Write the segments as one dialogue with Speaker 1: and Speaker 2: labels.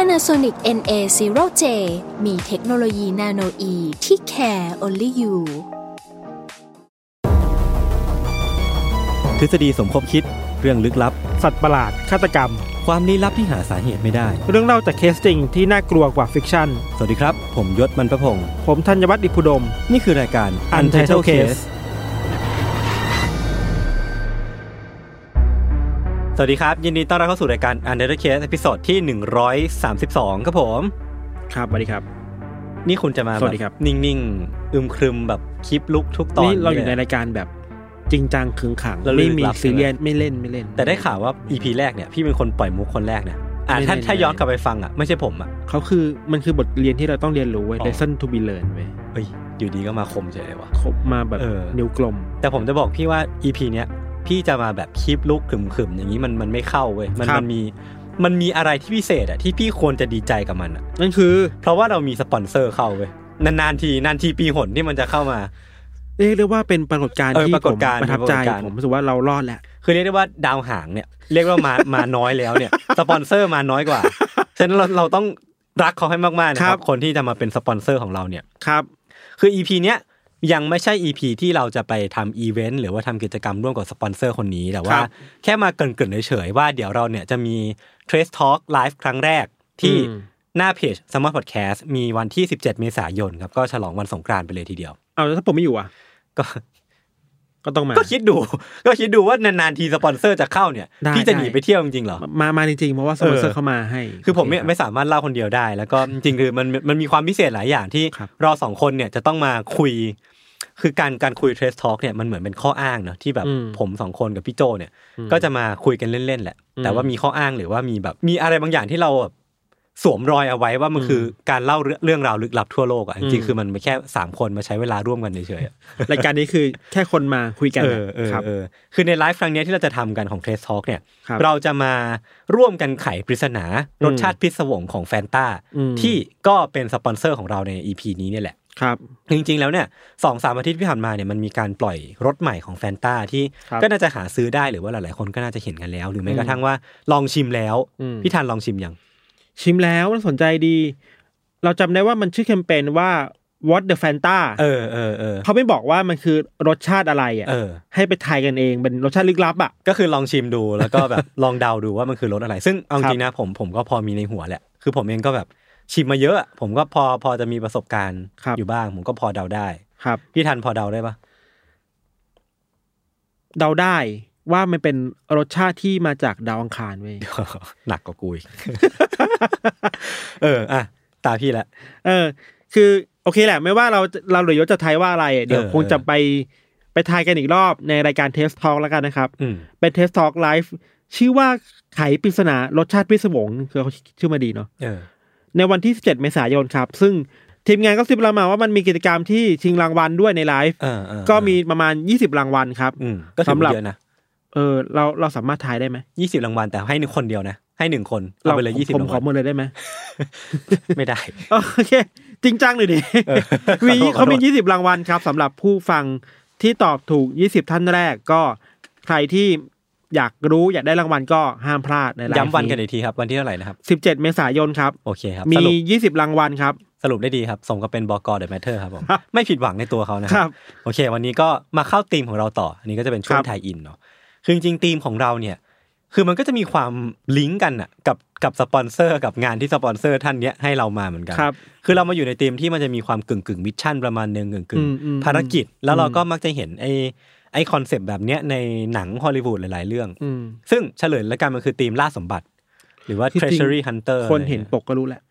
Speaker 1: Panasonic NA0J มีเทคโนโลยีนาโนอีที่ care only you
Speaker 2: ทฤษฎีสมคบคิดเรื่องลึกลับ
Speaker 3: สัตว์ประหลาด ฆาตกรรม
Speaker 2: ความลี้ลับที่หาสาเหตุไม่ได้
Speaker 3: เรื่องเล่าจากเคสจริงที่น่ากลัวกว่าฟิกชั่น
Speaker 2: สวัสดีครับ ผมยศมันประพงศ์
Speaker 3: ผมธัญวัฒน์อิพุดม
Speaker 2: นี่คือรายการ
Speaker 3: Untitled Case
Speaker 2: สวัสดีครับ ยินดีต้อนรับเข้าสู่รายการ Untitled Case ตอนที่ 132 ครับผม
Speaker 3: ครับสวัสดีครับ
Speaker 2: นี่คุณจะมา
Speaker 3: สวัสดีครับ
Speaker 2: แนิ่งๆ อึมครึมแบบคลิปลุกทุกตอน
Speaker 3: นี่เราอยู่ใน
Speaker 2: ล
Speaker 3: รายการแบบจริงจังขึงขัง
Speaker 2: เรา
Speaker 3: ไม่มี
Speaker 2: ลึกลับ
Speaker 3: ซีเรียสไม่เล่นไม่เล่น
Speaker 2: แต่ได้ข่าวว่า EP แรกเนี่ยพี่เป็นคนปล่อยมุกคนแรกเนี่ยอ่ะถ้า
Speaker 3: ไม่ได้
Speaker 2: ถ้าย้อนกลับไปฟังอ่ะไม่ใช่ผมอ่ะ
Speaker 3: เขาคือมันคือบทเรียนที่เราต้องเรียนรู้เว้ย
Speaker 2: อ๋อ
Speaker 3: lesson to be learned เว้ย
Speaker 2: เฮ้ยอยู่ดีก็มาคมเฉยเลยวะ
Speaker 3: ครบมาแบบ
Speaker 2: เออ
Speaker 3: นิ้วกลม
Speaker 2: แต่ผมจะบอกพี่ว่า EP เนี้ยพี่จะมาแบบคลิปลุกขึมๆอย่างนี้มันมันไม่เข้าเว้ยมัน
Speaker 3: ครับ
Speaker 2: มันมีมันมีอะไรที่พิเศษอะที่พี่ควรจะดีใจกับมันอะ
Speaker 3: นั่นคือ
Speaker 2: เพราะว่าเรามีสปอนเซอร์เข้าเว้ยนานๆทีนานทีปีหนที่มันจะเข้ามา
Speaker 3: เรียกได้ว่าเป็นปรากฏการณ์
Speaker 2: เออ
Speaker 3: ที่
Speaker 2: ปรา
Speaker 3: ผ
Speaker 2: กฏ
Speaker 3: ม
Speaker 2: การณ์
Speaker 3: ประทับใจ
Speaker 2: ปรากฏการณ์
Speaker 3: ผมรู้สึกว่าเรารอดแล้ว
Speaker 2: คือเรียกได้ว่าดาวหางเนี่ยเรียกว่ามา มาน้อยแล้วเนี่ยสปอนเซอร์มาน้อยกว่าฉะนั้นเราเราต้องรักเขาให้มากๆนะค
Speaker 3: ครั
Speaker 2: รับบ คนที่จะมาเป็นสปอนเซอร์ของเราเนี่ย
Speaker 3: ครับ
Speaker 2: คือ EP เนี้ยยังไม่ใช่ EP ที่เราจะไปทำอีเวนต์หรือว่าทำกิจกรรมร่วมกับสปอนเซอร์คนนี้ แต่ว่า
Speaker 3: ครับ
Speaker 2: แค่มาเกรินๆเฉยๆว่าเดี๋ยวเราเนี่ยจะมี Trace Talk Live ครั้งแรกที่
Speaker 3: อืม
Speaker 2: หน้าเพจ s m a r t Podcast มีวันที่ 17 เมษายนครับ ก็ฉลองวันสงกรานต์ไปเลยทีเดียว
Speaker 3: เอาแล้วถ้าผมไม่อยู่อ่ะ
Speaker 2: ก็
Speaker 3: ก็ต้องมา
Speaker 2: ก็คิดดู ก็คิดดูว่านานๆทีสปอนเซอร์จะเข้าเนี่ย
Speaker 3: ได้
Speaker 2: ที่จะ
Speaker 3: ได้
Speaker 2: หนีไปเที่ยวจริงๆเหรอ
Speaker 3: มามามาจริงๆเพราะว่าสปอนเซ
Speaker 2: เอ
Speaker 3: อ
Speaker 2: อ
Speaker 3: ร์เข้ามาให้
Speaker 2: คือผมเนี่ย
Speaker 3: โเรับ
Speaker 2: ไม่สามารถเล่าคนเดียวได้ แล้วก็จริงๆคือมันมันมีความพิเศษหลายอย่างที่
Speaker 3: ครับ
Speaker 2: เราสองคนเนี่ยจะต้องมาคุย คือการการคุยเทรสทอ a l k เนี่ยมันเหมือนเป็นข้ออ้างเนาะที่แบบผมสองคนกับพี่โจเนี่ย ก็จะมาคุยกันเล่นๆแหละ แต่ว่ามีข้ออ้างหรือว่ามีแบบมีอะไรบางอย่างที่เราแบบสวมรอยเอาไว้ว่ามันคือการเล่าเรื่องเรื่องราวลึกลับทั่วโลกอ่ะจริงๆคือมันแค่สามคนมาใช้เวลาร่วมกันเฉยๆอะ
Speaker 3: รายการนี้คือแค่คนมาคุยกัน
Speaker 2: เอ
Speaker 3: นะ
Speaker 2: อเออ
Speaker 3: ครับ
Speaker 2: เออคือในไลฟ์ครั้งเนี้ยที่เราจะทำกันของเทสทอ a l k เนี่ย
Speaker 3: ครับ
Speaker 2: เราจะมาร่วมกันไขปริศนา รสชาติพิศวงของแฟนตา
Speaker 3: อืม
Speaker 2: ที่ก็เป็นสปอนเซอร์ของเราใน EP นี้เนี่ยแหละ
Speaker 3: ครับ
Speaker 2: จริงๆ แล้วเนี่ยสองสามอาทิตย์ที่ผ่านมาเนี่ยมันมีการปล่อยรถใหม่ของแฟนตาที่
Speaker 3: ครับ
Speaker 2: ก็น่าจะหาซื้อได้หรือว่าหลายๆ คนก็น่าจะเห็นกันแล้ว หรือแม้กระทั่งว่าลองชิมแล้ว
Speaker 3: อืม
Speaker 2: พี่ทันลองชิมยัง
Speaker 3: ชิมแล้วน่าสนใจดี เราจำได้ว่ามันชื่อแคมเปญว่า What the Fanta
Speaker 2: เออเออเออ
Speaker 3: เขาไม่บอกว่ามันคือรสชาติอะไรอ่ะ
Speaker 2: เออ
Speaker 3: ให้ไปทายกันเองเป็นรสชาติลึกลับอ่ะ
Speaker 2: ก็คือลองชิมดูแล้วก็แบบ ลองเดาดูว่ามันคือรสอะไร ซึ่งเอาจริงนะผมผมก็พอมีในหัวแหละ คือผมเองก็แบบชิมมาเยอะอะผมก็พอพอจะมีประสบการณ์
Speaker 3: ครับ
Speaker 2: อยู่บ้าง ผมก็พอเดาได้
Speaker 3: ครับ
Speaker 2: พี่ทันพอเดาได้ปะ
Speaker 3: เดาได้ว่ามันเป็นรสชาติที่มาจากดาวอังคาร เว้ย
Speaker 2: หนักกว่ากูอีก เอออ่ะตาพี่ละ
Speaker 3: เออ คือโอเคแหละ ไม่ว่าเราจะเราหรือยศจะทายว่าอะไรอะเดี๋ยว
Speaker 2: เออ
Speaker 3: คงจะไปไปทายกันอีกรอบในรายการเทสทอ a l k แล้วกันนะครับ
Speaker 2: อืม
Speaker 3: เป็นเทสทอ a l k ไลฟ์ชื่อว่าไขปริศนารสชาติพิศวงคือเขาชื่อมาดีเนาะ
Speaker 2: เออ
Speaker 3: ในวันที่ 17 เมษายนครับ ซึ่งทีมงานก็ซิบเรามาว่ามันมีกิจกรรมที่ชิงรางวัลด้วยในไลฟ์
Speaker 2: เออเออ
Speaker 3: ก็มีประมาณ 20 รางวัลครับ
Speaker 2: อืมก็ถือ
Speaker 3: สำหรั
Speaker 2: ว่า
Speaker 3: บ
Speaker 2: เยอะนะ
Speaker 3: เออเราเราสามารถทายได้ไหม
Speaker 2: ยี่สิบรางวัลแต่ให้หนึ่งคนเดียวนะ ให้หนึ่งคนเอาไปเลย
Speaker 3: ผม
Speaker 2: ยี่สิบ
Speaker 3: ผม
Speaker 2: ราง
Speaker 3: ข
Speaker 2: วั
Speaker 3: อ
Speaker 2: ล
Speaker 3: หมดเลยได้ไหม
Speaker 2: ไม่ได้
Speaker 3: โอเค จริงจังหน่อยดิ
Speaker 2: เออ
Speaker 3: มี
Speaker 2: ขอโทษ
Speaker 3: เขามี
Speaker 2: ขอโทษ
Speaker 3: ยี่สิบรางวัลครับสำหรับผู้ฟังที่ตอบถูก 20 ท่านแรกก็ใครที่อยากรู้อยากได้รางวัลก็ห้ามพลาดในไลฟ์
Speaker 2: ย้ำวันกันอีกทีครับวันที่เท่าไหร่นะครับ
Speaker 3: 17 เมษายนครับ
Speaker 2: โอเคครับ
Speaker 3: มี
Speaker 2: สรุป
Speaker 3: 20 รางวัลครับ
Speaker 2: สรุปได้ดีครับสมกับเป็นบกเดอะแมทเทอร์ครับผมไม่ผิดหวังในตัวเขานะค
Speaker 3: ค
Speaker 2: รั
Speaker 3: รับ บ
Speaker 2: โอเค วันนี้ก็มาเข้าธีมของเราต่อ อันนี้ก็จะเป็นช่วง
Speaker 3: ครับ
Speaker 2: ไทยอินเนาะคือจริงๆธีมของเราเนี่ย คือมันก็จะมีความลิงก์กันอะกับกับสปอนเซอร์กับงานที่สปอนเซอร์ท่านเนี้ยให้เรามาเหมือนกัน
Speaker 3: ครับ
Speaker 2: คือเรามาอยู่ในธีมที่มันจะมีความกึ่งกึ่งมิชชั่นประมาณหนึ่งกึ่งกึ่
Speaker 3: อื
Speaker 2: ง
Speaker 3: มอืม
Speaker 2: ภารกิจ แล้วเราก็มักจะเห็นไอไอคอนเซปต์แบบเนี้ยในหนังฮอลลีวูดหลายๆเรื่อง
Speaker 3: อืม
Speaker 2: ซึ่งเฉลยแล้วกันมันคือธีมล่าสมบัติ หรือว่า
Speaker 3: ที่จริง
Speaker 2: treasury hunter
Speaker 3: คนเห็น
Speaker 2: อะไร
Speaker 3: ป
Speaker 2: งี้ย
Speaker 3: กก็รู้แหละ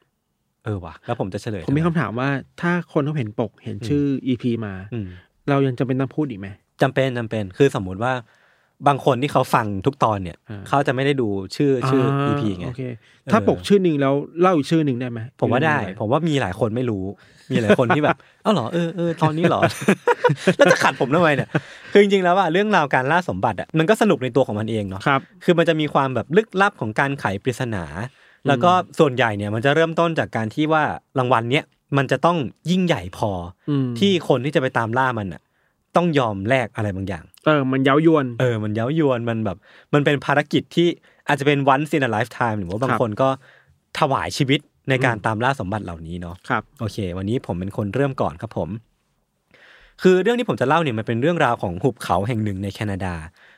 Speaker 2: เออว่ะแล้วผมจะเฉลย
Speaker 3: ผมมีคำถามว่าถ้าคนเขาเห็นปกเห็นชื่อ EP มา
Speaker 2: อืม
Speaker 3: เรายังจำเป็นต้องพูดอีกไหม
Speaker 2: จำเป็นจำเป็นคือสมมุติว่า บางคนที่เขาฟังทุกตอนเนี่ย
Speaker 3: อ่า
Speaker 2: เขาจะไม่ได้ดูชื่อชื่อ
Speaker 3: า
Speaker 2: EP ไง
Speaker 3: โอเค ถ้า
Speaker 2: เออ
Speaker 3: ปกชื่อหนึ่งแล้วเล่าอีกชื่อหนึ่งได้ไหม
Speaker 2: ผมว่าได้
Speaker 3: หรือ
Speaker 2: ผมว่ามีหลายคนไม่รู้ มีหลายคนที่แบบ เอ้าเหรอเออเออตอนนี้เหรอ แล้วจะขัดผมทำไมเนี่ยคือจริงๆแล้วอะเรื่องราวการล่าสมบัติอะมันก็สนุกในตัวของมันเองเนาะ
Speaker 3: ครับ
Speaker 2: คือมันจะมีความแบบลึกลับของการไขปริศนา แล้วก็ส่วนใหญ่เนี่ยมันจะเริ่มต้นจากการที่ว่ารางวัลเนี้ยมันจะต้องยิ่งใหญ่พออ
Speaker 3: อืม
Speaker 2: ที่คนที่จะไปตามล่ามันอ่ะต้องยอมแลกอะไรบางอย่าง
Speaker 3: เออมันเย้ายวน
Speaker 2: เออ มันเย้ายวนมันแบบ มันเป็นภารกิจที่อาจจะเป็นวัน in a lifetime หรือว่าบาง
Speaker 3: ครับ
Speaker 2: คนก็ถวายชีวิตในการตามล่าสมบัติเหล่านี้เนาะ
Speaker 3: ครับ
Speaker 2: โอเค วันนี้ผมเป็นคนเริ่มก่อนครับผม คือเรื่องที่ผมจะเล่าเนี่ยมันเป็นเรื่องราวของหุบเขาแห่งหนึ่งในแคนาดา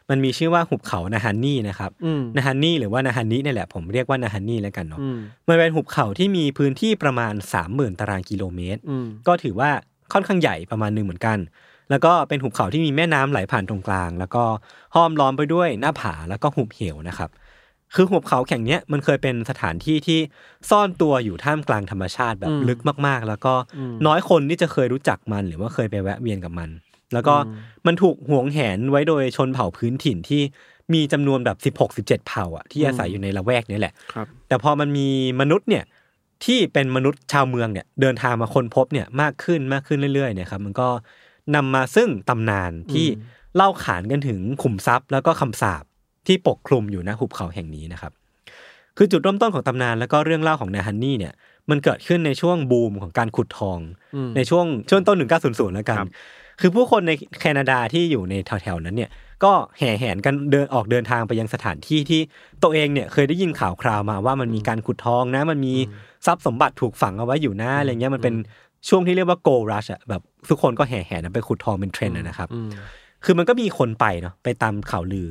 Speaker 2: มันมีชื่อว่าหุบเขานาฮันนี่นะครับ
Speaker 3: อืม
Speaker 2: นาฮันนี่หรือว่านาฮันนี่เนี่ยแหละผมเรียกว่านาฮันนี่แล้วกันเนาะ
Speaker 3: อืม
Speaker 2: มันเป็นหุบเขาที่มีพื้นที่ประมาณ 30,000 ตารางกิโลเมตร
Speaker 3: อืม
Speaker 2: ก็ถือว่าค่อนข้างใหญ่ประมาณหนึ่งเหมือนกัน แล้วก็เป็นหุบเขาที่มีแม่น้ำไหลผ่านตรงกลาง แล้วก็ห้อมล้อมไปด้วยหน้าผาแล้วก็หุบเหวนะครับ คือหุบเขาแข่งเนี้ยมันเคยเป็นสถานที่ที่ซ่อนตัวอยู่ท่ามกลางธรรมชาติแบบลึกมากๆ แล้วก็น้อยคนที่จะเคยรู้จักมันหรือว่าเคยไปแวะเวียนกับมัน แล้วก็มันถูกหวงแหนไว้โดยชนเผ่าพื้นถิ่นที่มีจำนวนแบบ 16-17 เผ่าอะที่อาศัยอยู่ในละแวกเนี้ยแหละ
Speaker 3: ครับ
Speaker 2: แต่พอมันมีมนุษย์เนี่ยที่เป็นมนุษย์ชาวเมืองเนี่ยเดินทางมาค้นพบเนี่ยมากขึ้นมากขึ้นเรื่อยๆเนี่ยครับมันก็นำมาซึ่งตำนานที่
Speaker 3: อืม
Speaker 2: เล่าขานกันถึงขุมทรัพย์ แล้วก็คำสาปที่ปกคลุมอยู่ณหุบเขาแห่งนี้นะครับ คือจุดเริ่มต้นของตำนานแล้วก็เรื่องเล่าของนาฮันนี่เนี่ยมันเกิดขึ้นในช่วงบูมของการขุดทอง
Speaker 3: อืม
Speaker 2: ในช่วงช่วงต้น 1900 แล้วกัน
Speaker 3: ครับ
Speaker 2: คือผู้คนในแคนาดาที่อยู่ในแถวๆนั้นเนี่ย ก็แห่แหนกันเดินออกเดินทางไปยังสถานที่ที่ตัวเองเนี่ยเคยได้ยินข่าวคราวมาว่ามันมีการขุดทองนะ มันมีทรัพย์สมบัติถูกฝังเอาไว้อยู่นะอะไรเงี้ย มันเป็นช่วงที่เรียกว่าโก u s h อะแบบทุกคนก็แห่แหนไปขุดทองเป็นเทรนด์อะนะครับ
Speaker 3: อืม
Speaker 2: คือมันก็มีคนไปเนาะไปตามข่าวลือ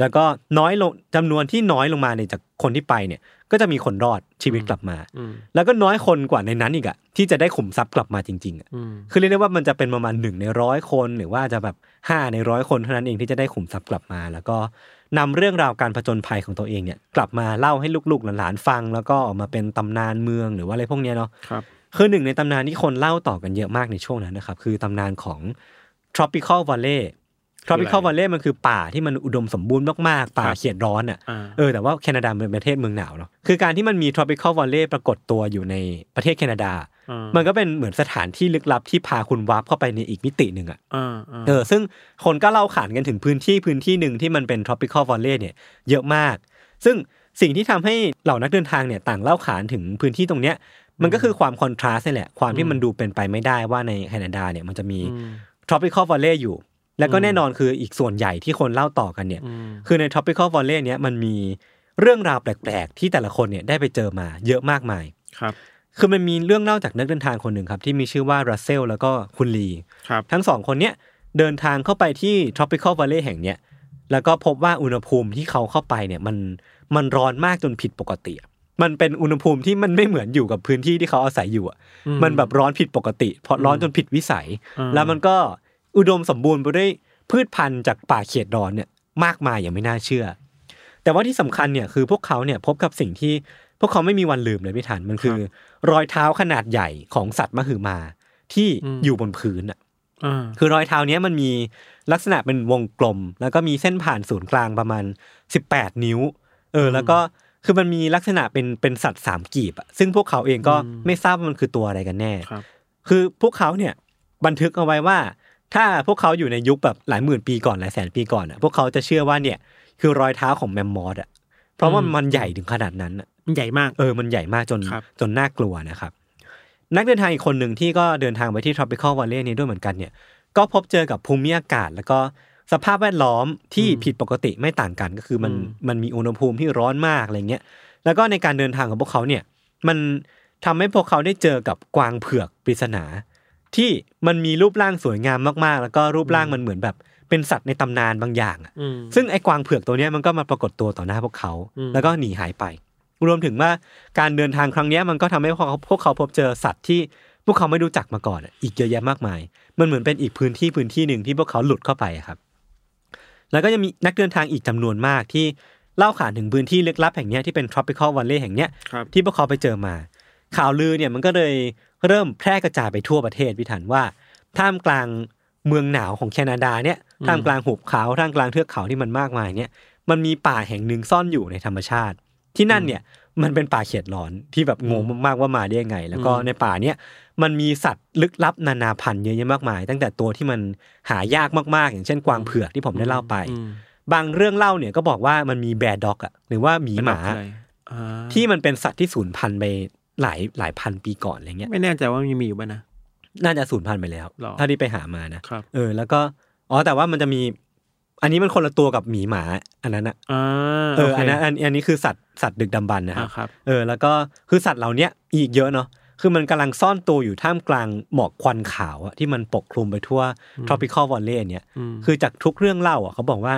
Speaker 2: แล้วก็น้อยลงจำนวนที่น้อยลงมาในจากคนที่ไปเนี่ย ก็จะมีคนรอดชีวิตกลับมา
Speaker 3: อืม
Speaker 2: แล้วก็น้อยคนกว่าในนั้นอีกอะที่จะได้ขุมทรัพย์กลับมาจริงๆอะ
Speaker 3: อืม
Speaker 2: คือเรียกได้ว่ามันจะเป็นประมาณหนึ่งในร้อยคน หรือว่าจะแบบห้าในร้อยคนเท่านั้นเองที่จะได้ขุมทรัพย์กลับมา แล้วก็นำเรื่องราวการผจญภัยของตัวเองเนี่ยกลับมาเล่าให้ลูกๆหลานๆฟัง แล้วก็ออกมาเป็นตำนานเมืองหรือว่าอะไรพวกเนี้ยเนาะ
Speaker 3: ครับ
Speaker 2: คือหนึ่งในตำนานที่คนเล่าต่อกันเยอะมากในช่วงนั้นนะครับคือตำนานของ tropical valley tropical valley มันคือป่าที่มันอุดมสมบูรณ์มากๆป่าเขตร้อนอ่ะ
Speaker 3: อ่า
Speaker 2: เออแต่ว่าแคนาดาเป็นประเทศเมืองหนาวเนาะคือการที่มันมี tropical valley ปรากฏตัวอยู่ในประเทศแคนาดา
Speaker 3: อ่ามั
Speaker 2: มันก็เป็นเหมือนสถานที่ลึกลับที่พาคุณวาร์ปเข้าไปในอีกมิติหนึ่งอะ
Speaker 3: อ่าอ่า
Speaker 2: เออซึ่งคนก็เล่าขานกันถึงพื้นที่พื้นที่หนึ่งที่มันเป็น tropical valley เนี่ยเยอะมาก ซึ่งสิ่งที่ทำให้เหล่านักเดินทางเนี่ยต่างเล่าขานถึงพื้นที่ตรงเนี้ยมันก็คือความคอนทราสต์นี่แหละความที่มันดูเป็นไปไม่ได้ว่าในแคนาดาเนี่ยมันจะมี tropical valley อยู่ แล้วก็แน่นอนคืออีกส่วนใหญ่ที่คนเล่าต่อกันเนี่ย
Speaker 3: อืม
Speaker 2: คือใน tropical valley เนี้ยมันมีเรื่องราวแปลกๆ ที่แต่ละคนเนี่ยได้ไปเจอมาเยอะมากมาย
Speaker 3: ครับ
Speaker 2: คือมันมีเรื่องเล่าจากนักเดินทางคนหนึ่งครับ ที่มีชื่อว่ารัสเซลแล้วก็คุณลี
Speaker 3: ครับ
Speaker 2: ทั้งสองคนเนี้ยเดินทางเข้าไปที่ tropical valley แห่งเนี้ยแล้วก็พบว่าอุณหภูมิที่เขาเข้าไปเนี่ยมันมันร้อนมากจนผิดปกติอะมันเป็นอุณหภูมิที่มันไม่เหมือนอยู่กับพื้นที่ที่เขาอาศัยอยู่อะมันแบบร้อนผิดปกติ เพราะร้อนจนผิดวิสัย
Speaker 3: อืม
Speaker 2: แล้วมันก็อุดมสมบูรณ์ไปด้วยพืชพันธุ์จากป่าเขตร้อนเนี่ยมากมายอย่างไม่น่าเชื่อ แต่ว่าที่สำคัญเนี่ยคือพวกเขาเนี่ยพบกับสิ่งที่พวกเขาไม่มีวันลืมเลยพี่ทันมันคือ รอยเท้าขนาดใหญ่ของสัตว์มหึมาที่อยู่บนพื้นอะ
Speaker 3: อ่า
Speaker 2: คือรอยเท้าเนี้ยมันมีลักษณะเป็นวงกลม แล้วก็มีเส้นผ่านศูนย์กลางประมาณ 18 นิ้ว เออ แล้วก็คือมันมีลักษณะเป็นเป็นสัตว์สามกีบอะซึ่งพวกเขาเองก็ไม่ทราบว่ามันคือตัวอะไรกันแน่
Speaker 3: ครับ
Speaker 2: คือพวกเขาเนี่ยบันทึกเอาไว้ว่า ถ้าพวกเขาอยู่ในยุคแบบหลายหมื่นปีก่อนหลายแสนปีก่อนอะพวกเขาจะเชื่อว่าเนี่ยคือรอยเท้าของแมมมอสอะเพราะว่ามันใหญ่ถึงขนาดนั้นอะ
Speaker 3: มันใหญ่มาก
Speaker 2: เออ มันใหญ่มากจน
Speaker 3: ครับ
Speaker 2: จนน่ากลัวนะครับ นักเดินทางอีกคนหนึ่งที่ก็เดินทางไปที่ tropical valley นี้ด้วยเหมือนกันเนี่ย ก็พบเจอกับภูมิอากาศ แล้วก็สภาพแวดล้อมที่ผิดปกติไม่ต่างกันก็คือมัน
Speaker 3: อืม
Speaker 2: มันมีอุณหภูมิที่ร้อนมากอะไรเงี้ย แล้วก็ในการเดินทางของพวกเขาเนี่ย มันทำให้พวกเขาได้เจอกับกวางเผือกปริศนา ที่มันมีรูปร่างสวยงามมากๆ แล้วก็รูปร่างมันเหมือนแบบเป็นสัตว์ในตำนานบางอย่างอะ
Speaker 3: อืม
Speaker 2: ซึ่งไอ้กวางเผือกตัวเนี้ยมันก็มาปรากฏตัวต่อหน้าพวกเขา
Speaker 3: อืม
Speaker 2: แล้วก็หนีหายไป รวมถึงว่าการเดินทางครั้งเนี้ยมันก็ทำให้พวกเขาพวกเขาพบเจอสัตว์ที่พวกเขาไม่รู้จักมาก่อนอะอีกเยอะแยะมากมาย มันเหมือนเป็นอีกพื้นที่พื้นที่หนึ่งที่พวกเขาหลุดเข้าไปอะครับ แล้วก็จะมีนักเดินทางอีกจำนวนมากที่เล่าขานถึงพื้นที่ลึกลับแห่งเนี้ยที่เป็น tropical valley แห่งเนี้ย
Speaker 3: ครับ
Speaker 2: ที่พวกเขาไปเจอมา ข่าวลือเนี่ยมันก็เลยเริ่มแพร่กระจายไปทั่วประเทศพิถันว่า ท่ามกลาง เมืองหนาวของแคนาดาเนี่ยท่ามกลางหุบเขาท่ามกลางเทือกเขาที่มันมากมายเนี่ย มันมีป่าแห่งหนึ่งซ่อนอยู่ในธรรมชาติ ที่นั่นเนี่ยมันเป็นป่าเขตร้อนที่แบบงงมากๆว่ามาได้ยังไง แล้วก็
Speaker 3: อืม
Speaker 2: ในป่าเนี่ยมันมีสัตว์ลึกลับนานาพันธุ์เยอะแยะมากมาย ตั้งแต่ตัวที่มันหายากมากๆ อย่างเช่นกวางเผือกที่ผมได้เล่าไป
Speaker 3: อืม
Speaker 2: บางเรื่องเล่าเนี่ยก็บอกว่ามันมีแบร์ด็อกอะหรือว่าหมีหมา
Speaker 3: เป็นแบบอะไรอ่า
Speaker 2: ที่มันเป็นสัตว์ที่สูญพันธุ์ไปหลายหลายพันปีก่อนอะไรเงี้ย
Speaker 3: ไม่แน่ใจว่ามีมีอยู่ป่ะนะ
Speaker 2: น่าจะสูญพันธุ์ไปแล้ว
Speaker 3: หรอ
Speaker 2: ถ้าที่ไปหามานะครับ เออ แล้วก็อ๋อแต่ว่ามันจะมี อันนี้มันคนละตัวกับหมีหมา อันนั้นอะ
Speaker 3: อ่า
Speaker 2: เออ
Speaker 3: โค
Speaker 2: อันนั้นอันอันนี้คือสัตว์สัตว์ดึกดำบรรพ์นะค
Speaker 3: อ่า
Speaker 2: รับ
Speaker 3: ครับ
Speaker 2: เออแล้วก็คือสัตว์เหล่าเนี้ยอีกเยอะเนาะคือมันกำลังซ่อนตัวอยู่ท่ามกลางหมอกควันขาวอะที่มันปกคลุมไปทั่ว tropical valley เนี่ย
Speaker 3: อืม
Speaker 2: คือจากทุกเรื่องเล่าอ่ะเขาบอกว่า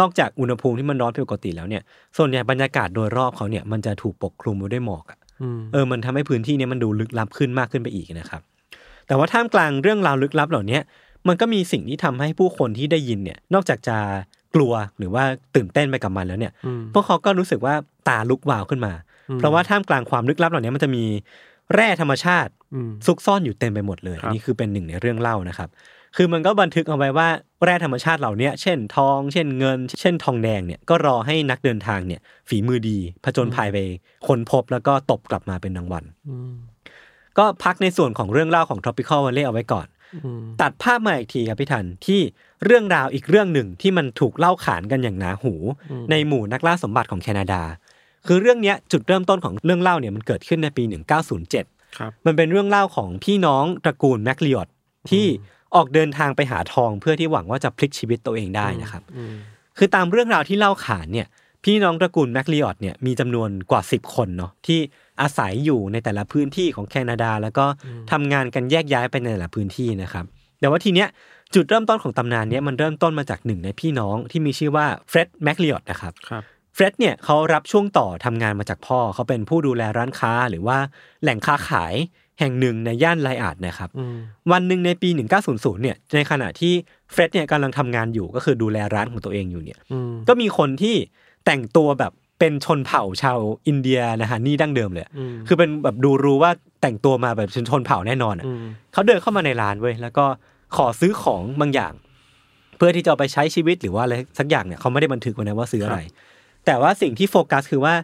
Speaker 2: นอกจากอุณหภูมิที่มันร้อนผิดปกติแล้วเนี่ย ส่วนใหญ่บรรยากาศโดยรอบเขาเนี่ยมันจะถูกปกคลุมไปด้วยหมอกอะ
Speaker 3: ม
Speaker 2: เออมันทำให้พื้นที่เนี่ยมันดูลึกลับขึ้นมากขึ้นไปอีกนะครับ แต่ว่าท่ามกลางเรื่องราวลึกลับเหล่าเนี้ยมันก็มีสิ่งที่ทำให้ผู้คนที่ได้ยินเนี่ย นอกจากจะกลัวหรือว่าตื่นเต้นไปกับมันแล้วเนี่ย
Speaker 3: ม
Speaker 2: พวกเขาก็รู้สึกว่าตาลุกวาวขึ้นมา
Speaker 3: อืม
Speaker 2: เพราะว่าท่ามกลางความลึกลับเหล่านี้มันจะมีแร่ธรรมชาติ
Speaker 3: อืม
Speaker 2: ซุกซ่อนอยู่เต็มไปหมดเลย
Speaker 3: ครับ
Speaker 2: อันนี้คือเป็นหนึ่งในเรื่องเล่านะครับ คือมันก็บันทึกเอาไว้ว่าแร่ธรรมชาติเหล่าเนี้ยเช่นทอง เช่นเงิน เช่นทองแดงเนี่ย ก็รอให้นักเดินทางเนี่ย ฝีมือดี ผจญภัยไปค้นพบแล้วก็ตบกลับมาเป็นรางวัล
Speaker 3: อืม
Speaker 2: ก็พักในส่วนของเรื่องเล่าของ tropical valley เอาไว้ก่อน
Speaker 3: อืม
Speaker 2: ตัดภาพมาอีกทีครับพี่ทันที่เรื่องราวอีกเรื่องหนึ่งที่มันถูกเล่าขานกันอย่างหนาหู ในหมู่นักล่าสมบัติของแคนาดา คือเรื่องเนี้ยจุดเริ่มต้นของเรื่องเล่าเนี่ยมันเกิดขึ้นในปี 1907
Speaker 3: ครับ
Speaker 2: มันเป็นเรื่องเล่าของพี่น้องตระกูลแมคลิออตที่ออกเดินทางไปหาทองเพื่อที่หวังว่าจะพลิกชีวิตตัวเองได้นะครับ
Speaker 3: อืม
Speaker 2: คือตามเรื่องราวที่เล่าขานเนี่ย พี่น้องตระกูลแมคลิออตเนี่ยมีจำนวนกว่า 10 คนเนาะที่อาศัยอยู่ในแต่ละพื้นที่ของแคนาดา แล้วก็ทำงานกันแยกย้ายไปในแต่ละพื้นที่นะครับแต่ว่าทีเนี้ยจุดเริ่มต้นของตำนานเนี้ยมันเริ่มต้นมาจากหนึ่งในพี่น้องที่มีชื่อว่าเฟร็ดแมคลิออตนะครับ
Speaker 3: ครับ
Speaker 2: เฟร็ดเนี่ยเขารับช่วงต่อทำงานมาจากพ่อ เขาเป็นผู้ดูแลร้านค้าหรือว่าแหล่งค้าขายแห่งหนึ่งในย่านไลอาดนะครับ
Speaker 3: อืม
Speaker 2: วันหนึ่งในปี 1900 เนี่ยในขณะที่เฟร็ดเนี่ยกำลังทำงานอยู่ก็คือดูแลร้านของตัวเองอยู่เนี่ย
Speaker 3: อืม
Speaker 2: ก็มีคนที่แต่งตัวแบบเป็นชนเผ่าชาวอินเดียนะฮะนี่ดั้งเดิมเลย
Speaker 3: ม
Speaker 2: คือเป็นแบบดูรู้ว่าแต่งตัวมาแบบชนชนเผ่าแน่นอนอะ
Speaker 3: ม
Speaker 2: เขาเดินเข้ามาในร้านเว้ยแล้วก็ขอซื้อของบางอย่าง เพื่อที่จะเอาไปใช้ชีวิตหรือว่าอะไรสักอย่างเนี่ยเขาไม่ได้บันทึกไว้นะว่าซื้ออะไร แต่ว่าสิ่งที่โฟกัสคือว่า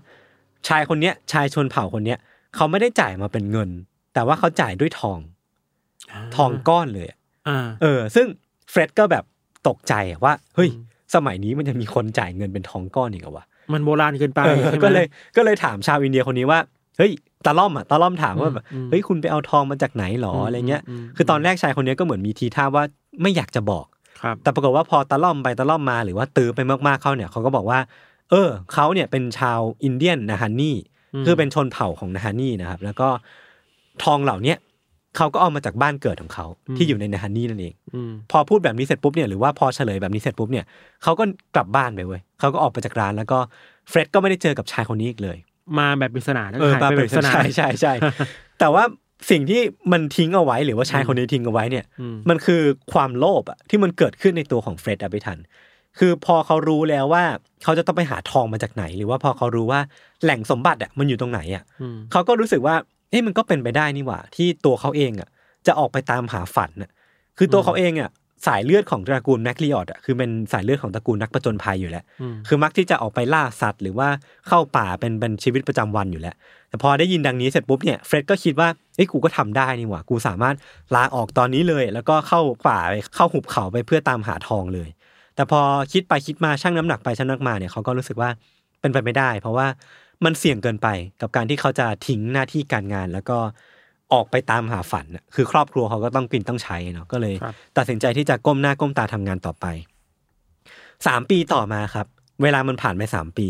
Speaker 2: ชายคนเนี้ยชายชนเผ่าคนเนี้ยเขาไม่ได้จ่ายมาเป็นเงิน แต่ว่าเขาจ่ายด้วยทอง
Speaker 3: า
Speaker 2: ทองก้อนเลยอะ
Speaker 3: อ่า
Speaker 2: เออ ซึ่งเฟร็ดก็แบบตกใจอะว่าเฮ้ย สมัยนี้มันจะมีคนจ่ายเงินเป็นทองก้อนอีกเหรอวะ
Speaker 3: มันโบราณเกินไป
Speaker 2: เออ
Speaker 3: ใช่ไหม
Speaker 2: ก็เลยก็เลยถามชาวอินเดียคนนี้ว่า เฮ้ยตาล่อมอ่ะตาล่อมถามว่าแบบ
Speaker 3: อืม
Speaker 2: เฮ้ยคุณไปเอาทองมาจากไหนหรอ
Speaker 3: อืม
Speaker 2: อะไรเงี้ย
Speaker 3: อืม
Speaker 2: คือตอนแรกชายคนนี้ก็เหมือนมีทีท่าว่าไม่อยากจะบอก
Speaker 3: ครับ
Speaker 2: แต่ปรากฏว่าพอตาล่อมไปตาล่อมมาหรือว่าตื้อไปมากๆเขาเนี่ยเขาก็บอกว่า เออเขาเนี่ยเป็นชาวอินเดียนนาฮันนี่
Speaker 3: อืม
Speaker 2: คือเป็นชนเผ่าของนาฮันนี่นะครับ แล้วก็ทองเหล่าเนี้ยเขาก็เอามาจากบ้านเกิดของเขาที่อยู่ในนาฮันนี่นั่นเอง
Speaker 3: อืม
Speaker 2: พอพูดแบบนี้เสร็จปุ๊บเนี่ยหรือว่าพอเฉลยแบบนี้เสร็จปุ๊บเนี่ยเขาก็กลับบ้านไปเว้ยเขาก็ออกไปจากร้านแล้วก็เฟร็ดก็ไม่ได้เจอกับชายคนนี้อีกเลย
Speaker 3: มาแบบปริศนาแล้ว
Speaker 2: เออ
Speaker 3: หาย
Speaker 2: มา
Speaker 3: ไป
Speaker 2: เป็น
Speaker 3: แบบปริศนา
Speaker 2: ใช่ใช่ใช่ แต่ว่าสิ่งที่มันทิ้งเอาไว้หรือว่าชายคนนี้ทิ้งเอาไว้เนี่ย
Speaker 3: อืม
Speaker 2: มันคือความโลภอะที่มันเกิดขึ้นในตัวของเฟร็ดอะพิทัน คือพอเขารู้แล้วว่าเขาจะต้องไปหาทองมาจากไหน หรือว่าพอเขารู้ว่าแหล่งสมบัติอะมันอยู่ตรงไหนอะ
Speaker 3: อืม
Speaker 2: เขาก็รู้สึกว่า เอ้มันก็เป็นไปได้นี่หว่า ที่ตัวเขาเองอ่ะ จะออกไปตามหาฝันน่ะ คือตัวเขาเองอ่ะ สายเลือดของตระกูลแมคลิออตอ่ะ คือเป็นสายเลือดของตระกูลนักประจนภัยอยู่แล้ว
Speaker 3: อืม
Speaker 2: คือมักที่จะออกไปล่าสัตว์ หรือว่าเข้าป่าเป็นเป็นชีวิตประจำวันอยู่แล้ว แต่พอได้ยินดังนี้เสร็จปุ๊บเนี่ย เฟร็ดก็คิดว่า เอ้ยกูก็ทำได้นี่หว่า กูสามารถลาออกตอนนี้เลย แล้วก็เข้าป่าไป เข้าหุบเขาไปเพื่อตามหาทองเลย แต่พอคิดไปคิดมาชั่งน้ำหนักไปชั่งน้ำหนักมาเนี่ยเขาก็รู้สึกว่าเป็นไปไม่ได้ เพราะว่ามันเสี่ยงเกินไปกับการที่เขาจะทิ้งหน้าที่การงาน แล้วก็ออกไปตามหาฝันน่ะคือครอบครัวเขาก็ต้องกินต้องใช้เนาะก็เลย
Speaker 3: ครับ
Speaker 2: ตัดสินใจที่จะก้มหน้าก้มตาทำงานต่อไปสามปีต่อมาครับ เวลามันผ่านไปสามปี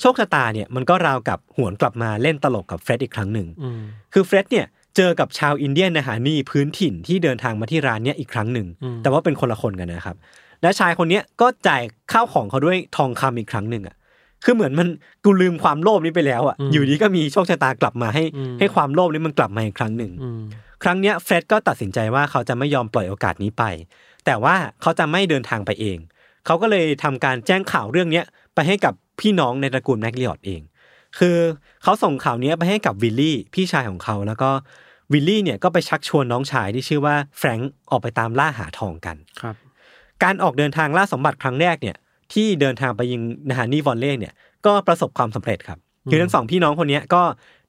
Speaker 2: โชคชะตาเนี่ยมันก็ราวกับหวนกลับมาเล่นตลกกับเฟร็ดอีกครั้งหนึ่ง
Speaker 3: อืม
Speaker 2: คือเฟร็ดเนี่ยเจอกับชาวอินเดียนนะฮะนี่พื้นถิ่นที่เดินทางมาที่ร้านเนี่ยอีกครั้งหนึ่ง แต่ว่าเป็นคนละคนกันนะครับ และชายคนเนี้ยก็จ่ายข้าวของเขาด้วยทองคำอีกครั้งหนึ่งอ่ะคือเหมือนมันกูลืมความโลภนี้ไปแล้วอ่ะอยู่ดีก็มีโชคชะตากลับมาให้ ให้ความโลภนี้มันกลับมาอีกครั้งหนึ่ง
Speaker 3: อืม
Speaker 2: ครั้งเนี้ยเฟร็ดก็ตัดสินใจว่าเขาจะไม่ยอมปล่อยโอกาสนี้ไป แต่ว่าเขาจะไม่เดินทางไปเอง เขาก็เลยทำการแจ้งข่าวเรื่องเนี้ยไปให้กับพี่น้องในตระกูลแมคลิออตเอง คือเขาส่งข่าวเนี้ยไปให้กับวิลลี่พี่ชายของเขาแล้วก็ วิลลี่เนี่ยก็ไปชักชวนน้องชายที่ชื่อว่าแฟรงก์ออกไปตามล่าหาทองกัน
Speaker 3: ครับ
Speaker 2: การออกเดินทางล่าสมบัติครั้งแรกเนี่ยที่เดินทางไปยิงนาฮานีวอนเล่เนี่ยก็ประสบความสำเร็จครับ คือทั้งสองพี่น้องคนเนี้ยก็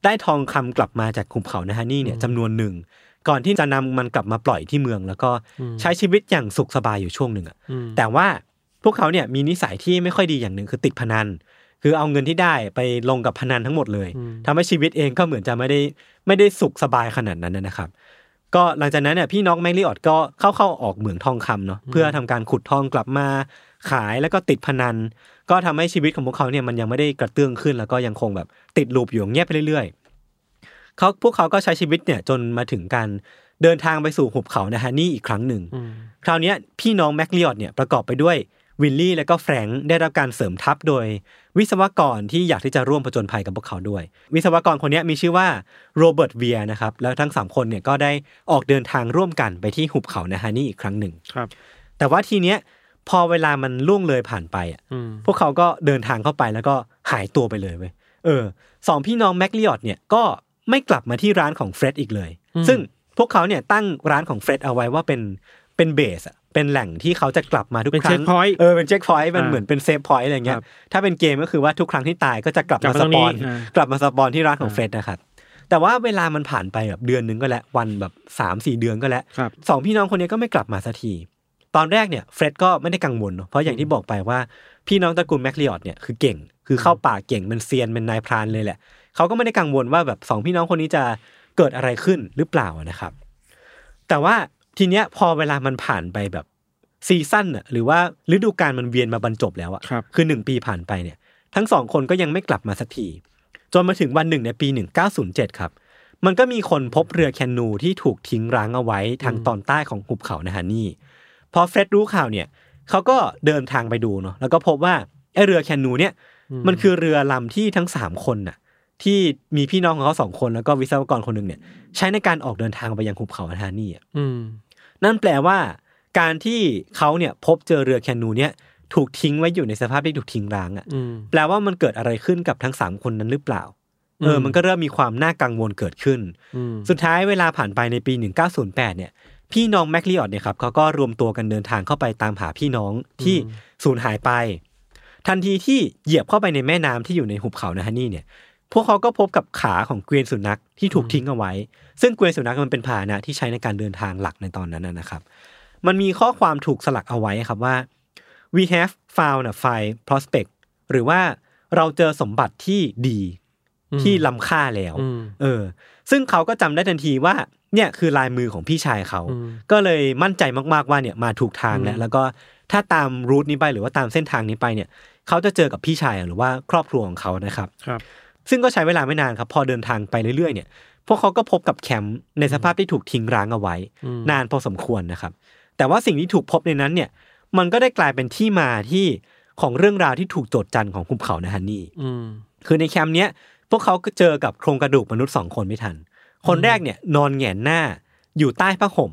Speaker 2: ได้ทองคำกลับมาจากขุมเขานาฮานีเนี่ยจำนวนหนึ่ง ก่อนที่จะนำมันกลับมาปล่อยที่เมือง แล้วก็ใช้ชีวิตอย่างสุขสบายอยู่ช่วงหนึ่งอะ
Speaker 3: อืม
Speaker 2: แต่ว่าพวกเขาเนี่ยมีนิสัยที่ไม่ค่อยดีอย่างหนึ่งคือติดพนัน คือเอาเงินที่ได้ไปลงกับพนันทั้งหมดเลยทำให้ชีวิตเองก็เหมือนจะไม่ได้ไม่ได้สุขสบายขนาดนั้นนะครับ ก็หลังจากนั้นเนี่ยพี่น้องแมกลิออดก็เข้าเข้าๆออกเหมืองทองคำเนาะเพื่อทำการขุดทองกลับมา ขายแล้วก็ติดพนัน ก็ทำให้ชีวิตของพวกเขาเนี่ยมันยังไม่ได้กระเตื้องขึ้น แล้วก็ยังคงแบบติดลูปอยู่อย่างเงี้ยไปเรื่อยๆเขาพวกเขาก็ใช้ชีวิตเนี่ยจนมาถึงการเดินทางไปสู่หุบเขานะฮะนี่อีกครั้งหนึ่ง คราวเนี้ยพี่น้องแมคลิออดเนี่ยประกอบไปด้วยวิลลี่และก็แฟรงค์ได้รับการเสริมทัพโดย วิศวกรที่อยากที่จะร่วมผจญภัยกับพวกเขาด้วย วิศวกรคนเนี้ยมีชื่อว่าโรเบิร์ตเวียร์นะครับแล้วทั้งสามคนเนี่ยก็ได้ออกเดินทางร่วมกันไปที่หุบเขานะฮานี่อีกครั้งหนึ่ง
Speaker 3: ครับ
Speaker 2: แต่ว่าทีเนี้ยพอเวลามันล่วงเลยผ่านไปอ่ะ
Speaker 3: อืม
Speaker 2: พวกเขาก็เดินทางเข้าไปแล้วก็หายตัวไปเลยเว้ยเออสองพี่น้องแมคลิออดเนี่ยก็ไม่กลับมาที่ร้านของเฟร็ดอีกเลย ซึ่งพวกเขาเนี่ยตั้งร้านของเฟร็ดเอาไว้ว่าเป็นเป็นเบสอะเป็นแหล่งที่เขาจะกลับมาทุก
Speaker 3: เป็น
Speaker 2: ครั้ง
Speaker 3: checkpoint
Speaker 2: เออเป็นเช็คพอยต์มัน
Speaker 3: อ่า
Speaker 2: เหมือนเป็นเซฟพอยต์อะไรเงี้ย
Speaker 3: ครับ
Speaker 2: ถ้าเป็นเกมก็คือว่าทุกครั้งที่ตายก็จะกลับ
Speaker 3: กลับ
Speaker 2: มาส
Speaker 3: มาตรง
Speaker 2: ป
Speaker 3: นี้
Speaker 2: อน
Speaker 3: อ่าก
Speaker 2: ลับมาสปอนที่ร้านของ
Speaker 3: อ่า
Speaker 2: เฟร็ดนะครับ แต่ว่าเวลามันผ่านไปแบบเดือนหนึงก็แล้ววันแบบสามสี่เดือนก็แล้ว
Speaker 3: ครับ
Speaker 2: สองพี่น้องคนนี้ก็ไม่กลับมาสักที ตอนแรกเนี่ยเฟร็ดก็ไม่ได้กังวลเนอะเพราะอย่างที่บอกไปว่า พี่น้องตระกูลแมคลีออดเนี่ยคือเก่ง คือเข้าป่าเก่งเป็นเซียนเป็นนายพรานเลยแหละ เขาก็ไม่ได้กังวลว่าแบบสองพี่น้องคนนี้จะเกิดอะไรขึ้นหรือเปล่านะครับ แต่ว่าทีเนี้ยพอเวลามันผ่านไปแบบซีซั่นน่ะหรือว่าฤดูกาลมันเวียนมาบรรจบแล้วอะ
Speaker 3: ครับ
Speaker 2: คือหนึ่งปีผ่านไปเนี่ย ทั้งสองคนก็ยังไม่กลับมาสักที จนมาถึงวันหนึ่งในปี 1907 ครับ มันก็มีคนพบเรือแคนูที่ถูกทิ้งร้างเอาไว้ทางตอนใต้ของหุบเขานะฮะนี่ พอเฟร็ดรู้ข่าวเนี่ยเขาก็เดินทางไปดูเนาะแล้วก็พบว่าไอเรือแคนูเนี่ย มันคือเรือลำที่ทั้งสามคนน่ะ ที่มีพี่น้องของเขาสองคนแล้วก็วิศวกรคนหนึ่งเนี่ย ใช้ในการออกเดินทางไปยังหุบเขานะฮะนี่อะ
Speaker 3: อืม
Speaker 2: นั่นแปลว่าการที่เขาเนี่ยพบเจอเรือแคนูเนี่ยถูกทิ้งไว้อยู่ในสภาพที่ถูกทิ้งร้างอะ่ะ
Speaker 3: อืม
Speaker 2: แปลว่ามันเกิดอะไรขึ้นกับทั้งสามคนนั้นหรือเปล่าเออ
Speaker 3: อืม
Speaker 2: มันก็เริ่มมีความน่ากังวลเกิดขึ้น
Speaker 3: อืม
Speaker 2: สุดท้ายเวลาผ่านไปในปี 1908 เนี่ย พี่น้องแมคลิออดเนี่ยครับเขาก็รวมตัวกันเดินทางเข้าไปตามหาพี่น้องที่สูญหายไป ทันทีที่เหยียบเข้าไปในแม่น้ำที่อยู่ในหุบเขานะฮะนี่เนี่ย พวกเขาก็พบกับขาของเกวียนสุนัขที่ถูกทิ้งเอาไว้ ซึ่งเกวียนสุนัขมันเป็นพาหนะที่ใช้ในการเดินทางหลักในตอนนั้นนะนะครับ มันมีข้อความถูกสลักเอาไว้ครับว่า we have found a fine prospect หรือว่าเราเจอสมบัติที่ดีที่ล้ำค่าแล้ว
Speaker 3: อืม
Speaker 2: เออ ซึ่งเขาก็จำได้ทันทีว่า เนี่ยคือลายมือของพี่ชายเขา ก็เลยมั่นใจมากๆว่าเนี่ยมาถูกทางแล้ว แล้วก็ถ้าตามรูทนี้ไปหรือว่าตามเส้นทางนี้ไปเนี่ย เขาจะเจอกับพี่ชายหรือว่าครอบครัวของเขานะครับ
Speaker 3: ครับ
Speaker 2: ซึ่งก็ใช้เวลาไม่นานครับ พอเดินทางไปเรื่อยๆเนี่ย พวกเขาก็พบกับแคมป์ในสภาพที่ถูกทิ้งร้างเอาไว้
Speaker 3: อืม
Speaker 2: นานพอสมควรนะครับ แต่ว่าสิ่งที่ถูกพบในนั้นเนี่ย มันก็ได้กลายเป็นที่มาที่ของเรื่องราวที่ถูกโจดจันของภูเขานะฮันนี่
Speaker 3: อืม
Speaker 2: คือในแคมป์เนี้ยพวกเขาก็เจอกับโครงกระดูกมนุษย์สองคนไม่ทัน คนแรกเนี่ยนอนแหงนหน้าอยู่ใต้ผ้าห่ม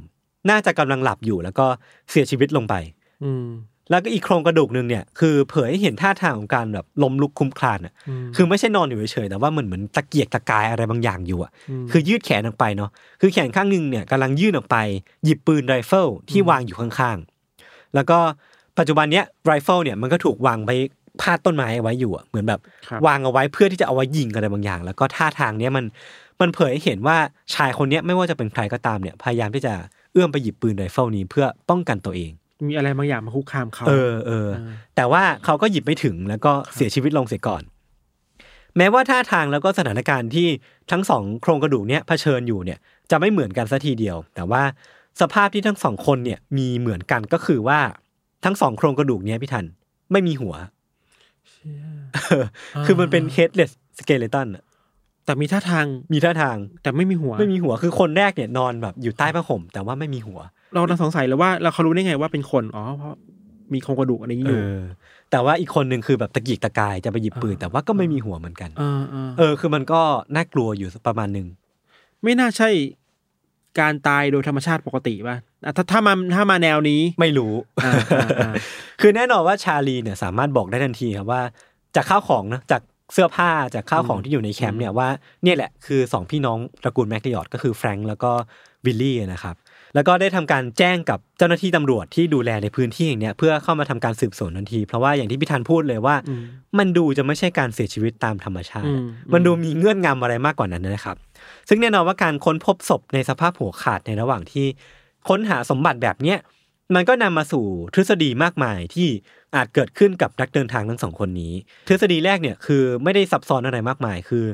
Speaker 2: น่าจะกำลังหลับอยู่แล้วก็เสียชีวิตลงไป
Speaker 3: อืม
Speaker 2: แล้วก็อีกโครงกระดูกหนึ่งเนี่ยคือเผยให้เห็นท่าทางของการแบบล้มลุกคลุมคลานอ่ะ
Speaker 3: อืม
Speaker 2: คือไม่ใช่นอนอยู่เฉยๆแต่ว่าเหมือนเหมือนตะเกียกตะกายอะไรบางอย่างอยู่อ่ะคือยืดแขนออกไปเนาะคือแขนข้างหนึ่งเนี่ยกำลังยื่นออกไป หยิบปืนไรเฟิลที่วางอยู่ข้างๆ แล้วก็ปัจจุบันเนี้ยไรเฟิลเนี่ยมันก็ถูกวางไปพาดต้นไม้เอาไว้อยู่อะเหมือนแบบ
Speaker 3: ครับ
Speaker 2: วางเอาไว้เพื่อที่จะเอาไว้ยิงอะไรบางอย่าง แล้วก็ท่าทางเนี้ยมันมันเผยให้เห็นว่าชายคนเนี้ยไม่ว่าจะเป็นใครก็ตามเนี่ยพยายามที่จะเอื้อมไปหยิบปืนไรเฟิลนี้เพื่อป้องกันตัวเอง
Speaker 3: มีอะไรบางอย่างมาคุกคามเขา
Speaker 2: เออเออ แต่ว่าเขาก็หยิบไม่ถึงแล้วก็เสียชีวิตลงเสียก่อน แม้ว่าท่าทางแล้วก็สถานการณ์ที่ทั้งสองโครงกระดูกเนี่ยเผชิญอยู่เนี่ยจะไม่เหมือนกันสัทีเดียว แต่ว่าสภาพที่ทั้งสองคนเนี่ยมีเหมือนกันก็คือว่าทั้งสองโครงกระดูกเนี่ยพี่ทันไม่มีหัวเออคือมันเป็น headless skeleton อะ
Speaker 3: แต่มีท่าทาง
Speaker 2: มีท่าทาง
Speaker 3: แต่ไม่มีหัว
Speaker 2: ไม่มีหัวคือคนแรกเนี่ยนอนแบบอยู่ใต้ผ้าห่ม แต่ว่าไม่มีหัว
Speaker 3: เราเราสงสัยเลยว่าเราเขารู้ได้ไงว่าเป็นคนอ๋อเพราะมีโครงกระดูกอะไรอย่างนี้อยู่
Speaker 2: เออ แต่ว่าอีกคนหนึ่งคือแบบตะกิกตะกายจะไปหยิบปืน แต่ว่าก็ไม่มีหัวเหมือนกัน
Speaker 3: เออเออ
Speaker 2: เออคือมันก็น่ากลัวอยู่ประมาณหนึ่ง
Speaker 3: ไม่น่าใช่การตายโดยธรรมชาติปกติป่ะอ่ะถ้าถ้ามาถ้ามาแนวนี้
Speaker 2: ไม่รู้
Speaker 3: อ่าอ่าอ่า
Speaker 2: คือแน่นอนว่าชาลีเนี่ยสามารถบอกได้ทันทีครับว่าจากข้าวของนะจาก เสื้อผ้าจากข้าวของที่อยู่ในแคมป์เนี่ยว่าเนี่ยแหละคือสองพี่น้องตระกูลแมคลิออดก็คือแฟรงค์แล้วก็วิลลี่นะครับ แล้วก็ได้ทำการแจ้งกับเจ้าหน้าที่ตำรวจที่ดูแลในพื้นที่อย่างเนี้ยเพื่อเข้ามาทำการสืบสวนทันที เพราะว่าอย่างที่พี่ธันพูดเลยว่า มันดูจะไม่ใช่การเสียชีวิตตามธรรมชาติ
Speaker 3: อืม
Speaker 2: มันดูมีเงื่อนงำอะไรมากกว่านั้นนะครับ ซึ่งแน่นอนว่าการค้นพบศพในสภาพหัวขาดในระหว่างที่ค้นหาสมบัติแบบเนี้ยมันก็นำมาสู่ทฤษฎีมากมายที่อาจเกิดขึ้นกับนักเดินทางทั้งสองคนนี้ ทฤษฎีแรกเนี่ยคือไม่ได้ซับซ้อนอะไรมากมาย คือ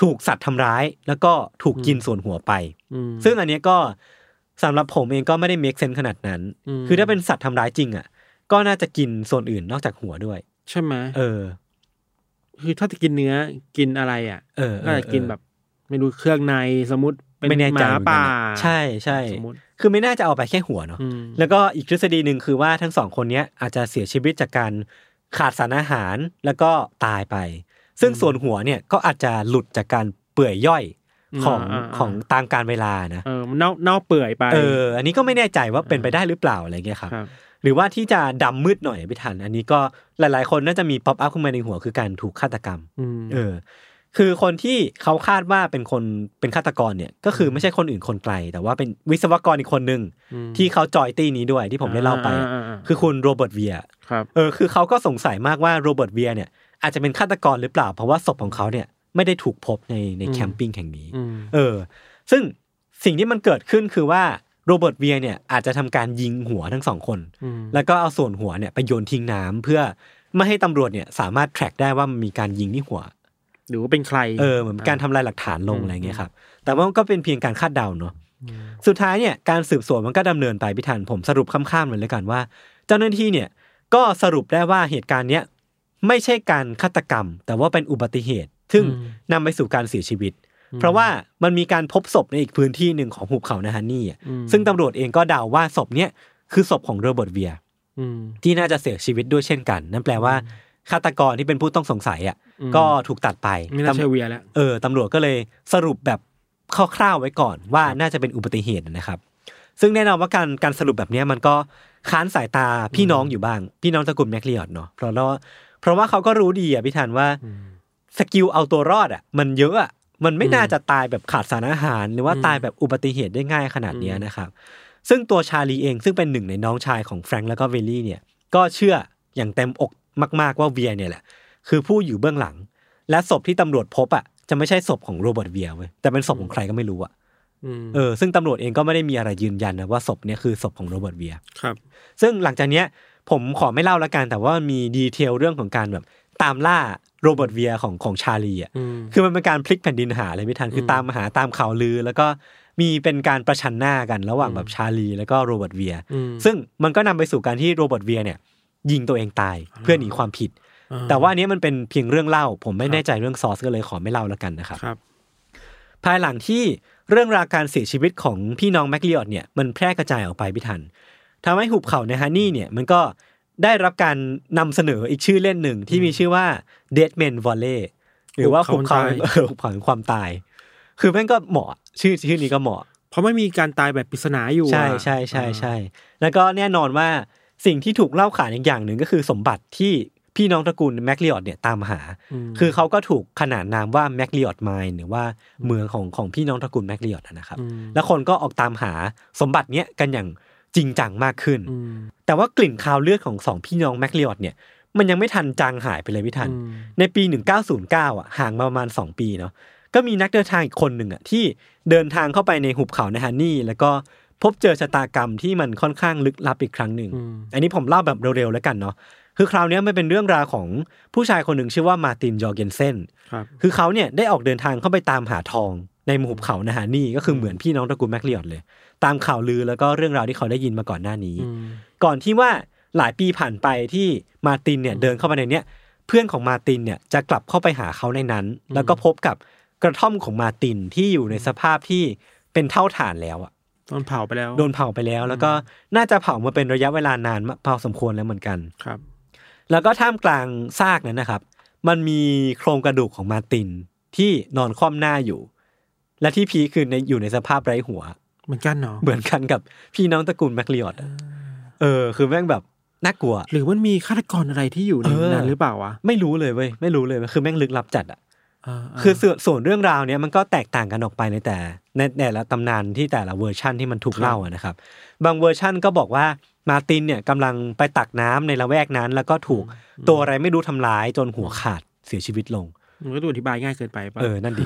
Speaker 2: ถูกสัตว์ทำร้าย แล้วก็ถูกกินส่วนหัวไป
Speaker 3: อืม
Speaker 2: ซึ่งอันเนี้ยก็สำหรับผมเองก็ไม่ได้เมคเซนขนาดนั้น
Speaker 3: อืม
Speaker 2: คือถ้าเป็นสัตว์ทำร้ายจริงอ่ะก็น่าจะกินส่วนอื่นนอกจากหัวด้วย
Speaker 3: ใช่ไหม
Speaker 2: เออ
Speaker 3: คือถ้าจะกินเนื้อกินอะไรอ่ะ
Speaker 2: เออเออ
Speaker 3: ก็จะกินแบบ ไม่รู้เครื่องในสมมติเป็น
Speaker 2: ไม่แน่
Speaker 3: ห
Speaker 2: ใจ
Speaker 3: มา
Speaker 2: เหมือนกัน
Speaker 3: ป่า
Speaker 2: อะใช่ใช่
Speaker 3: สมมติ
Speaker 2: คือไม่น่าจะเอาไปแค่หัวเนาะ
Speaker 3: อืม
Speaker 2: แล้วก็อีกทฤษฎีหนึ่งคือว่าทั้งสองคนเนี้ยอาจจะเสียชีวิตจากการขาดสารอาหารแล้วก็ตายไป ซึ่งส่วนหัวเนี่ยก็อาจจะหลุดจากการเปื่อยย่อยของ
Speaker 3: อ่าอ่า
Speaker 2: ของตามการเวลานะ
Speaker 3: เออมันเน่าเน่าเปื่อยไป
Speaker 2: เออ อันนี้ก็ไม่แน่ใจว่าเป็นไปได้หรือเปล่าอะไรเงี้ยครับ
Speaker 3: ครับ
Speaker 2: หรือว่าที่จะดำมืดหน่อยพี่ทัน อันนี้ก็หลาย ๆ คนน่าจะมีป๊อปอัพขึ้นมาในหัวคือการถูกฆาตกรรม
Speaker 3: อืม
Speaker 2: เออ คือคนที่เขาคาดว่าเป็นคนเป็นฆาตกรเนี่ย ก็คือไม่ใช่คนอื่นคนไกล แต่ว่าเป็นวิศวกรอีกคนหนึ่ง
Speaker 3: ม
Speaker 2: ที่เขาจอยตี้นี้ด้วยที่ผมได้เล่าไป
Speaker 3: อ่าๆๆ
Speaker 2: คือคุณโรเบิร์ตเวียร์
Speaker 3: ครับ
Speaker 2: เออ คือเขาก็สงสัยมากว่าโรเบิร์ตเวียร์เนี่ยอาจจะเป็นฆาตกรหรือเปล่า เพราะว่าศพของเขาเนี่ยไม่ได้ถูกพบในใน
Speaker 3: อืม
Speaker 2: แคมปิ้งแห่งนี้
Speaker 3: อืม
Speaker 2: เออ ซึ่งสิ่งที่มันเกิดขึ้นคือว่าโรเบิร์ตเวียร์เนี่ยอาจจะทำการยิงหัวทั้งสองคน
Speaker 3: อืม
Speaker 2: แล้วก็เอาส่วนหัวเนี่ยไปโยนทิ้งน้ำเพื่อไม่ให้ตำรวจเนี่ยสามารถ track ได้ว่ามันมีการยิงที่หัว
Speaker 3: หรือว่าเป็นใคร
Speaker 2: เออเหมือนการทำลายหลักฐานลง
Speaker 3: อืม
Speaker 2: อะไรเงี้ยครับ แต่ว่ามันก็เป็นเพียงการคาดเดาเนาะ สุดท้ายเนี่ยการสืบสวนมันก็ดำเนินไปพิธันผมสรุปข้ามๆเลยแล้วกันว่า เจ้าหน้าที่เนี่ยก็สรุปได้ว่าเหตุการณ์เนี้ยไม่ใช่การฆาตกรรม แต่ว่าเป็นอุบัติเหตุ ซึ่งนำไปสู่การเสียชีวิต เพราะว่ามันมีการพบศพในอีกพื้นที่หนึ่งของหุบเขานะฮันนี่อะ
Speaker 3: อืม
Speaker 2: ซึ่งตำรวจเองก็เดาว่าศพเนี้ยคือศพของโรเบิร์ตเวียร์
Speaker 3: อืม
Speaker 2: ที่น่าจะเสียชีวิตด้วยเช่นกัน นั่นแปลว่าฆาตกรที่เป็นผู้ต้องสงสัยอ่ะ
Speaker 3: อืม
Speaker 2: ก็ถูกตัดไป
Speaker 3: ไม่น่า
Speaker 2: ตำ
Speaker 3: เชื่อเวียแล้ว
Speaker 2: เออตำรวจก็เลยสรุปแบบคร่าวๆไว้ก่อนว่าน่าจะเป็นอุบัติเหตุนะครับ ซึ่งแน่นอนว่าการการสรุปแบบเนี้ยมันก็ค้านสายตาพี่น้องอยู่บ้าง พี่น้องตระกูลแมคลีออดเนาะเพราะว่าเพราะว่าเขาก็รู้ดีอ่ะพี่ธันว่าสกิลเอาตัวรอดอ่ะมันเยอะอ่ะมันไม่น่าจะตายแบบขาดสารอาหาร หรือว่าตายแบบอุบัติเหตุได้ง่ายขนาดเนี้ยนะครับ ซึ่งตัวชาลีเองซึ่งเป็นหนึ่งในน้องชายของแฟรงค์แล้วก็เวลลี่เนี่ยก็เชื่ออย่างเต็มอกมาก ๆ ว่าเวียร์เนี่ยแหละ คือผู้อยู่เบื้องหลัง และศพที่ตำรวจพบอ่ะจะไม่ใช่ศพของโรเบิร์ตเวียร์เว้ยแต่เป็นศพของใครก็ไม่รู้อ่ะ
Speaker 3: อืม
Speaker 2: เออซึ่งตำรวจเองก็ไม่ได้มีอะไรยืนยันนะว่าศพเนี่ยคือศพของโรเบิร์ตเวียร์
Speaker 3: ครับ
Speaker 2: ซึ่งหลังจากเนี้ยผมขอไม่เล่าละกันแต่ว่ามีดีเทลเรื่องของการแบบตามล่าโรเบิร์ตเวียร์ของของชาลีอ่ะ
Speaker 3: อืม
Speaker 2: คือมันเป็นการพลิกแผ่นดินหาเลยไม่ทันคืออตามหาตามข่าวลือ แล้วก็มีเป็นการประชันหน้ากันระหว่างแบบชาลีแล้วก็โรเบิร์ตเวียร์
Speaker 3: อืม
Speaker 2: ซึ่งมันก็นำไปสู่การที่โรเบิร์ตเวียร์เนี่ยยิงตัวเองตายเพื่อหนีความผิด
Speaker 3: อ่า
Speaker 2: แต่ว่าอันเนี้ยมันเป็นเพียงเรื่องเล่า ผมไม่แน่ใจเรื่องซอสก็เลยขอไม่เล่าละกันนะครับ
Speaker 3: ครับ
Speaker 2: ภายหลังที่เรื่องราวการเสียชีวิตของพี่น้องแมคลิออดเนี่ยมันแพร่กระจายออกไปพิทันทำให้หุบเขาในฮันนี่เนี่ยมันก็ได้รับการนำเสนออีกชื่อเล่นหนึ่งที่มีชื่อว่า Dead Men Valley หรือว่า
Speaker 3: หุ
Speaker 2: หุบบ เขา
Speaker 3: เขา
Speaker 2: เออหุบเขา แห่งความตาย คือแม่งก็เหมาะชื่อชื่อนี้ก็เหมาะ
Speaker 3: เพราะไม่มีการตายแบบปริศนาอยู่
Speaker 2: ใช่
Speaker 3: อะ
Speaker 2: ใช่ใช่ใช่ แล้วก็แน่นอนว่าสิ่งที่ถูกเล่าขานอีกอย่างหนึ่งก็คือสมบัติที่พี่น้องตระกูลแมคลิออดเนี่ยตามหา คือเขาก็ถูกขนานนามว่าแมคลิออดไมน์หรือว่าเมืองของของพี่น้องตระกูลแมคลิออดนะครับ แล้วคนก็ออกตามหาสมบัติเนี้ยกันอย่างจริงจังมากขึ้น
Speaker 3: อืม
Speaker 2: แต่ว่ากลิ่นคาวเลือดของสองพี่น้องแมคลิออดเนี่ยมันยังไม่ทันจางหายไปเลยพี่ทัน
Speaker 3: อืม
Speaker 2: ในปี 1909 อ่ะห่างมาประมาณ 2 ปีเนาะก็มีนักเดินทางอีกคนหนึ่งอ่ะที่เดินทางเข้าไปในหุบเขาในฮันนี่ แล้วก็พบเจอชะตากรรมที่มันค่อนข้างลึกลับอีกครั้งหนึ่ง
Speaker 3: อืม
Speaker 2: อันนี้ผมเล่าแบบเร็วๆแล้วกันเนาะคือคราวเนี้ยมันเป็นเรื่องราวของผู้ชายคนหนึ่งชื่อว่ามาร์ตินยอร์เกนเซน
Speaker 3: ครับ
Speaker 2: คือเขาเนี่ยได้ออกเดินทางเข้าไปตามหาทองในหุบเขานะฮานี่ก็คือเหมือนพี่น้องตระกูลแมคเลียดเลย ตามข่าวลือแล้วก็เรื่องราวที่เขาได้ยินมาก่อนหน้านี้
Speaker 3: อืม
Speaker 2: ก่อนที่ว่าหลายปีผ่านไปที่มาร์ตินเนี่ยเดินเข้าไปในเนี้ยเพื่อนของมาร์ตินเนี่ยจะกลับเข้าไปหาเขาในนั้น แล้วก็พบกับกระท่อมของมาร์ตินที่อยู่ในสภาพที่เป็นเท่าฐานแล้วอะ
Speaker 3: ตอนเผาไปแล้ว
Speaker 2: โดนเผาไปแล้ว แล้วก็น่าจะเผามาเป็นระยะเวลานานมาพอสมควรแล้วเหมือนกัน
Speaker 3: ครับ
Speaker 2: แล้วก็ท่ามกลางซากนั้นนะครับ มันมีโครงกระดูกของมาร์ตินที่นอนคว่ำหน้าอยู่ และที่พีคคือในอยู่ในสภาพไร้หัว
Speaker 3: เหมือนกันเนาะ
Speaker 2: เหมือนกันกับพี่น้องตระกูลแมคลิออดอะเออ คือแม่งแบบ น่ากลัว
Speaker 3: หรือมันมีฆาตกรอะไรที่อยู่ใน
Speaker 2: เออ
Speaker 3: นั้นหรือเปล่าวะ
Speaker 2: ไม่รู้เลยเว้ยไม่รู้เลยเว้ยคือแม่งลึกลับจัดอ่ะ
Speaker 3: าา
Speaker 2: คือส่วนส่วนเรื่องราวเนี้ยมันก็แตกต่างกันออกไปในแต่ในแต่ละตำนานที่แต่ละเวอร์ชั่นที่มันถูกเล่าอะนะครับ บางเวอร์ชั่นก็บอกว่ามาร์ตินเนี่ยกำลังไปตักน้ำในละแวกนั้น แล้วก็ถูกตัวอะไรไม่รู้ทำร้ายจนหัวขาดเสียชีวิตลง
Speaker 3: มันก็ดูอธิบายง่ายเกินไปปะ
Speaker 2: เออ นั่นดิ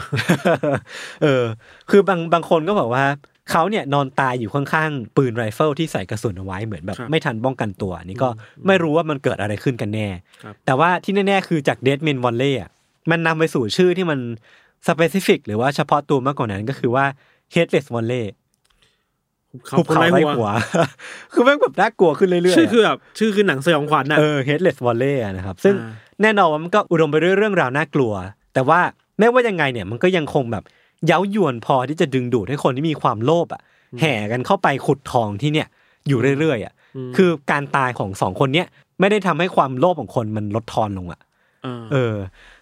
Speaker 2: เออ คือบางบางคนก็บอกว่า เขาเนี่ยนอนตายอยู่ข้างๆ ปืนไรเฟิลที่ใส่กระสุนเอาไว้เหมือนแบบ ไม่ทันป้องกันตัวอันนี่ก็ไม่รู้ว่ามันเกิดอะไรขึ้นกันแน่ แต่ว่าที่แน่ๆ คือจากเดดเมนวอลเล่อะมันนำไปสู่ชื่อที่มันสเปซิฟิกหรือว่าเฉพาะตัวมากกว่านั้นก็คือว่า headless v o l l e y
Speaker 3: หุบเขาไร้หั
Speaker 2: หั
Speaker 3: ว
Speaker 2: ว คือแม่งแบบน่ากลัวขึ้นเรื่อยๆ
Speaker 3: ชื่อ
Speaker 2: อะ
Speaker 3: คือแบบชื่อคือหนังสยองขวัญนะ
Speaker 2: เออ headless volley อะนะครับ ซึ่ง
Speaker 3: อ่า
Speaker 2: แน่นอนว่ามันก็อุดมไปด้วยเรื่องราวน่ากลัว แต่ว่าแม้ว่ายังไงเนี่ยมันก็ยังคงแบบเย้ายวนพอที่จะดึงดูดให้คนที่มีความโลภอะแห่กันเข้าไปขุดทองที่เนี่ยอยู่เรื่อยๆอ่ะคือการตายของสองคนเนี้ยไม่ได้ทำให้ความโลภของคนมันลดทอนลงอ่ะ
Speaker 3: เอ
Speaker 2: เอ
Speaker 3: อ
Speaker 2: อ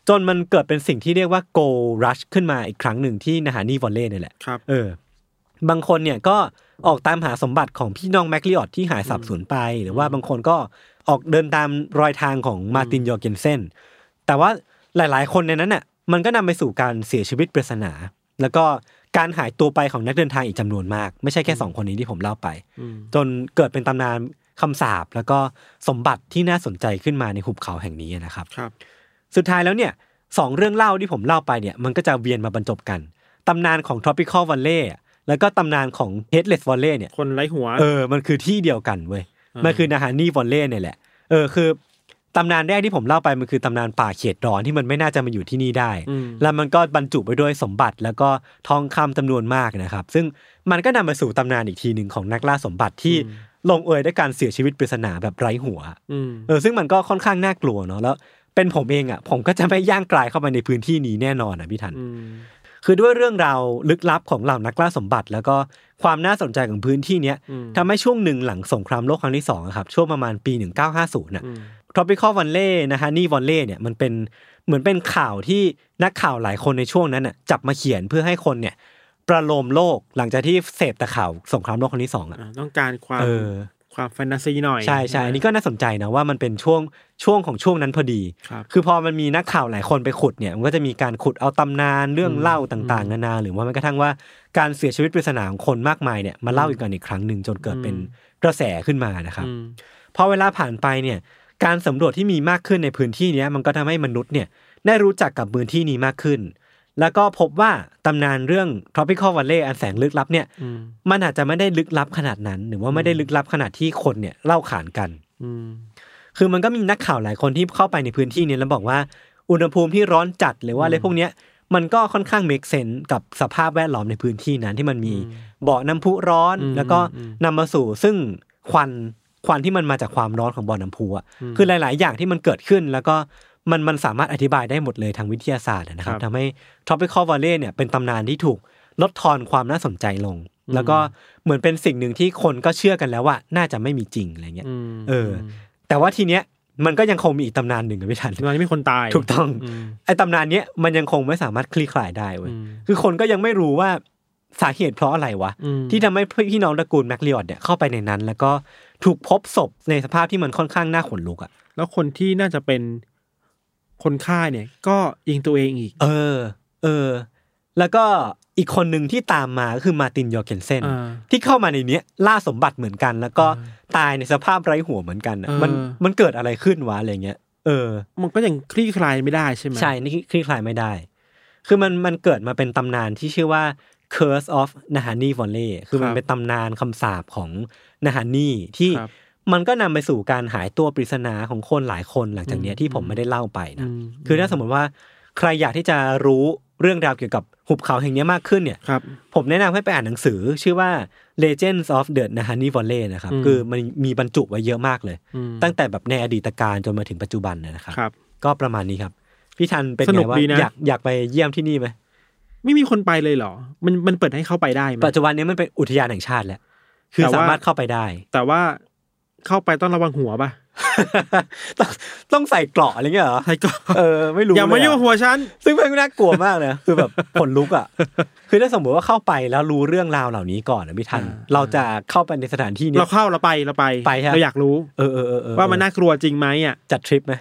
Speaker 2: จนมันเกิดเป็นสิ่งที่เรียกว่า go rush ขึ้นมาอีกครั้งหนึ่งที่นาฮานีวอลเล่เนี่ยแหละ
Speaker 3: ครับ
Speaker 2: เออ บางคนเนี่ยก็ออกตามหาสมบัติของพี่น้องแมคลิออดที่หายสับสูญไป หรือว่าบางคนก็ออกเดินตามรอยทางของมาร์ตินยอร์เกนเซนแต่ว่าหลายๆ คนในนั้นน่ะมันก็นำไปสู่การเสียชีวิตปริศนา แล้วก็การหายตัวไปของนักเดินทางอีกจำนวนมาก ไม่ใช่แค่สองคนนี้ที่ผมเล่าไป
Speaker 3: อืม
Speaker 2: จนเกิดเป็นตำนานคำสาปแล้วก็สมบัติที่น่าสนใจขึ้นมาในหุบเขาแห่งนี้นะครับ
Speaker 3: ครับ
Speaker 2: สุดท้ายแล้วเนี่ยสองเรื่องเล่าที่ผมเล่าไปเนี่ยมันก็จะเวียนมาบรรจบกัน ตำนานของ tropical valley อะแล้วก็ตำนานของ headless valley เนี่ย
Speaker 3: คนไร้หัว
Speaker 2: เออมันคือที่เดียวกันเว้ย
Speaker 3: อ่ามั
Speaker 2: มันคือนาฮานี่ valley เนี่ยแหละเออคือตำนานแรกที่ผมเล่าไปมันคือตำนานป่าเขตร้อนที่มันไม่น่าจะมาอยู่ที่นี่ได้
Speaker 3: ม
Speaker 2: แล้วมันก็บรรจุไปด้วยสมบัติแล้วก็ทองคำจำนวนมากนะครับ ซึ่งมันก็นำมาสู่ตำนานอีกทีหนึ่งของนักล่าสมบัติที่ลงเอยด้วยการเสียชีวิตปริศนาแบบไร้หัว
Speaker 3: อืม
Speaker 2: เออซึ่งมันก็ค่อนข้างน่ากลัวเนาะแล้วเป็นผมเองอ่ะผมก็จะไม่ย่างกลายเข้าไปในพื้นที่นี้แน่นอนอ่ะพี่ทัน
Speaker 3: อืม
Speaker 2: คือด้วยเรื่องราวลึกลับของเหล่านักล่าสมบัติ แล้วก็ความน่าสนใจของพื้นที่เนี้ย
Speaker 3: อืม
Speaker 2: ทำให้ช่วงหนึ่งหลังสงครามโลกครั้งที่สองอะครับช่วงประมาณปี 1950น่ะ
Speaker 3: อืม
Speaker 2: tropical valley นะฮะนี่ valley เนี่ยมันเป็นเหมือนเป็นข่าวที่นักข่าวหลายคนในช่วงนั้นน่ะจับมาเขียนเพื่อให้คนเนี่ยประโลมโลกหลังจากที่เสพแต่ข่าวสงครามโลกครั้งที่สองอ่ะ
Speaker 3: อ่าต้องการความ
Speaker 2: เออ
Speaker 3: ความแฟนตาซีหน่อย
Speaker 2: ใช่ใช่อันนี้ก็น่าสนใจนะว่ามันเป็นช่วงช่วงของช่วงนั้นพอดี
Speaker 3: ครับ
Speaker 2: คือพอมันมีนักข่าวหลายคนไปขุดเนี่ยมันก็จะมีการขุดเอาตำนานเรื่องเล่าต่างๆนานาหรือว่าแม้กระทั่งว่าการเสียชีวิตปริศนาของคนมากมายเนี่ยมาเล่าอีกกันอีกครั้งหนึ่งจนเกิดเป็นกระแสขึ้นมานะครับ
Speaker 3: อืม
Speaker 2: พอเวลาผ่านไปเนี่ยการสำรวจที่มีมากขึ้นในพื้นที่เนี้ยมันก็ทำให้มนุษย์เนี่ยได้รู้จักกับพื้นที่นี้มากขึ้น แล้วก็พบว่าตำนานเรื่อง tropical valley อันแสนลึกลับเนี่ย
Speaker 3: อืม
Speaker 2: มันอาจจะไม่ได้ลึกลับขนาดนั้น หรือว่าไม่ได้ลึกลับขนาดที่คนเนี่ยเล่าขานกัน
Speaker 3: อืม
Speaker 2: คือมันก็มีนักข่าวหลายคนที่เข้าไปในพื้นที่เนี่ยแล้วบอกว่าอุณหภูมิที่ร้อนจัดหรือว่าอะไรพวกเนี้ยมันก็ค่อนข้างเมกเซนกับสภาพแวดล้อมในพื้นที่นั้นที่มันมีบ่อน้ำพุร้อนแล้วก็นำมาสู่ซึ่งควันควันที่มันมาจากความร้อนของบ่อน้ำพุอ่ะคือหลาย ๆ อย่างที่มันเกิดขึ้นแล้วก็มันมันสามารถอธิบายได้หมดเลยทางวิทยาศาสตร์นะครับทำให้ tropical valley เนี่ยเป็นตำนานที่ถูกลดทอนความน่าสนใจลง แล้วก็เหมือนเป็นสิ่งหนึ่งที่คนก็เชื่อกันแล้วว่าน่าจะไม่มีจริงอะไรเงี้ย
Speaker 3: อืม
Speaker 2: เออ แต่ว่าทีเนี้ยมันก็ยังคงมีอีกตำนานหนึ่งกับพี่ทัน
Speaker 3: ตอนนี้มีคนตาย
Speaker 2: ถูกต้อง
Speaker 3: อืม
Speaker 2: ไอ้ตำนานเนี้ยมันยังคงไม่สามารถคลี่คลายได้เว้ย
Speaker 3: อืม
Speaker 2: คือคนก็ยังไม่รู้ว่าสาเหตุเพราะอะไรวะ
Speaker 3: อืม
Speaker 2: ที่ทำให้พี่น้องตระกูลแมคลิออดเนี่ยเข้าไปในนั้น แล้วก็ถูกพบศพในสภาพที่มันค่อนข้างน่าขนลุกอ่ะ
Speaker 3: แล้วคนที่น่าจะเป็นคนฆ่าเนี่ย ก็ยิงตัวเองอีก
Speaker 2: เออ เออ แล้วก็อีกคนหนึ่งที่ตามมาก็คือมาร์ตินยอร์เกนเซน
Speaker 3: อ่า
Speaker 2: ที่เข้ามาในเนี้ยล่าสมบัติเหมือนกัน แล้วก็ตายในสภาพไร้หัวเหมือนกันอะมัน
Speaker 3: เออ
Speaker 2: มันเกิดอะไรขึ้นวะอะไรเงี้ยเออ
Speaker 3: มันก็ยังคลี่คลายไม่ได้ใช่ไหม
Speaker 2: ใช่ นี่คลี่คลายไม่ได้ คือมันมันเกิดมาเป็นตำนานที่ชื่อว่า Curse of Nahani Valley คือมันเป็นตำนานคำสาปของนาฮานี่ที่
Speaker 3: ครับ
Speaker 2: มันก็นำไปสู่การหายตัวปริศนาของคนหลายคนหลังจากเนี้ยที่ผมไม่ได้เล่าไปนะ
Speaker 3: อืม
Speaker 2: คือถ้าสมมติว่าใครอยากที่จะรู้เรื่องราวเกี่ยวกับหุบเขาแห่งเนี้ยมากขึ้นเนี่ย
Speaker 3: ครับ
Speaker 2: ผมแนะนำให้ไปอ่านหนังสือชื่อว่า Legends of the Nahani Valley นะครับ คือมันมีบรรจุไว้เยอะมากเลย
Speaker 3: อืม
Speaker 2: ตั้งแต่แบบในอดีตการจนมาถึงปัจจุบันนะนะครับ
Speaker 3: ครับ
Speaker 2: ก็ประมาณนี้ครับ พี่ทันเป็น
Speaker 3: สนุ
Speaker 2: ไง
Speaker 3: ก
Speaker 2: ว่า
Speaker 3: ดีนะ
Speaker 2: อยากอยากไปเยี่ยมที่นี่ไหม
Speaker 3: ไม่มีคนไปเลยเหรอ มันมันเปิดให้เข้าไปได้ไหม
Speaker 2: ปัจจุบันนี้มันเป็นอุทยานแห่งชาติแล้ว คือ
Speaker 3: แต่ว่า
Speaker 2: สามารถเข้าไปได้
Speaker 3: แต่ว่าเข้าไปต้องระวังหัวป่ะ
Speaker 2: ต้องต้องใส่เกราะอะไรเงี้ยเหรอ
Speaker 3: ใครก็
Speaker 2: เออไม่รู้
Speaker 3: อย่ามายุ่งกับหัวฉัน
Speaker 2: ซึ่งเป็นน่ากลัวมากเลยนะคือแบบ ขนลุกอ่ะ คือถ้าสมมติว่าเข้าไปแล้วรู้เรื่องราวเหล่านี้ก่อนนะพี่ทัน
Speaker 3: อ่า
Speaker 2: เราจะเข้าไปในสถานที่เนี้ย
Speaker 3: เราเข้าเราไปเราไป
Speaker 2: ไปฮะ
Speaker 3: เราอยากรู้
Speaker 2: เออเออเออเออ
Speaker 3: ว่ามันน่ากลัวจริงไหมอ่ะ
Speaker 2: จัดทริปไหม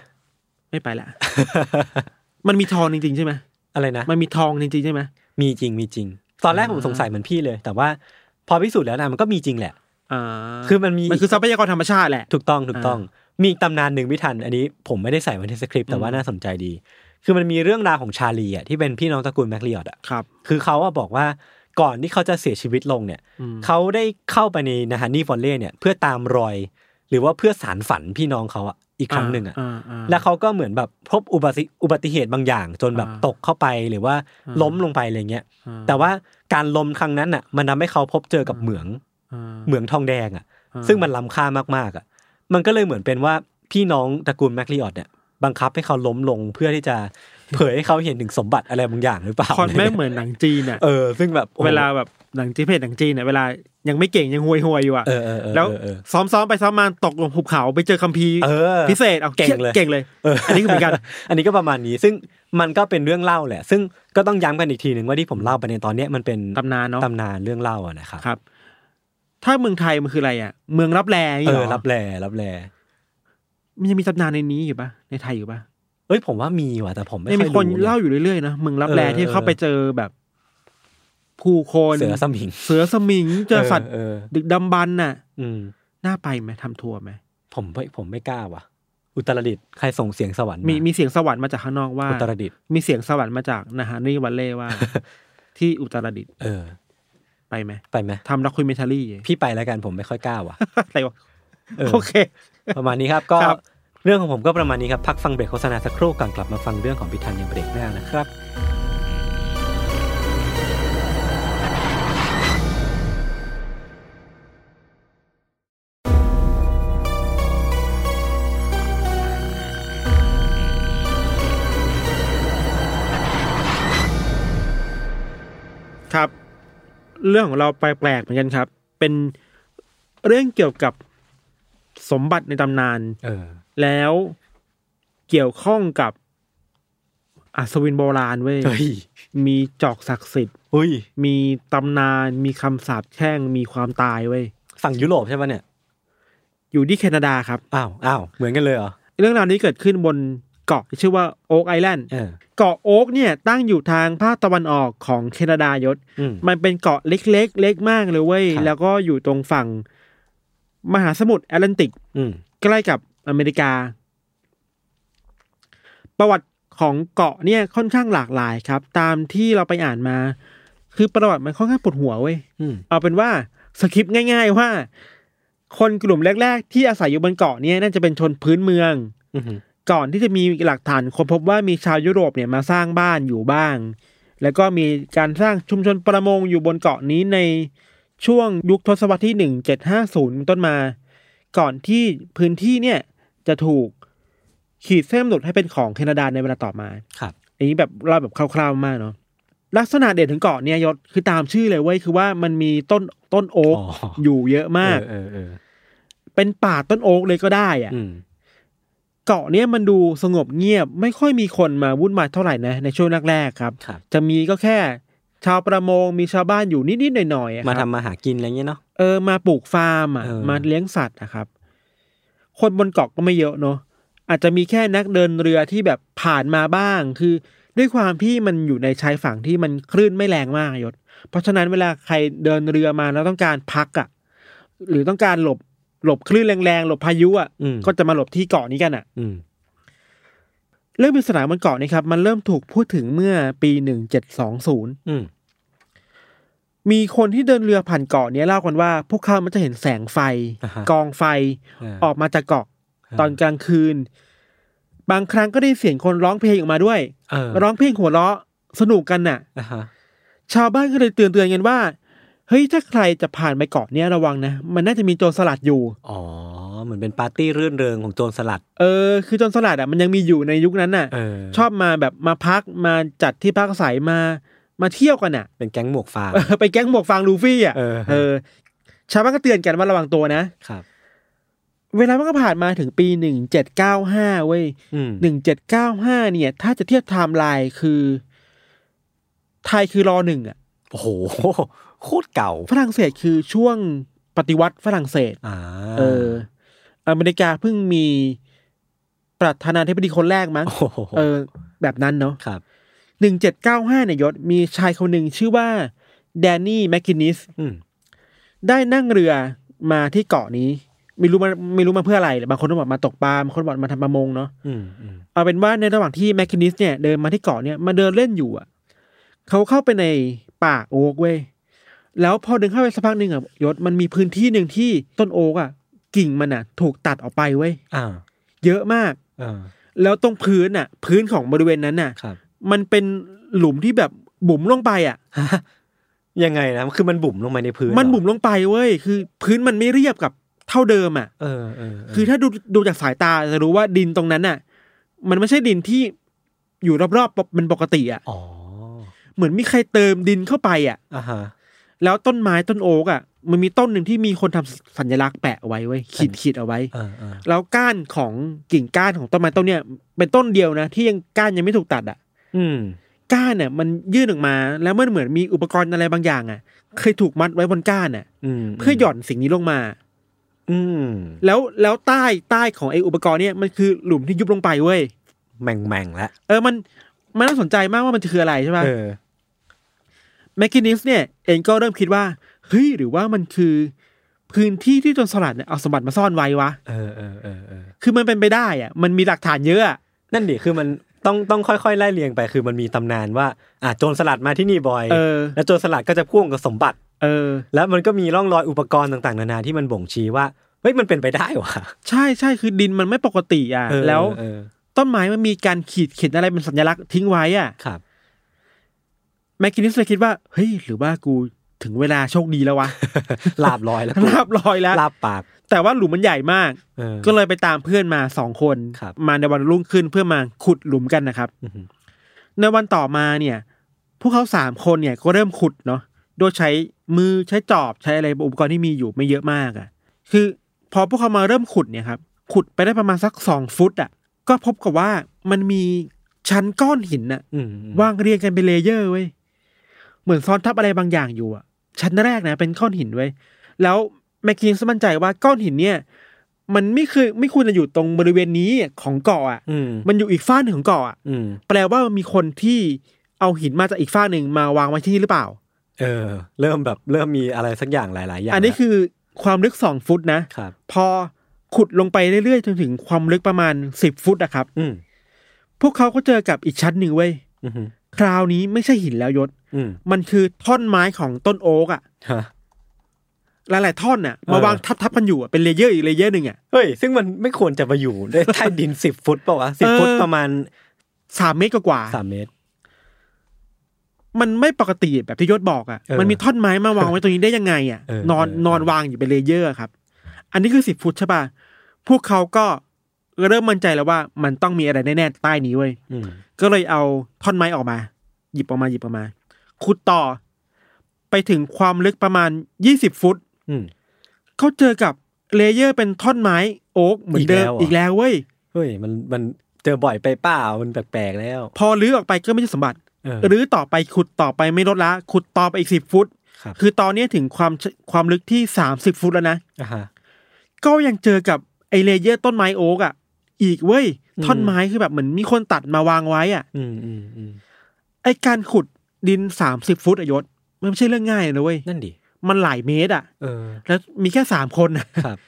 Speaker 3: ไม่ไปละ มันมีทองจริงๆใช่ไหม
Speaker 2: อะไรนะ
Speaker 3: มันมีทองจริงๆใช่ไหม
Speaker 2: มีจริงมีจริง ตอนแรก
Speaker 3: อ่า
Speaker 2: ผมสงสัยเหมือนพี่เลย แต่ว่าพอพิสูจน์แล้วนะมันก็มีจริงแหละ
Speaker 3: อ่า
Speaker 2: คือมันมี
Speaker 3: มันคือทรัพยากรธรรมชาติแหละ
Speaker 2: ถูกต้องถูกต้อง มีอีกตำนานหนึ่งพี่ทัน อันนี้ผมไม่ได้ใส่ไว้ในสคริปต์แต่ว่า
Speaker 3: อืม
Speaker 2: น่าสนใจดี คือมันมีเรื่องราวของชาลีอ่ะที่เป็นพี่น้องตระกูลแมคลีออดอ่ะ
Speaker 3: ครับ
Speaker 2: คือเขาอะบอกว่าก่อนที่เขาจะเสียชีวิตลงเนี่ย
Speaker 3: อืม
Speaker 2: เขาได้เข้าไปในนาฮันนี่ฟอนเล่เนี่ยเพื่อตามรอย หรือว่าเพื่อสารฝันพี่น้องเขาอะอีกครั้งหนึ่งอะ
Speaker 3: าา
Speaker 2: แล้วเขาก็เหมือนแบบพบอุบัติอุบัติเหตุบางอย่าง จนแบบ
Speaker 3: อ่า
Speaker 2: ตกเข้าไปหรือว่า
Speaker 3: อ่า
Speaker 2: ล้มลงไปอะไรเงี้ย
Speaker 3: อ่
Speaker 2: แต่ว่าการล้มครั้งนั้นอ่ะ มันทำให้เขาพบเจอกับเหมือง
Speaker 3: อ่า
Speaker 2: เหมืองทองแดงอ่ะ
Speaker 3: อ่า
Speaker 2: ซึ่งมันล้ำค่ามากๆอ่ะ มันก็เลยเหมือนเป็นว่าพี่น้องตระกูลแมคลีออดเนี่ยบังคับให้เขาล้มลงเพื่อที่จะเผยให้เขาเห็นถึงสมบัติอะไรบางอย่างหรือเปล่า
Speaker 3: คอนแม่งเหมือนหนังจีนอ่ะ
Speaker 2: เออ ซึ่งแบบโอ้โห
Speaker 3: เวลาแบบหนังจีนเพศหนังจีนเนี่ยเวลายังไม่เก่งยังห่วยห่วยๆอยู่อ่ะ
Speaker 2: เออเออเออ
Speaker 3: แล้ว
Speaker 2: เออ
Speaker 3: ซ้อมซ้อมๆไปซ้อมมาตกลงหุบเขาไปเจอคัมภีร์
Speaker 2: เออ
Speaker 3: พิเศษเอา
Speaker 2: เก่งเลย
Speaker 3: เก่งเลย
Speaker 2: เออ
Speaker 3: อันนี้คือเหมือนกัน
Speaker 2: อันนี้ก็ประมาณนี้ซึ่งมันก็เป็นเรื่องเล่าแหละ ซึ่งก็ต้องย้ำกันอีกทีหนึ่งว่าที่ผมเล่าไปในตอนเนี้ยมันเป็น
Speaker 3: ตำนานเนาะ
Speaker 2: ตำนานเรื่องเล่าอะนะครับ
Speaker 3: ครับ ถ้าเมืองไทยมันคืออะไรอ่ะ เมืองรับแรนี่
Speaker 2: เอ
Speaker 3: เหร
Speaker 2: อ
Speaker 3: อ
Speaker 2: รับแลรับแล
Speaker 3: มันยังมีตำนานในนี้อยู่ปะในไทยอยู่ปะ
Speaker 2: เอ้ยผมว่ามีว่ะแต่ผมไม่
Speaker 3: ยัง
Speaker 2: ค่
Speaker 3: มี
Speaker 2: อย
Speaker 3: คน
Speaker 2: รู้
Speaker 3: เล่า
Speaker 2: เย
Speaker 3: อยู่เรื่อยๆนะเมืองรับแร
Speaker 2: เออ
Speaker 3: ที่เข้า
Speaker 2: เออ
Speaker 3: ไปเจอแบบ ผู้คน
Speaker 2: เสือสมิง
Speaker 3: เสือสมิงเจอสัตว์
Speaker 2: เออเออ
Speaker 3: ดึกดำบรรพ์น่ะ
Speaker 2: อืม
Speaker 3: น่าไปไหมทำทัวร์ไหม
Speaker 2: ผมไม่ผมไม่กล้าว่ะ อุตรดิตถ์ใครส่งเสียงสวรรค์า
Speaker 3: มีมีเสียงสวรรค์มาจากข้างนอกว่า
Speaker 2: อุตรดิตถ์
Speaker 3: มีเสียงสวรรค์มาจากนาฮานี่วันเล่ว่า ที่อุตรดิตถ์
Speaker 2: เออ
Speaker 3: ไปไหม
Speaker 2: ไปไหม
Speaker 3: ทำด็อกคุยเมทัลลี่
Speaker 2: พี่ไปแล้วกันผมไม่ค่อยกล้าว่ะ
Speaker 3: อะไรวะ
Speaker 2: เออ
Speaker 3: โอเค
Speaker 2: ประมาณนี้ครับก็
Speaker 3: ครับ
Speaker 2: เรื่องของผมก็ประมาณนี้ครับพักฟังเบรกโฆษณาสักครู่ก่อนกลับมาฟังเรื่องของพิธันในเบรกหน้านะครับ
Speaker 3: ครับ เรื่องของเราแปลกๆเหมือนกันครับ เป็นเรื่องเกี่ยวกับสมบัติในตำนาน
Speaker 2: เออ
Speaker 3: แล้วเกี่ยวข้องกับอัศวินโบราณเว้ย
Speaker 2: เฮ้ย
Speaker 3: มีจอกศักดิ์สิทธิ์
Speaker 2: เฮ้ย
Speaker 3: มีตำนาน มีคำสาปแช่ง มีความตายเว้ย
Speaker 2: ฝั่งยุโรปใช่ปะเนี่ย
Speaker 3: อยู่ที่แคนาดาครับ
Speaker 2: อ้าวอ้าวเหมือนกันเลยเหรอ
Speaker 3: เรื่องราวนี้เกิดขึ้นบนเกาะที่ชื่อว่าโอ๊กไอแลนด์
Speaker 2: เออ
Speaker 3: เกาะโอ๊กเนี่ยตั้งอยู่ทางภาคตะวันออกของแคนาดายศ
Speaker 2: อืม
Speaker 3: มันเป็นเกาะเล็กๆ เล็กมากเลยเว้ย
Speaker 2: ครับ
Speaker 3: แล้วก็อยู่ตรงฝั่งมหาสมุทรแอตแลนติก
Speaker 2: อืม
Speaker 3: ใกล้กับอเมริกา ประวัติของเกาะเนี่ยค่อนข้างหลากหลายครับ ตามที่เราไปอ่านมา คือประวัติมันค่อนข้างปวดหัวเว้ย
Speaker 2: อืม
Speaker 3: เอาเป็นว่าสคริปต์ง่าย ๆ ว่า คนกลุ่มแรก ๆ ที่อาศัยอยู่บนเกาะเนี่ยน่าจะเป็นชนพื้นเมือง
Speaker 2: อืมอืม
Speaker 3: ก่อนที่จะมีหลักฐานค้นพบว่ามีชาวยุโรปเนี่ยมาสร้างบ้านอยู่บ้าง แล้วก็มีการสร้างชุมชนประมงอยู่บนเกาะนี้ในช่วงยุคทศวรรษที่ 1750เป็นต้นมา ก่อนที่พื้นที่เนี่ยจะถูกขีดเส้นกำหนดให้เป็นของแคนาดาในเวลาต่อมา
Speaker 2: ครับ
Speaker 3: อันนี้แบบเล่าแบบคร่าวๆมากเนาะลักษณะเด่นของเกาะเนี่ยยศคือตามชื่อเลยเว้ยคือว่ามันมีต้นต้นโอ๊ก
Speaker 2: อ๋ออ
Speaker 3: อยู่เยอะมาก
Speaker 2: เออเออเออ
Speaker 3: เป็นป่าต้นโอ๊กเลยก็ได้อะ
Speaker 2: อืม
Speaker 3: เกาะเนี้ยมันดูสงบเงียบไม่ค่อยมีคนมาวุ่นวายเท่าไหร่นะในช่วงแรกๆครับ
Speaker 2: ครับ
Speaker 3: จะมีก็แค่ ชาวประมงมีชาวบ้านอยู่นิดๆหน่อยๆอะ
Speaker 2: มา
Speaker 3: ค
Speaker 2: ทำ
Speaker 3: รับ
Speaker 2: มาหากินอะไรเงี้ยเนาะ
Speaker 3: เออมาปลูกฟาร์มอ่ะ
Speaker 2: เออ
Speaker 3: มาเลี้ยงสัตว์นะครับ คนบนเกาะก็ไม่เยอะเนาะอาจจะมีแค่นักเดินเรือที่แบบผ่านมาบ้าง คือ ด้วยความที่มันอยู่ในชายฝั่งที่มันคลื่นไม่แรงมากยศ เพราะฉะนั้นเวลาใครเดินเรือมาแล้วต้องการพักอ่ะหรือต้องการหลบหลบคลื่นแรงๆหลบพายุอ่ะ
Speaker 2: อืม
Speaker 3: ก็จะมาหลบที่เกาะนี้กันอ่ะ
Speaker 2: อืม
Speaker 3: เรื่องปริศนาบนเกาะนี่ครับมันเริ่มถูกพูดถึงเมื่อปี 1720
Speaker 2: อืม
Speaker 3: มีคนที่เดินเรือผ่านเกาะเนี้เล่ากันว่า พวกเขามันจะเห็นแสงไฟ
Speaker 2: อ่าฮะ
Speaker 3: กองไฟออกมาจากเกาะตอนกลางคืน บางครั้งก็ได้เสียงคนร้องเพลงออกมาด้วย
Speaker 2: เออ
Speaker 3: ร้องเพลงหัวเราะสนุกกันน่ะ
Speaker 2: อ่าฮะ
Speaker 3: ชาวบ้านก็เลยเตือนเตือนๆกันว่าเฮ้ยถ้าใครจะผ่านไปเกาะเนี้ยระวังนะ มันน่าจะมีโจรสลัดอยู่
Speaker 2: อ๋อ เหมือนเป็นปาร์ตี้รื่นเริงของโจรสลัด
Speaker 3: เออ คือโจรสลัดอ่ะมันยังมีอยู่ในยุคนั้นน่ะ
Speaker 2: เออ
Speaker 3: ชอบมาแบบมาพักมาจัดที่พักอาศัยมามาเที่ยวกันน่ะ
Speaker 2: เป็นแก๊งหมวกฟาง
Speaker 3: เอ อไปแก๊งหมวกฟางลูฟี่อ่ะ
Speaker 2: เออ
Speaker 3: ชาวบ้านก็เตือนกันว่าระวังตัวนะ
Speaker 2: ครับ
Speaker 3: เวลามันก็ผ่านมาถึงปีหนึ่งเจ็ดเก้าห้าเว้ย
Speaker 2: อืม
Speaker 3: หนึ่งเจ็ดเก้าห้าเนี่ย ถ้าจะเทียบไทม์ไลน์คือ ไทยคือรอหนึ่งอะ
Speaker 2: โอ้โหโคตรเก่า
Speaker 3: ฝรั่งเศสคือช่วงปฏิวัติฝรั่งเศส
Speaker 2: อ่า
Speaker 3: เออ อเมริกาเพิ่งมีประธานาธิบดีคนแรกมั้ง
Speaker 2: โอ้โห
Speaker 3: เออ แบบนั้นเนาะ
Speaker 2: ครับ
Speaker 3: หนึ่งเจ็ดเก้าห้าเนี่ยยศมีชายคนหนึ่งชื่อว่าแดนนี่แมคกินนิส
Speaker 2: อืม
Speaker 3: ได้นั่งเรือมาที่เกาะนี้ ไม่รู้มาไม่รู้มาเพื่ออะไร บางคนก็บอกมาตกปลาบางคนบอกมาทำประมงเนาะ
Speaker 2: อืมอืม
Speaker 3: เอาเป็นว่าในระหว่างที่แมคคินนิสเนี่ยเดินมาที่เกาะเนี่ยมาเดินเล่นอยู่อ่ะเขาเข้าไปในป่าโอ๊กเว้ยแล้วพอเดินเข้าไปสักพักหนึ่งอ่ะยศมันมีพื้นที่หนึ่งที่ต้นโอ๊กอ่ะ กิ่งมันอ่ะ ถูกตัดออกไปเว้ย
Speaker 2: อ่า
Speaker 3: เยอะมาก
Speaker 2: เออ
Speaker 3: แล้วตรงพื้นอ่ะ พื้นของบริเวณนั้นอ่ะ
Speaker 2: ครับ
Speaker 3: มันเป็นหลุมที่แบบบุ๋มลงไปอ่ะ
Speaker 2: ฮะยังไงนะคือมันบุ๋มลงไปในพื้น
Speaker 3: มัน
Speaker 2: เหรอ
Speaker 3: บุ๋มลงไปเว้ยคือ พื้นมันไม่เรียบกับเท่าเดิมอ่ะ
Speaker 2: เออเออเออ
Speaker 3: คือถ้าดูดูจากสายตาจะรู้ว่าดินตรงนั้นน่ะ มันไม่ใช่ดินที่อยู่รอบๆปกมันปกติอ่ะ
Speaker 2: อ๋อ
Speaker 3: เหมือนมีใครเติมดินเข้าไปอ่ะ
Speaker 2: อ่าฮะ
Speaker 3: แล้วต้นไม้ต้นโอ๊กอ่ะ มันมีต้นหนึ่งที่มีคนทำสัญลักษณ์แปะเอาไว้ไว้ยขีด
Speaker 2: สัญ
Speaker 3: ขีดเอาไว้
Speaker 2: เออเออ
Speaker 3: แล้วก้านของกิ่งก้านของต้นไม้ต้นเนี้ยเป็นต้นเดียวนะ ที่ยังก้านยังไม่ถูกตัดอ่ะ
Speaker 2: อืม
Speaker 3: ก้านเนี่ยมันยื่นออกมาแล้วมันเหมือนมีอุปกรณ์อะไรบางอย่างอ่ะ เคยถูกมัดไว้บนก้านอ่ะ
Speaker 2: อืม
Speaker 3: เพื่อหย่อนสิ่งนี้ลงมา
Speaker 2: อืม
Speaker 3: แล้วแล้วใต้ใต้ของไอ้อุปกรณ์เนี่ยมันคือหลุมที่ยุบลงไปเว้ย
Speaker 2: แม่งแม่งๆแล้ว
Speaker 3: เออ มัน มันน่าสนใจมากว่ามันจะคืออะไรใช่ปะ
Speaker 2: เออ
Speaker 3: แมคกินิสเนี่ย เองก็เริ่มคิดว่า เฮ้ย หรือว่ามันคือ พื้นที่ที่โจรสลัดเนี่ยเอาสมบัติมาซ่อนไว้วะ
Speaker 2: เออเออเออเออ
Speaker 3: คือมันเป็นไปได้อะมันมีหลักฐานเยอะอะ
Speaker 2: นั่นดิคือมันต้องต้องค่อยๆไล่เรียงไป คือมันมีตำนานว่าอ่ะโจรสลัดมาที่นี่บ่อย
Speaker 3: เออ
Speaker 2: แล้วโจรสลัดก็จะพ่วงกับสมบัติ
Speaker 3: เออ
Speaker 2: แล้วมันก็มีร่องรอยอุปกรณ์ต่างๆนานาที่มันบ่งชี้ว่าเฮ้ยมันเป็นไปได้ว่ะ
Speaker 3: ใช่ใช่คือดินมันไม่ปกติอ่ะ
Speaker 2: เออ
Speaker 3: แล้ว
Speaker 2: เออ
Speaker 3: ต้นไม้มันมีการขีดเขียนอะไรเป็นสัญลักษณ์ทิ้งไว้อ่ะ
Speaker 2: ครับ
Speaker 3: แมคกินิสเลยคิดว่า เฮ้ย หรือว่ากูถึงเวลาโชคดีแล้ววะ
Speaker 2: ลาบลอย แล้ว
Speaker 3: ลาบลอยแล้ว
Speaker 2: ลาบปาก
Speaker 3: แต่ว่าหลุมมันใหญ่มาก
Speaker 2: เออ
Speaker 3: ก็เลยไปตามเพื่อนมาสองคน
Speaker 2: ครับ
Speaker 3: มาในวันรุ่งขึ้นเพื่อมาขุดหลุมกันนะครับ
Speaker 2: อือหือ
Speaker 3: ในวันต่อมาเนี่ย พวกเขาสามคนเนี่ยก็เริ่มขุดเนาะโดยใช้มือใช้จอบใช้อะไรอุปกรณ์ที่มีอยู่ไม่เยอะมากอะ่ะ คือพอพวกเขามาเริ่มขุดเนี่ยครับขุดไปได้ประมาณสักสองฟุตอะ่ะ ก็พบกับว่ามันมีชั้นก้อนหินน่ะ
Speaker 2: อืมอืม
Speaker 3: วางเรียงกันเป็นเลเยอร์เว้ยเหมือนซ้อนทับอะไรบางอย่างอยู่อะ่ะ ชั้นแรกนะเป็นก้อนหินเว้ยแล้วแมคคินส์มั่นใจว่าก้อนหินเนี่ย มันไม่เคยไม่ควรจะอยู่ตรงบริเวณนี้ของเกาะอ่ะ
Speaker 2: อืม
Speaker 3: มันอยู่อีกฝ้าหนึ่งของเกาะอ่ะ
Speaker 2: อืม
Speaker 3: แปลว่ามีคนที่เอาหินมาจากอีกฝ้าหนึ่งมาวางไว้ที่นี่หรือเปล่า
Speaker 2: เออ เริ่มแบบเริ่มมีอะไรสักอย่างหลาย ๆ อย่าง
Speaker 3: อันนี้คือความลึกสองฟุตนะ
Speaker 2: ครับ
Speaker 3: พอขุดลงไปเรื่อยๆ จนถึงความลึกประมาณสิบฟุตอะครับ
Speaker 2: อืม
Speaker 3: พวกเขาก็เจอกับอีกชั้นหนึ่งเว้ย
Speaker 2: อือหือ
Speaker 3: คราวนี้ไม่ใช่หินแล้วยศ
Speaker 2: อืม
Speaker 3: มันคือท่อนไม้ของต้นโอ๊กอะ
Speaker 2: ฮะ
Speaker 3: หลายๆท่อนอะ
Speaker 2: เออ
Speaker 3: มาวางทับๆกันอยู่อะเป็นเลเยอร์อีกเลเยอร์หนึ่งอะ
Speaker 2: เฮ้ยซึ่งมันไม่ควรจะมาอยู่ได้ใต้ดิน สิบฟุตเปล่าวะสิบฟุตประมาณ
Speaker 3: สามเมตรกว่าๆ
Speaker 2: สามเมตร
Speaker 3: มันไม่ปกติแบบที่ยศบอกอะ
Speaker 2: เออ
Speaker 3: มันมีท่อนไม้มาวางไว้ตรงนี้ได้ยังไงอะ
Speaker 2: เออน
Speaker 3: อน
Speaker 2: เออ
Speaker 3: นอนวางอยู่เป็นเลเยอร์ครับ อันนี้คือสิบฟุตใช่ป่ะ พวกเขาก็เริ่มมั่นใจแล้วว่ามันต้องมีอะไรแน่ๆใต้นี้เว้ย
Speaker 2: อืม
Speaker 3: ก็เลยเอาท่อนไม้ออกมา หยิบออกมาหยิบออกมา ขุดต่อ ไปถึงความลึกประมาณยี่สิบฟุต
Speaker 2: อืม
Speaker 3: เขาเจอกับเลเยอร์เป็นท่อนไม้โอ๊กเหมือนเดิม
Speaker 2: อีกแล้วเหรออี
Speaker 3: อีกแล้วเว้ย
Speaker 2: เฮ้ยมันมันเจอบ่อยไปเปล่ามันแปลกๆแล้ว
Speaker 3: พอรื้อออกไปก็ไม่ใช่สมบัติ
Speaker 2: เออ
Speaker 3: หรือต่อไปขุดต่อไปไม่ลดละ ขุดต่อไปอีกสิบฟุต
Speaker 2: ครับ
Speaker 3: คือตอนเนี้ยถึงความความลึกที่สามสิบฟุตแล้วนะ
Speaker 2: อ่าฮะ
Speaker 3: ก็ยังเจอกับไอเลเยอร์ต้นไม้โอ๊กอ่ะ อีกเว้ย
Speaker 2: อืม
Speaker 3: ท่อนไม้คือแบบเหมือนมีคนตัดมาวางไว้อ่ะ
Speaker 2: อืมอืมอืม
Speaker 3: ไอการขุดดินสามสิบฟุตอะยศมันไม่ใช่เรื่องง่ายนะเว้ย
Speaker 2: นั่นดิ
Speaker 3: มันหลายเมตรอ่ะ
Speaker 2: เออ
Speaker 3: แล้วมีแค่สามคน น่ะ
Speaker 2: ครับ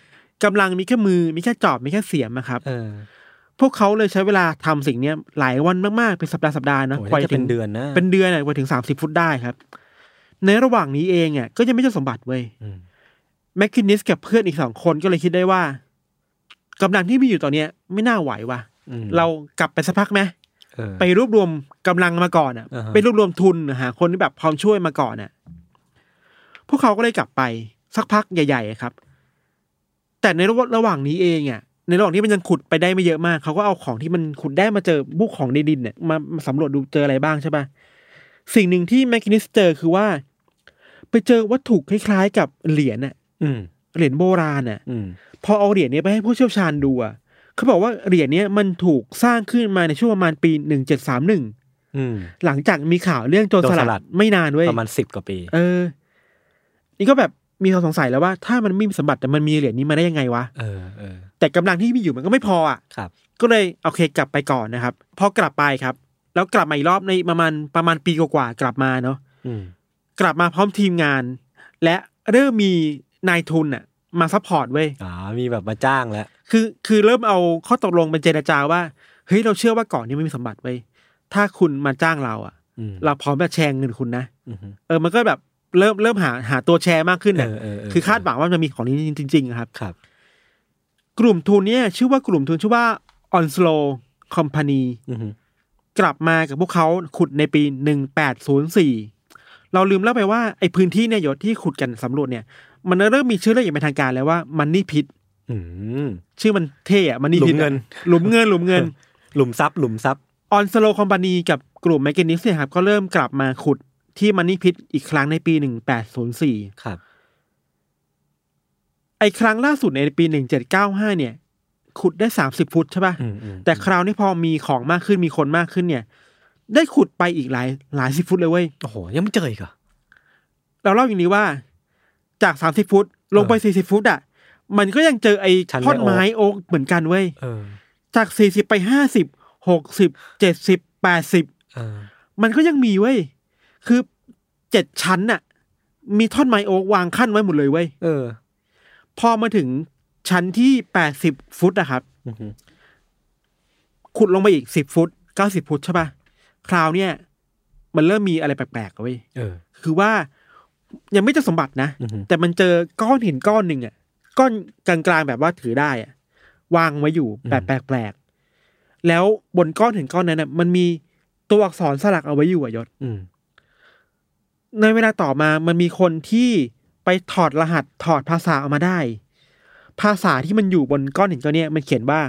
Speaker 3: กำลังมีแค่มือมีแค่จอบมีแค่เสียมนะครับ
Speaker 2: เออ
Speaker 3: พวกเขาเลยใช้เวลาทำสิ่งเนี้ยหลายวันมาก ๆ เป็นสัปดาห์สัปดาห์ๆนะ
Speaker 2: โอ้ย
Speaker 3: กว่า
Speaker 2: น่าจะ
Speaker 3: จะ
Speaker 2: เป็
Speaker 3: ถึ
Speaker 2: น
Speaker 3: ง
Speaker 2: เดือนนะ
Speaker 3: เป็นเดือนน่ะกว่าถึงสามสิบฟุตได้ครับ ในระหว่างนี้เองอ่ะก็ยังไม่เจอสมบัติเว้ย
Speaker 2: อืม
Speaker 3: แมคคินนิสกับเพื่อนอีกสองคนก็เลยคิดได้ว่ากำลังที่มีอยู่ตอนเนี้ยไม่น่าไหวว่ะ
Speaker 2: อืม
Speaker 3: เรากลับไปสักพักไหม
Speaker 2: เออ
Speaker 3: ไปรวบรวมกำลังมาก่อนอ่ะ
Speaker 2: อ่าฮะ
Speaker 3: ไปรวบรวมทุนหาคนที่แบบพร้อมช่วยมาก่อนอ่ะ พวกเขาก็เลยกลับไปสักพักใหญ่ๆอะครับ แต่ในระหว่างระหว่างนี้เองอ่ะ ในระหว่างที่มันยังขุดไปได้ไม่เยอะมาก เขาก็เอาของที่มันขุดได้มาเจอบุกของในดินเนี่ยมามาสำรวจดูเจออะไรบ้างใช่ปะสิ่งหนึ่งที่แมคคินิสเจอคือว่า ไปเจอวัตถุคล้ายๆ กับเหรียญอ่ะ
Speaker 2: อืม
Speaker 3: เหรียญโบราณอ่ะ
Speaker 2: อืม
Speaker 3: พอเอาเหรียญเนี้ยไปให้ผู้เชี่ยวชาญดูอ่ะเขาบอกว่าเหรียญเนี้ยมันถูกสร้างขึ้นมาในช่วงประมาณปี 1731
Speaker 2: อืม
Speaker 3: หลังจากมีข่าวเรื่องโจรส
Speaker 2: โจรสลั
Speaker 3: ลั
Speaker 2: ด
Speaker 3: ดไม่นานเว้ย
Speaker 2: ประมาณสิบกว่าปี
Speaker 3: เออ นี่ก็แบบมีความสงสัยแล้วว่า ถ้ามันไม่มีสมบัติแต่มันมีเหรียญนี้มาได้ยังไงวะ
Speaker 2: เออเออ
Speaker 3: แต่กำลังที่มีอยู่มันก็ไม่พออ่ะ
Speaker 2: ครับ
Speaker 3: ก็เลยโอเคกลับไปก่อนนะครับ พอกลับไปครับ แล้วกลับมาอีกรอบในประมาณประมาณปีกว่าๆกลับมาเนาะ
Speaker 2: อืม
Speaker 3: กลับมาพร้อมทีมงาน และเริ่มมีนายทุนอ่ะ มาซัพพอร์ตเว้ย
Speaker 2: อ๋อ มีแบบมาจ้างแล้ว
Speaker 3: คือคือเริ่มเอาข้อตกลงเป็นเจรจาว่า เฮ้ยเราเชื่อว่าเก่อนนี้ไม่มีสมบัติเว้ย ถ้าคุณมาจ้างเราอ่ะ
Speaker 2: อืม
Speaker 3: เราพร้อมจะแชร์เงินคุณนะ
Speaker 2: อืม
Speaker 3: เออมันก็แบบเริ่มเริ่มหาหาตัวแชร์มากขึ้น
Speaker 2: เออเออเออ
Speaker 3: คือคาดหวังว่ามันจะมีของนี้จริงๆอะครับ
Speaker 2: ครับ
Speaker 3: กลุ่มทุนเนี่ยชื่อว่ากลุ่มทุนชื่อว่า Onslow Company
Speaker 2: อืม
Speaker 3: กลับมากับพวกเขาขุดในปี 1804 เราลืมเล่าไปว่าไอ้พื้นที่เนี่ยยศที่ขุดกันสำรวจเนี่ย มันเริ่มมีชื่อเรียกอย่างเป็นทางการแล้วว่ามันนี่พิษ
Speaker 2: อืม
Speaker 3: ชื่อมันเท่อะมันนี่พิษ
Speaker 2: หลุมเงิน
Speaker 3: หลุมเงินหลุมเงิน
Speaker 2: หลุมทรัพย์หลุมทรัพย์
Speaker 3: ออนสโลคอมพานีกับกลุ่มแมกนิสเนี่ยครับก็เริ่มกลับมาขุดที่มันนี่พิษอีกครั้งในปี 1804
Speaker 2: ครับ
Speaker 3: ไอ้ครั้งล่าสุดในปี 1795 เนี่ย ขุดได้ 30 ฟุตใช่
Speaker 2: อื่
Speaker 3: ปะะ
Speaker 2: มอืม
Speaker 3: แต่คราวนี้พอมีของมากขึ้นมีคนมากขึ้นเนี่ย ได้ขุดไปอีกหลายหลายสิบฟุตเลยเว้ย
Speaker 2: โอ้โห ยังไม่เจออีกเหรอ
Speaker 3: เราเล่าอย่างนี้ว่า จาก 30 ฟุต ลงไป
Speaker 2: เออ
Speaker 3: 40 ฟุตอ่ะ มันก็ยังเจอไอ้
Speaker 2: ชั้นไม้
Speaker 3: ท่อนไม้โอ๊กเหมือนกันเว้ย
Speaker 2: เออ
Speaker 3: จาก 40 ไป 50 60 70 80
Speaker 2: เออ
Speaker 3: มันก็ยังมีเว้ย คือเจ็ดชั้นน่ะ มีท่อนไม้โอ๊กวางขั้นไว้หมดเลยเว้ย
Speaker 2: เออ
Speaker 3: พอมาถึงชั้นที่ 80 ฟุตนะครับ
Speaker 2: อืมอืม
Speaker 3: ขุดลงไปอีกสิบฟุตเก้าสิบฟุตใช่ปะ่ะ คราวเนี่ย มันเริ่มมีอะไรแปลกๆอะเว้ย
Speaker 2: เออ
Speaker 3: คือว่ายังไม่เจอสมบัตินะ
Speaker 2: อือฮึ
Speaker 3: แต่มันเจอก้อนหินก้อนหนึ่งอะก้อนกลางๆแบบว่าถือได้อะวางไว้อยู่แบบแปลกๆแล้วบนก้อนหินก้อนนั้นนะมันมีตัวอักษรสลักเอาไว้อยู่อะยศ
Speaker 2: อืม
Speaker 3: ในเวลาต่อมามันมีคนที่ไปถอดรหัสถอดภาษาออกมาได้ ภาษาที่มันอยู่บนก้อนหินก้อนเนี้ยมันเขียนว่า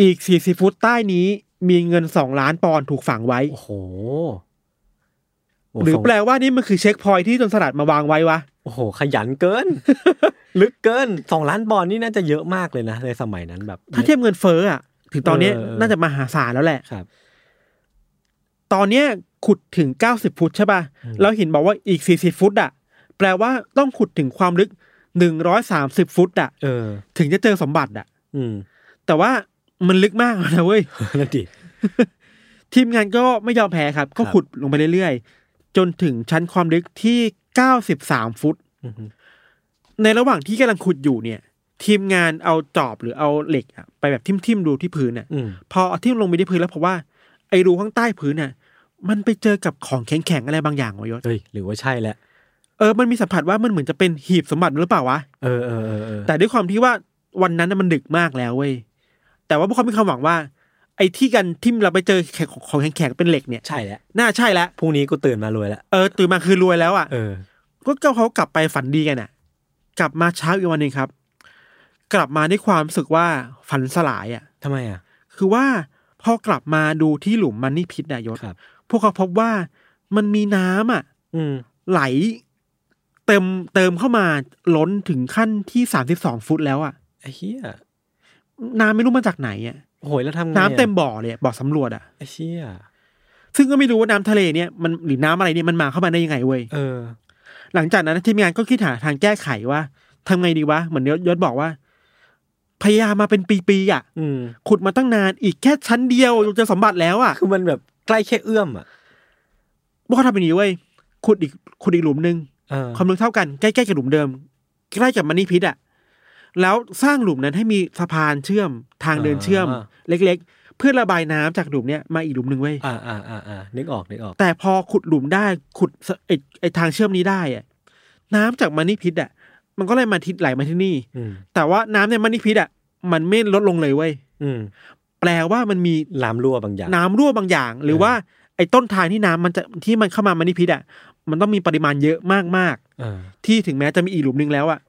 Speaker 3: อีกสี่สิฟุตใต้นี้มีเงินสองล้านปอนด์ถูกฝังไว้
Speaker 2: โอ้โห
Speaker 3: หรือแปลว่านี่มันคือเช็คพอยท์ที่จนสลัดมาวางไว้วะ
Speaker 2: โอ้โห ขยันเกิน ลึกเกินสองล้านบอลนี่น่าจะเยอะมากเลยนะ ในสมัยนั้นแบบ
Speaker 3: ถ้าเทียบเงินเฟ้ออะถึงตอนเนี้ย
Speaker 2: เออเออ
Speaker 3: น่าจะมหาศาลแล้วแหละ
Speaker 2: ครับ
Speaker 3: ตอนเนี้ยขุดถึงเก้าสิบฟุตใช่ป่ะแล้วหินบอกว่าอีกสี่สิฟุตอะแปลว่าต้องขุดถึงความลึกหนึ่งร้อยสามสิบฟุตอะ
Speaker 2: เออ
Speaker 3: ถึงจะเจอสมบัติอะ
Speaker 2: อืม
Speaker 3: แต่ว่ามันลึกมากแล้วนะเว้ย
Speaker 2: นั่นดิ
Speaker 3: ทีมงานก็ไม่ยอมแพ้ครับ ก็
Speaker 2: ครับ
Speaker 3: ขุดลงไปเรื่อยๆ จนถึงชั้นความลึกที่ 93 ฟุต
Speaker 2: อืมอืม
Speaker 3: ในระหว่างที่กำลังขุดอยู่เนี่ย ทีมงานเอาจอบหรือเอาเหล็กอะไปแบบทิ่มๆดูที่พื้นน่ะ
Speaker 2: อืม
Speaker 3: พอเอาทิ่มลงไปที่พื้นแล้วพบว่าไอ้รูข้างใต้พื้นน่ะ มันไปเจอกับของแข็งๆอะไรบางอย่างวะยศ
Speaker 2: เฮ้ย หรือว่าใช่แล้ว
Speaker 3: เออมันมีสัมผัสว่ามันเหมือนจะเป็นหีบสมบัติหรือเปล่าวะ
Speaker 2: เออเออเออเออ
Speaker 3: แต่ด้วยความที่ว่าวันนั้นน่ะมันดึกมากแล้วเว้ยแต่ว่าพวกเขามีความหวังว่า ไอ้ที่กันทิ่มเราไปเจอแข็งของแข็งๆเป็นเหล็กเนี่ย
Speaker 2: ใช่แล้ว
Speaker 3: น่าใช่แล้ว
Speaker 2: พรุ่งนี้กูตื่นมารวยแล้ว
Speaker 3: เออตื่นมาคือรวยแล้วอ่ะ
Speaker 2: เออ
Speaker 3: ก็เกาเขากลับไปฝันดีกันน่ะ กลับมาเช้าอีกวันหนึ่งครับ กลับมาด้วยความรู้สึกว่าฝันสลายอ่ะ
Speaker 2: ทำไมอ่ะ
Speaker 3: คือว่าพอกลับมาดูที่หลุมมันนี่พิษนายศ
Speaker 2: ครับ
Speaker 3: พวกเขาพบว่ามันมีน้ำอ่ะ
Speaker 2: อืม
Speaker 3: ไหล เติมเติมเข้ามาล้นถึงขั้นที่สามสิบสองฟุตแล้วอ่ะ
Speaker 2: ไอ้เหี้ย
Speaker 3: น้ำไม่รู้มาจากไหนอ่ะ
Speaker 2: โหยแล้วทำไงอะ
Speaker 3: น้ำเต็มบ่อเลยอะบ่อสำรวจอ่ะ
Speaker 2: ไอ้เหี้ย
Speaker 3: ซึ่งก็ไม่รู้ว่าน้ำทะเลเนี่ยมันหรือน้ำอะไรเนี่ยมันมาเข้ามาได้ยังไงเว้ย
Speaker 2: เออ
Speaker 3: หลังจากนั้นทีมงานก็คิดหาทางแก้ไขว่าทำไงดีวะ เหมือนยศยศบอกว่า พยายามมาเป็นปีๆอ่ะ
Speaker 2: อืม
Speaker 3: ขุดมาตั้งนานอีกแค่ชั้นเดียวเจะสมบัติแล้วอ่ะ
Speaker 2: คือมันแบบใกล้แค่เอื้อมอ่ะ
Speaker 3: พวกเขาทำแบบนี้เว้ยขุดอีกขุดอีกหลุมหนึ่ง
Speaker 2: เออ
Speaker 3: ความลึกเท่ากันใกล้ๆกับหลุมเดิม ใกล้กับมันนี่พิษอ่ะแล้วสร้างหลุมนั้นให้มีสะพานเชื่อมทางเดินเชื่อม เล็ก ๆ เพื่อระบายน้ำจากหลุมเนี้ยมาอีกหลุมหนึ่งเว้ย
Speaker 2: อ่าอ่าอ่าอ่านึกออกนึกออก
Speaker 3: แต่พอขุดหลุมได้ขุดไอ้ไอทางเชื่อมนี้ได้อ่ะน้ำจากมันนี่พิษอ่ะ มันก็เลยมาทิศไหลมาที่นี่
Speaker 2: อืม
Speaker 3: แต่ว่าน้ำในมันนิพิษอ่ะมันไม่ลดลงเลยเว้ย
Speaker 2: อืม
Speaker 3: แปลว่ามันมี
Speaker 2: ลามรั่วบางอย่าง
Speaker 3: น้ำรั่วบางอย่าง หรือ
Speaker 2: เออ
Speaker 3: ว่าไอ้ต้นทางที่น้ำมันจะที่มันเข้ามามันนิพิษอ่ะมันต้องมีปริมาณเยอะมาก
Speaker 2: เออ
Speaker 3: ๆ ที่ถึงแม้จะมีอีกหลุมหนึงแล้วอ่ะ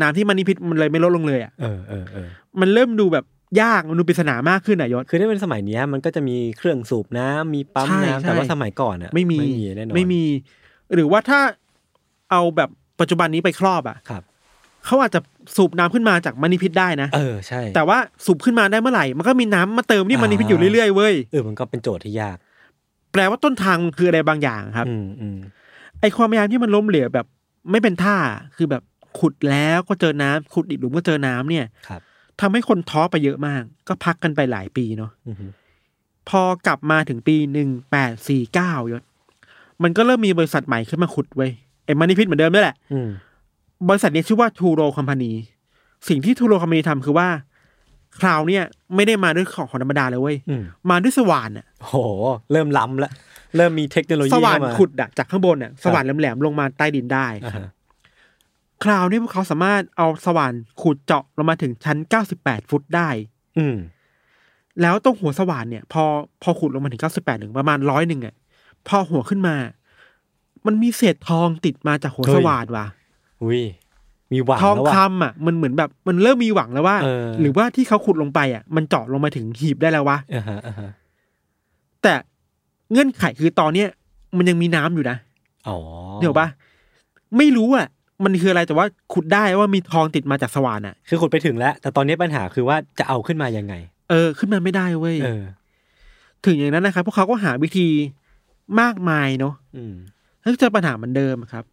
Speaker 3: น้ำที่มันนิพิษมันเลยไม่ลดลงเลยอ่ะ
Speaker 2: เออเออเออ
Speaker 3: มันเริ่มดูแบบยากมันดูปริศนามากขึ้นอ่ะยศ
Speaker 2: คือถ้าเป็นสมัยเนี้ยมันก็จะมีเครื่องสูบน้ำมีปั๊ม
Speaker 3: ใช่
Speaker 2: น้ำ
Speaker 3: ใช่
Speaker 2: แต่ว่าสมัยก่อนอ่ะ
Speaker 3: ไม่มี
Speaker 2: ไม่มีแน่นอน
Speaker 3: ไม่มี หรือว่าถ้าเอาแบบปัจจุบันนี้ไปครอบอ่ะ
Speaker 2: ครับ
Speaker 3: เขาอาจจะสูบน้ำขึ้นมาจากมันนิพิษได้นะ
Speaker 2: เออใช่
Speaker 3: แต่ว่าสูบขึ้นมาได้เมื่อไหร่ มันก็มีน้ำมาเติมที่
Speaker 2: อ่ามั
Speaker 3: มันนิพิษอยู่เรื่อยๆเว้ย
Speaker 2: เออมันก็เป็นโจทย์ที่ยาก
Speaker 3: แปลว่าต้นทางมันคืออะไรบางอย่างครับ
Speaker 2: อืมอืม
Speaker 3: ไอความพยายามที่มันล้มเหลวแบบ ไม่เป็นท่า คือแบบขุดแล้วก็เจอน้ำขุดอีกหลุมก็เจอน้ำเนี่ย
Speaker 2: ครับ
Speaker 3: ทำให้คนท้อไปเยอะมาก ก็พักกันไปหลายปีเนาะ
Speaker 2: อือฮึ
Speaker 3: พอกลับมาถึงปีหนึ่งแปดสี่เก้ายศ มันก็เริ่มมีบริษัทใหม่ขึ้นมาขุดเว้ยไอ้มันนิพิษเหมือนเดิมนี่แหละ
Speaker 2: อืม
Speaker 3: บริษัทนี้ชื่อว่าทูโรคอมพานีสิ่งที่ทูโรคอมพานีทำคือว่า คราวเนี่ยไม่ได้มาด้วยของของธรรมดาเลยเว้ย
Speaker 2: อืม
Speaker 3: มาด้วยสว่านอะ
Speaker 2: โห เริ่มล้ำละเริ่มมีเทคโนโลยี
Speaker 3: สว่าน
Speaker 2: เข้ม
Speaker 3: ขุดอะจากข้างบนอะสว่านแหลมๆลงมาใต้ดินได้
Speaker 2: อ่าฮะ
Speaker 3: คราวนี้พวกเขาสามารถเอาสว่านขุดเจาะลงมาถึงชั้น 98 ฟุตได้
Speaker 2: อืม
Speaker 3: แล้วตรงหัวสว่านเนี่ย พอพอขุดลงมาถึง 98หนึ่งประมาณร้อยหนึ่งอะพอหัวขึ้นมา มันมีเศษทองติดมาจากหัวสว่านว่ะ
Speaker 2: อุ้ยมีหวัง
Speaker 3: ทอง
Speaker 2: แล้วว่ะ
Speaker 3: คำอ่ะมันเหมือนแบบมันเริ่มมีหวังแล้วว่า
Speaker 2: เออ
Speaker 3: หรือว่าที่เขาขุดลงไปอ่ะมันเจาะลงมาถึงหีบได้แล้ววะ
Speaker 2: อ่าฮะอ่าฮะ
Speaker 3: แต่เงื่อนไขคือตอนเนี้ยมันยังมีน้ำอยู่นะ
Speaker 2: อ๋อ
Speaker 3: เดี๋ยวปะไม่รู้อ่ะ มันคืออะไรแต่ว่าขุดได้ว่ามีทองติดมาจากสว่านอ่ะ
Speaker 2: คือขุดไปถึงแล้ว แต่ตอนนี้ปัญหาคือว่าจะเอาขึ้นมายังไง
Speaker 3: เออขึ้นมาไม่ได้เว้ย
Speaker 2: เออ
Speaker 3: ถึงอย่างนั้นนะครับพวกเขาก็หาวิธีมากมายเนาะ
Speaker 2: อืม
Speaker 3: แล้วเจอปัญหาเหมือนเดิมครับ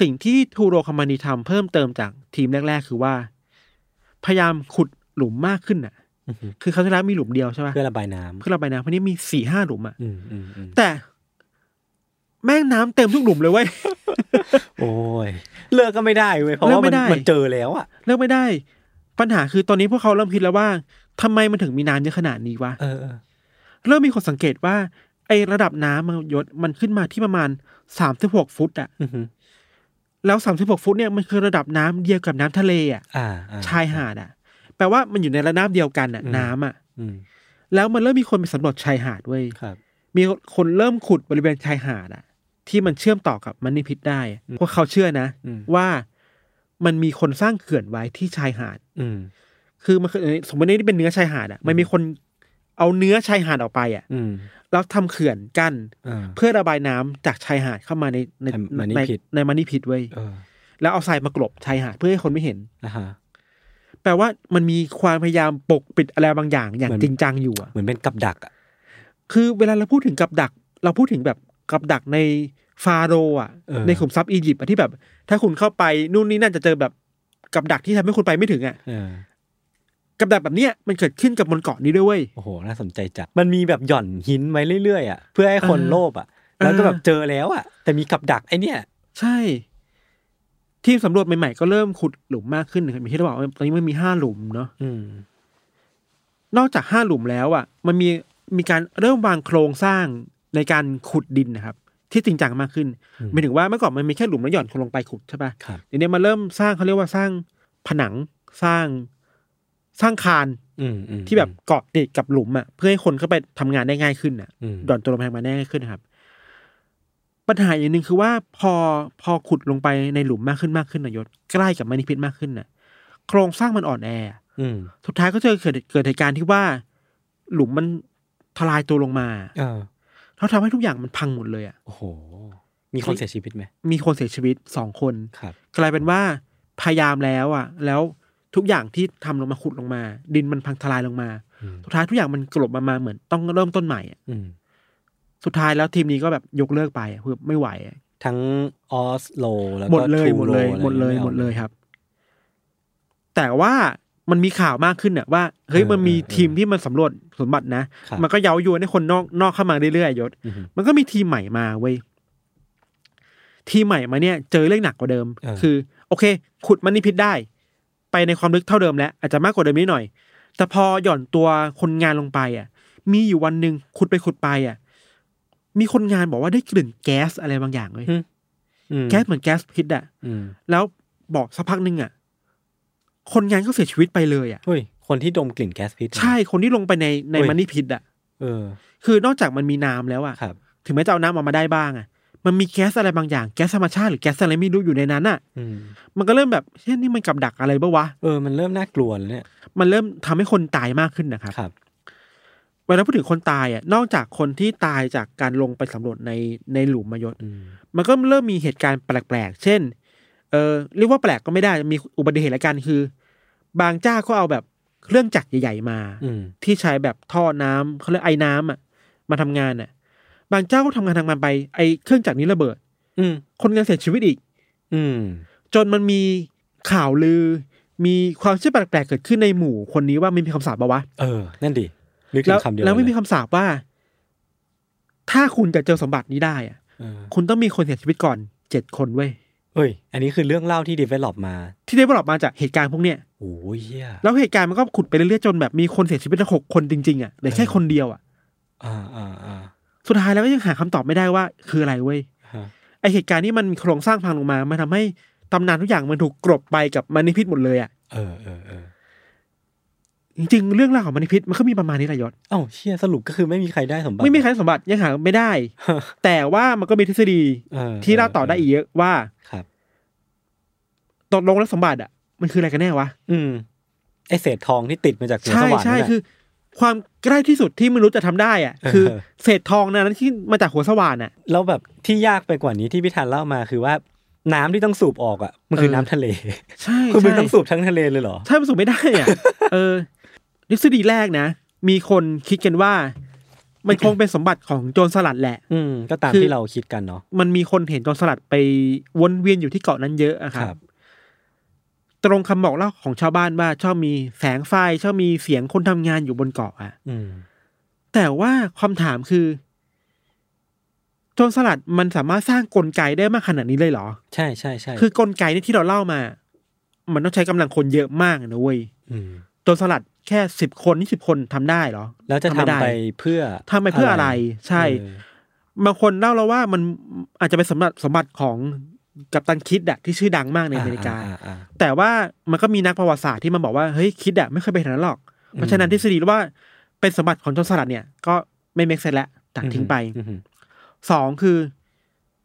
Speaker 3: สิ่งที่ทูโรคามานีทำเพิ่มเติมจากทีมแรก ๆ คือว่า พยายามขุดหลุมมากขึ้นอ่ะ
Speaker 2: อือฮึ
Speaker 3: คือเขาวที่แล้วมีหลุมเดียวใช่ปะ
Speaker 2: เพื่อระบายน้ำ
Speaker 3: เพื่อระบายน้ำเพราะนี่มีสี่ห้าหลุมอะ
Speaker 2: อืมอืมอืม
Speaker 3: แต่แม่งน้ำเต็มทุกหลุมเลยเว้ย
Speaker 2: โอ้ยเลิกก็ไม่ได้เว้ยเพราะ
Speaker 3: เลิก
Speaker 2: ว่า
Speaker 3: ไม่
Speaker 2: มัน
Speaker 3: ได้
Speaker 2: มันเจอแล้วอ่ะ
Speaker 3: เลิกไม่ได้ ปัญหาคือตอนนี้พวกเขาเริ่มคิดแล้วว่าทำไมมันถึงมีน้ำเยอะขนาดนี้วะ
Speaker 2: เออเออ
Speaker 3: เริ่มมีคนสังเกตว่า ไอระดับน้ำมันยศมันขึ้นมาที่ประมาณสามสิบหกฟุตอะ
Speaker 2: อือฮึ
Speaker 3: แล้วสามสิบหกฟุตเนี่ยมันคือระดับน้ำเดียวกับน้ำทะเลอะ
Speaker 2: อ่าอ่า
Speaker 3: ชายหาดอะแปลว่ามันอยู่ในระนาบเดียวกันอะ
Speaker 2: อืม
Speaker 3: น้ำอะ
Speaker 2: อืม
Speaker 3: แล้วมันเริ่มมีคนไปสำรวจชายหาดเว้ย
Speaker 2: ครับ
Speaker 3: มีคนเริ่มขุดบริเวณชายหาดอะที่มันเชื่อมต่อกับมันนิพิษได้อะพวกเขาเชื่อนะ
Speaker 2: อืม
Speaker 3: ว่ามันมีคนสร้างเขื่อนไว้ที่ชายหาด
Speaker 2: อืม
Speaker 3: คือมันคือสมมตินี่เป็นเนื้อชายหาดอ่ะ มันมีคนเอาเนื้อชายหาดออกไปอ่ะ
Speaker 2: อืม
Speaker 3: แล้วทำเขื่อนกั้น
Speaker 2: อ่า
Speaker 3: เพื่อระบายน้ำจากชายหาดเข้ามาในใน
Speaker 2: ให้มัน
Speaker 3: ใน
Speaker 2: ไม่ผิด
Speaker 3: ในมันนี่ผิดไว้ย
Speaker 2: เออ
Speaker 3: แล้วเอาทรายมากลบชายหาดเพื่อให้คนไม่เห็น
Speaker 2: อ่าฮะ
Speaker 3: แปลว่ามันมีความพยายามปกปิดอะไรบางอย่าง อย่าง
Speaker 2: เหมือน
Speaker 3: จริงจังอยู่อ่ะ
Speaker 2: เหมือนเป็นกับดักอ่ะ
Speaker 3: คือเวลาเราพูดถึงกับดัก เราพูดถึงแบบกับดักในฟาโรห์อ่ะ
Speaker 2: เออ
Speaker 3: ในขุมทรัพย์อียิปต์อะที่แบบ ถ้าคุณเข้าไปนู่นนี่นั่นจะเจอแบบกับดักที่ทำให้คุณไปไม่ถึงอ่ะ
Speaker 2: เออ
Speaker 3: กับดักแบบเนี้ยมันเกิดขึ้นกับบนเกาะนี้ด้วยเว้ย
Speaker 2: โอ้โหน่าสนใจจัดมันมีแบบหย่อนหินไว้เรื่อยๆอ่ะเพื่อให้คน
Speaker 3: เออ
Speaker 2: โลภอ่ะ แล้วก็
Speaker 3: เออ
Speaker 2: แบบเจอแล้วอ่ะ แต่มีกับดักไอเนี่ย
Speaker 3: ใช่ ทีมสำรวจใหม่ๆก็เริ่มขุดหลุมมากขึ้นนะครับมีที่เราบอกว่าตอนนี้มันมีห้าหลุมเนาะ
Speaker 2: อืม
Speaker 3: นอกจากห้าหลุมแล้วอ่ะ มันมีมีการเริ่มวางโครงสร้างในการขุดดินนะครับ ที่จริงจังมากขึ้นหมายถึงว่าเมื่อก่อนมันมีแค่หลุมแล้วหย่อนคนลงไปขุดใช่ปะ
Speaker 2: ครับ
Speaker 3: เดี๋ยวนี้มันเริ่มสร้างเขาเรียกว่าสร้างผนังสร้างสร้างคาน
Speaker 2: อืมอืม
Speaker 3: ที่แบบเกาะติดกับหลุมอ่ะเพื่อให้คนเข้าไปทำงานได้ง่ายขึ้นอ่ะ
Speaker 2: อืม
Speaker 3: ดอนตัวลงไปทางมาแน่ขึ้นนะครับ ปัญหาอย่างหนึ่งคือว่าพอพอขุดลงไปในหลุมมากขึ้นมากขึ้นนายศใกล้กับมันนิพิษมากขึ้นน่ะ โครงสร้างมันอ่อนแอ
Speaker 2: อืม
Speaker 3: สุดท้ายก็เจอเกิดเกิดเหตุการณ์ที่ว่า หลุมมันทลายตัวลงมา
Speaker 2: เออ
Speaker 3: แล้วทำให้ทุกอย่างมันพังหมดเลยอ่ะ
Speaker 2: โอ้โห มีคนเสียชีวิตไหม
Speaker 3: มีคนเสียชีวิตสองคน
Speaker 2: ครับ
Speaker 3: กลายเป็นว่าพยายามแล้วอ่ะ แล้วทุกอย่างที่ทำลงมาขุดลงมา ดินมันพังทลายลงมา
Speaker 2: อืม
Speaker 3: สุดท้ายทุกอย่างมันกลบมามาเหมือนต้องเริ่มต้นใหม่อะ
Speaker 2: อืม
Speaker 3: สุดท้ายแล้วทีมนี้ก็แบบยกเลิกไปอะคือไม่ไหวอะ
Speaker 2: ทั้งออสโลแล้ว
Speaker 3: หม
Speaker 2: ก็
Speaker 3: ดเลย
Speaker 2: ทู
Speaker 3: หมด
Speaker 2: โร
Speaker 3: เลย
Speaker 2: อะไร
Speaker 3: หมดเลย
Speaker 2: ไอา
Speaker 3: หมดเลยครับ แต่ว่ามันมีข่าวมากขึ้นเนี่ยว่าเฮ้ย
Speaker 2: เออ
Speaker 3: มันมี
Speaker 2: เออเออ
Speaker 3: ทีมที่มันสำรวจสมบัตินะครับ มันก็เย้ายวนให้คนนอกนอกเข้ามาเรื่อยๆยศ
Speaker 2: อือฮึ
Speaker 3: มันก็มีทีมใหม่มาเว้ยทีมใหม่มาเนี่ย เจอเรื่องหนักกว่าเดิม
Speaker 2: เออ
Speaker 3: คือ โอเค ขุดมันนี่พิษได้ ไปในความลึกเท่าเดิมแล้วอาจจะมากกว่าเดิมนิดหน่อย แต่พอหย่อนตัวคนงานลงไป อ่ะ มีอยู่วันหนึ่งขุดไปขุดไปอ่ะ มีคนงานบอกว่าได้กลิ่นแก๊สอะไรบางอย่างเลย
Speaker 2: อืม
Speaker 3: แก๊สเหมือนแก๊สพิษอ่ะ
Speaker 2: อืม
Speaker 3: แล้วบอกสักพักหนึ่งอ่ะ คนงานก็เสียชีวิตไปเลยอ่ะ
Speaker 2: เฮ้ยคนที่ดมกลิ่นแก๊สพิษ
Speaker 3: ใช่คนที่ลงไปในใน
Speaker 2: เฮ้ย
Speaker 3: มันนี่พิษอ่ะ
Speaker 2: เออ
Speaker 3: คือนอกจากมันมีน้ำแล้วอ่ะ
Speaker 2: ครับ
Speaker 3: ถึงแม้จะเอาน้ำออกมาได้บ้างอ่ะ มันมีแก๊สอะไรบางอย่างแก๊สธรรมชาติหรือแก๊สอะไรไม่รู้อยู่ในนั้นอ่ะ
Speaker 2: อืม
Speaker 3: มันก็เริ่มแบบเช่นนี่มันกับดักอะไรปะวะ
Speaker 2: เออมันเริ่มน่ากลัวแล้วเนี่ย
Speaker 3: มันเริ่มทำให้คนตายมากขึ้นนะครับ
Speaker 2: ครับ
Speaker 3: เวลาพูดถึงคนตายอ่ะ นอกจากคนที่ตายจากการลงไปสำรวจในในหลุมมายศ
Speaker 2: อืม
Speaker 3: มันก็เริ่มมีเหตุการณ์แปลกๆ เช่น เออเรียกว่าแปลกก็ไม่ได้มีอุบัติเหตุละกันคือ บางเจ้าก็เอาแบบเครื่องจักรใหญ่ ๆ มา
Speaker 2: อืม
Speaker 3: ที่ใช้แบบท่อน้ำเขาเรียกไอ้น้ำอ่ะมาทำงานอ่ะ บางเจ้าก็ทำงานทางมันไปไอ้เครื่องจักรนี้ระเบิด
Speaker 2: อืม
Speaker 3: คนงานเสียชีวิตอีก
Speaker 2: อืม
Speaker 3: จนมันมีข่าวลือ มีความเชื่อแปลกๆเกิดขึ้นในหมู่คนนี้ว่ามันมีคำสาปปะวะ
Speaker 2: เออ นั่นดินึกถึ
Speaker 3: แล้ว
Speaker 2: งคำเดียว
Speaker 3: แล้วไม่มี
Speaker 2: เย
Speaker 3: คำสาปว่า ถ้าคุณจะเจอสมบัตินี้ได้อ่ะ
Speaker 2: เออ
Speaker 3: คุณต้องมีคนเสียชีวิตก่อนเจ็ดคนเว้ย
Speaker 2: เอ้ย อันนี้คือเรื่องเล่าที่ดีเวล็อปมา
Speaker 3: ที่ได้ประกอบมาจากเหตุการณ์พวกเนี้ย
Speaker 2: โอ้ยเหี้ย
Speaker 3: แล้วเหตุการณ์มันก็ขุดไปเรื่อยๆจนแบบมีคนเสียชีวิตทั้งหกคนจริงๆอ่ะเหลือแค่คนเดียวอ่ะ
Speaker 2: อ่าอ่าอ่า
Speaker 3: สุดท้ายแล้วก็ยังหาคำตอบไม่ได้ว่า คืออะไรเว้ย
Speaker 2: ฮะ
Speaker 3: ไอเหตุการณ์นี้มันโครงสร้างพังลงมา มันทำให้ตำนานทุกอย่างมันถูกกรบไปกับมณีพิษหมดเลยอ่ะ
Speaker 2: เออเออเออ
Speaker 3: จริงๆ เรื่องราวของมณีพิษมันก็มีประมาณนี้แหละยศ
Speaker 2: เอ้าเชี่ยสรุปก็คือไม่มีใครได้สมบัติ
Speaker 3: ไม่มีใครได้สมบัติยังหาไม่ได้
Speaker 2: ฮะ
Speaker 3: แต่ว่ามันก็มีทฤษฎี
Speaker 2: ออ
Speaker 3: ที่เล่าต่อได้อีกเยอะว่า
Speaker 2: ครับ
Speaker 3: ตกลงแล้วสมบัติอ่ะมันคืออะไรกันแน่วะ
Speaker 2: อืม ไอเศษทองที่ติดมาจากเหนือ
Speaker 3: ใช่
Speaker 2: สวรรค์
Speaker 3: ใช่
Speaker 2: นั่นน่ะ
Speaker 3: คือ ความใกล้ที่สุดที่มนุษย์จะทำได้อ่ะ คือ
Speaker 2: เออ
Speaker 3: เศษทองนั้นที่มาจากหัวสว่านอ่ะ
Speaker 2: แล้วแบบที่ยากไปกว่านี้ที่พี่ธันเล่ามาคือว่า น้ำที่ต้องสูบออกอ่ะมันคือ
Speaker 3: เออ
Speaker 2: น้ำทะเล
Speaker 3: ใช่
Speaker 2: คือมึง
Speaker 3: ใช่
Speaker 2: ต้องสูบทั้งทะเลเลยเหรอ
Speaker 3: ใช่มันสูบไม่ได้ อ่ะ เออทฤษฎีแรกนะ มีคนคิดกันว่า มันคงเป็นสมบัติของโจรสลัดแหละ
Speaker 2: อืม ก็ตาม
Speaker 3: คือ
Speaker 2: ที่เราคิดกันเนาะ
Speaker 3: มันมีคนเห็นโจรสลัดไปวนเวียนอยู่ที่เกาะนั้นเยอะอะครั
Speaker 2: ครับ บ
Speaker 3: ตรงคำบอกเล่าของชาวบ้านว่าชอบมีแสงไฟชอบมีเสียงคนทำงานอยู่บนเกาะอะ
Speaker 2: อืม
Speaker 3: แต่ว่าความถามคือ โจรสลัดมันสามารถสร้างกลไกได้มากขนาดนี้เลยเหรอ
Speaker 2: ใช่ใช่ใช่
Speaker 3: คือกลไกเนี่ยที่เราเล่ามา มันต้องใช้กำลังคนเยอะมากนะเว้ย
Speaker 2: ม
Speaker 3: โจรสลัดแค่สิบคนยี่สิบคนทำได้เหรอ
Speaker 2: แล้วจะทำ
Speaker 3: ม่ด้
Speaker 2: ไปเพื่อ
Speaker 3: ทำไปเพื่ออะไร ใช่
Speaker 2: เออบ
Speaker 3: างคนเล่าแล้วว่ามันอาจจะเป็นสมบัติสมบัติของกัปตันคิดอะที่ชื่อดังมากในอเมริกา
Speaker 2: อ่อ่อ่
Speaker 3: แต่ว่ามันก็มีนักประวัติศาสตร์ที่มันบอกว่าเฮ้ยคิดอะไม่เคยไปถึงนั้นหรอก เพราะฉะนั้นทฤษฎีว่าเป็นสมบัติของโจรสลัดเนี่ย ก็ไม่เมกเซนแล้วตัดทิ้งไป
Speaker 2: อืมอืม
Speaker 3: สองคือ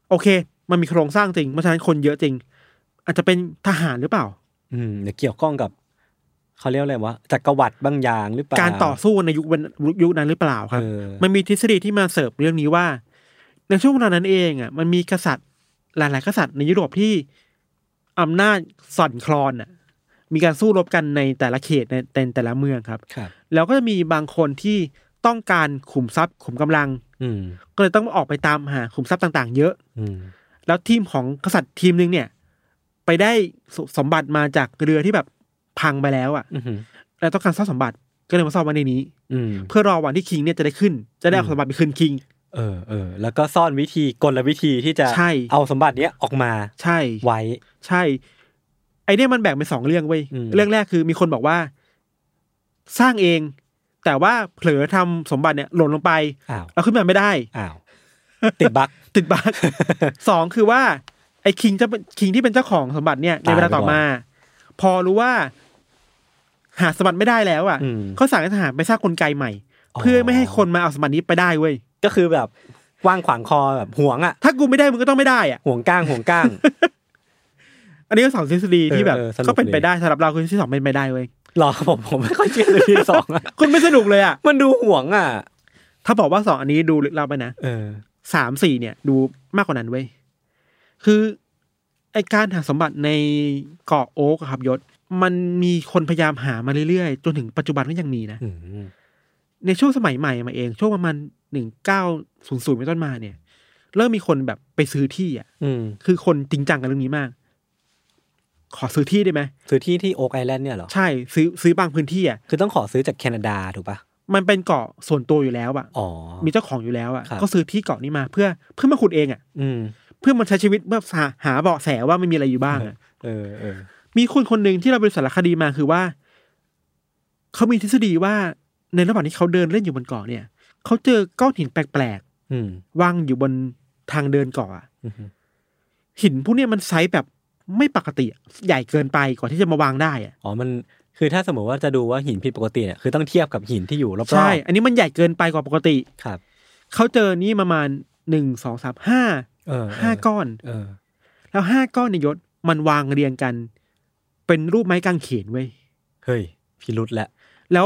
Speaker 3: โอเค มันมีโครงสร้างจริงเพราะฉะนั้นคนเยอะจริง อาจจะเป็นทหารหรือเปล่า
Speaker 2: อืมหรือเกี่ยวข้องกับเขาเรียกอะไรวะจักรวรรดิบางอย่างหรือเปล่า
Speaker 3: การต่อสู้ในยุควันยุคนั้นหรือเปล่าครับ
Speaker 2: เออ
Speaker 3: มันมีทฤษฎีที่มาเสิร์ฟเรื่องนี้ว่า ในช่วงเวลานั้นเองอ่ะมันมีกษัตริย์หลาย ๆ กษัตริย์ในยุโรปที่อำนาจสั่นคลอนอ่ะ มีการสู้รบกันในแต่ละเขตในแต่แต่ละเมืองครับ
Speaker 2: ครับ
Speaker 3: แล้วก็จะมีบางคนที่ต้องการขุมทรัพย์ขุมกำลัง
Speaker 2: อืม
Speaker 3: ก็เลยต้องออกไปตามหาขุมทรัพย์ต่าง ๆ เยอะ
Speaker 2: อืม
Speaker 3: แล้วทีมของกษัตริย์ทีมหนึ่งเนี่ย ไปได้สสมบัติมาจากเรือที่แบบพังไปแล้วอ่ะ
Speaker 2: อืม
Speaker 3: แล้วต้องการซ่อนสมบัติก็เลยมาซ่อนไว้ในนี้
Speaker 2: อืม
Speaker 3: เพื่อรอวันที่คิงเนี่ยจะได้ขึ้น จะได้เอาสมบัติไปคืนคิง
Speaker 2: เออเออ แล้วก็ซ่อนวิธีกลวิธีที่จะ
Speaker 3: ใช่
Speaker 2: เอาสมบัติเนี้ยออกมา
Speaker 3: ใช่
Speaker 2: ไว้
Speaker 3: ใช่ ไอเนี่ยมันแบ่งเป็นสองเรื่องเว้ย
Speaker 2: อืม
Speaker 3: เรื่องแรกคือมีคนบอกว่า สร้างเอง แต่ว่าเผลอทำสมบัติเนี่ยหล่นลงไป
Speaker 2: อ้าว
Speaker 3: เอาขึ้นมาไม่ได้
Speaker 2: อ้าวติดบั๊ก
Speaker 3: ติดบั๊ก สองคือว่า ไอคิงจะเป็นคิงที่เป็นเจ้าของสมบัติเนี่ยใน
Speaker 2: ตายไป
Speaker 3: เวลาต่อมา พอรู้ว่า หาสมบัติไม่ได้แล้วอ่ะ
Speaker 2: อืม
Speaker 3: เขาสั่งให้ทหารไปสร้างกลไกใหม่ เพื่อไม่ให้คนมาเอาสมบัตินี้ไปได้เว้ย
Speaker 2: ก็คือแบบกว้างขวางคอแบบห่วงอ่ะ
Speaker 3: ถ้ากูไม่ได้มึงก็ต้องไม่ได้อ่ะ
Speaker 2: ห่วงก้างห่วงก้าง
Speaker 3: อันนี้ก็สองทฤษฎีที่แบบ
Speaker 2: เออเออสนุก
Speaker 3: ก็เป็นไปได้สำหรับเราคือที่สองเป็นไปได้เว้ย
Speaker 2: หรอผมผมไม่ค่อยเชื่อเลยที่ สองอะ
Speaker 3: คุณไม่สนุกเลยอ่ะ
Speaker 2: มันดูห่วงอ่ะ
Speaker 3: ถ้าบอกว่าสองอันนี้ดูลึกลับไปนะ
Speaker 2: เออ
Speaker 3: สามสี่เนี่ย ดูมากกว่านั้นเว้ยคือ ไอการหาสมบัติในเกาะโอ๊กอะครับยศ มันมีคนพยายามหามาเรื่อยๆ จนถึงปัจจุบันก็ยังมีนะ
Speaker 2: อืม
Speaker 3: ในช่วงสมัยใหม่มาเอง ช่วงประมาณหนึ่งเก้าศูนย์ศูนย์เป็นต้นมาเนี่ย เริ่มมีคนแบบไปซื้อที่อ่ะ
Speaker 2: อืม
Speaker 3: คือคนจริงจังกับเรื่องนี้มาก ขอซื้อที่ได้ไหม
Speaker 2: คือที่ที่โอ๊กไอแลนด์เนี่ยเหรอ
Speaker 3: ใช่ซื้อซื้อบางพื้นที่อ่ะ
Speaker 2: คือต้องขอซื้อจากแคนาดาถูกปะ
Speaker 3: มันเป็นเกาะส่วนตัวอยู่แล้วอ่ะ
Speaker 2: อ๋อ
Speaker 3: มีเจ้าของอยู่แล้วอ่ะ
Speaker 2: ครับ
Speaker 3: ก็ซื้อที่เกาะนี้มาเพื่อเพื่อมาขุดเองอ่ะ
Speaker 2: อืม
Speaker 3: เพื่อมันใช้ชีวิตแบบหาหาเบาะแสว่ามันมีอะไรอยู่บ้างอะ
Speaker 2: เออเออ
Speaker 3: มีคนคนหนึ่งที่เราไปดูสารคดีมาคือว่า เขามีทฤษฎีว่าในระหว่างที่เขาเดินเล่นอยู่บนเกาะเนี่ย เขาเจอก้อนหินแปลก
Speaker 2: อืม
Speaker 3: ๆวางอยู่บนทางเดินเกาะอะ
Speaker 2: อืม
Speaker 3: หินพวกเนี้ยมันไซส์แบบไม่ปกติอะใหญ่เกินไปกว่าที่จะมาวางได้อะ
Speaker 2: อ๋อ มัน คือถ้าสมมติว่าจะดูว่าหินผิดปกติเนี่ย คือต้องเทียบกับหินที่อยู่รอบๆ
Speaker 3: ใช่ อันนี้มันใหญ่เกินไปกว่าปกติ
Speaker 2: ครับ
Speaker 3: เขาเจอนี่ประมาณหนึ่งสองสามห้า
Speaker 2: เออเออ
Speaker 3: ห้าก้อน
Speaker 2: เออ
Speaker 3: แล้วห้าก้อนในยยศมันวางเรียงกัน เป็นรูปไม้กางเขนเว้ย
Speaker 2: เฮ้ย พิรุษละ
Speaker 3: แล้ว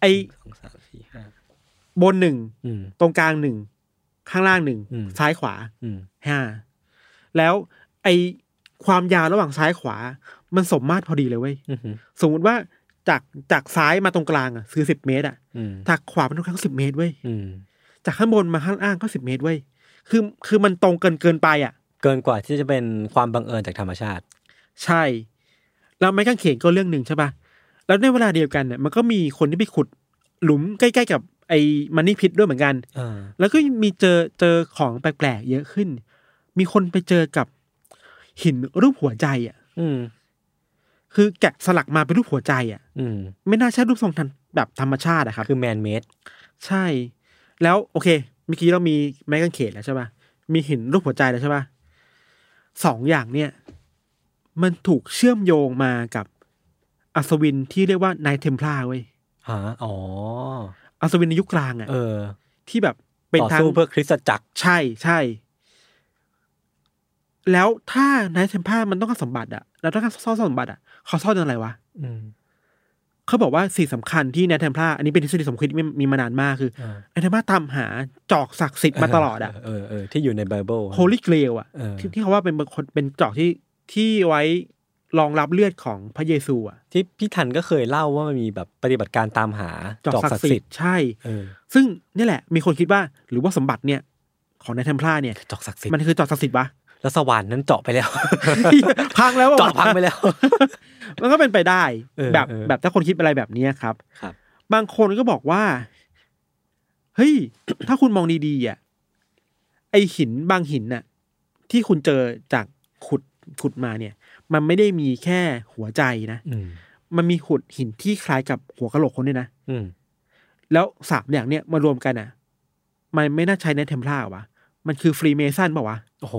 Speaker 3: ไอ
Speaker 2: สองสามสี่ห้า
Speaker 3: บนหนึ่ง
Speaker 2: อืม
Speaker 3: ตรงกลางหนึ่งข้างล่างหนึ่ง
Speaker 2: อืม
Speaker 3: ซ้ายขวา
Speaker 2: อืม
Speaker 3: ห้าแล้วไอ ความยาวระหว่างซ้ายขวา มันสมมาตรพอดีเลยเว้ย
Speaker 2: อือหือ
Speaker 3: สมมติว่าจากจากซ้ายมาตรงกลางอ่ะคือสิบเมตรอ่ะ
Speaker 2: อืม
Speaker 3: จากขวามันตรงกลางสิบเมตรเว้ย
Speaker 2: อืม
Speaker 3: จากข้างบนมาข้างล่างก็สิบเมตรเว้ยคือคือมันตรงเกินเกินไปอ่ะ
Speaker 2: เกินกว่าที่จะเป็นความบังเอิญจากธรรมชาติ
Speaker 3: ใช่ แล้วไม้กางเขนก็เรื่องหนึ่งใช่ปะแล้วในเวลาเดียวกันเนี่ยมันก็มีคนที่ไปขุดหลุมใกล้ๆกับไอ้มันนี่พิษด้วยเหมือนกัน
Speaker 2: เออ
Speaker 3: แล้วก็มีเจอเจอของแปลกๆเยอะขึ้น มีคนไปเจอกับหินรูปหัวใจอ่ะ
Speaker 2: อืม
Speaker 3: คือแกะสลักมาเป็นรูปหัวใจอ่ะ
Speaker 2: อืม
Speaker 3: ไม่น่าใช่รูปทรงทันแบบธรรมชาติอะครับ
Speaker 2: คือแมนเมด
Speaker 3: ใช่ แล้วโอเค เมื่อกี้เรามีไม้กางเขนแล้วใช่ปะมีหินรูปหัวใจแล้วใช่ปะสองอย่างเนี่ย มันถูกเชื่อมโยงมากับอัศวินที่เรียกว่านายเทมพลาเว้ย
Speaker 2: ฮะอ๋อ
Speaker 3: อัศวินในยุคกลางอะ
Speaker 2: เออ
Speaker 3: ที่แบบเป็น
Speaker 2: ต่อ
Speaker 3: ทาง
Speaker 2: สู้เพื่อคริสตจักร
Speaker 3: ใช่ใช่ แล้วถ้านายเทมพลามันต้องการสมบัติอะแล้วต้องการซ่อนสมบัติอะเขาซ่อนอย่างไรวะ
Speaker 2: อืม
Speaker 3: เขาบอกว่าสิ่งสำคัญที่นายเทมพลาอันนี้เป็นทฤษฎีสมคบคิดมีมีมานานมากคือ
Speaker 2: อ่า
Speaker 3: นายเทมพลาตามหาจอกศักดิ์สิท ธิ์มาตลอดอะ
Speaker 2: เออเออที่อยู่ในไบเบิล
Speaker 3: โฮลี่เกลวอ่ะ
Speaker 2: เออ
Speaker 3: ที่ที่เขาว่าเป็นคนเป็นจอกที่ที่ไว้รองรับเลือดของพระเยซูอ่ะ
Speaker 2: ที่พี่ทันก็เคยเล่าว่ามันมีแบบปฏิบัติการตามหา
Speaker 3: จอกศักดิ์สิทธิ์ใช่
Speaker 2: เออ
Speaker 3: ซึ่งนี่แหละ มีคนคิดว่าหรือว่าสมบัติเนี่ย ของนายเทมพลาเนี่ย
Speaker 2: จอกศักดิ์สิท
Speaker 3: มั
Speaker 2: ธิ์
Speaker 3: นคือจอกศักดิ์สิทธิ์ปะ
Speaker 2: แล้วสวรรค์นั้นเจาะไปแล้ว
Speaker 3: พังแล้วะ
Speaker 2: เจาะ พังไปแล้ว
Speaker 3: มันก็เป็นไปได้
Speaker 2: เออ
Speaker 3: แบบ
Speaker 2: เออ
Speaker 3: แบบถ้าคนคิดอะไรแบบเนี้ยครับ
Speaker 2: ครับ
Speaker 3: บางคนก็บอกว่า เฮ้ย ถ้าคุณมองดีๆอ่ะไอหินบางหินน่ะ ที่คุณเจอจากขุดขุดมาเนี่ย มันไม่ได้มีแค่หัวใจนะ
Speaker 2: อืม
Speaker 3: มันมีขุดหินที่คล้ายกับหัวกะโหลกคนด้วยนะ
Speaker 2: อืม
Speaker 3: แล้วสามอย่างเนี่ยมารวมกันอ่ะ มันไม่น่าใช้ในเทมเพลาหรอวะ มันคือฟรีเมซันปะวะ
Speaker 2: โอ้โห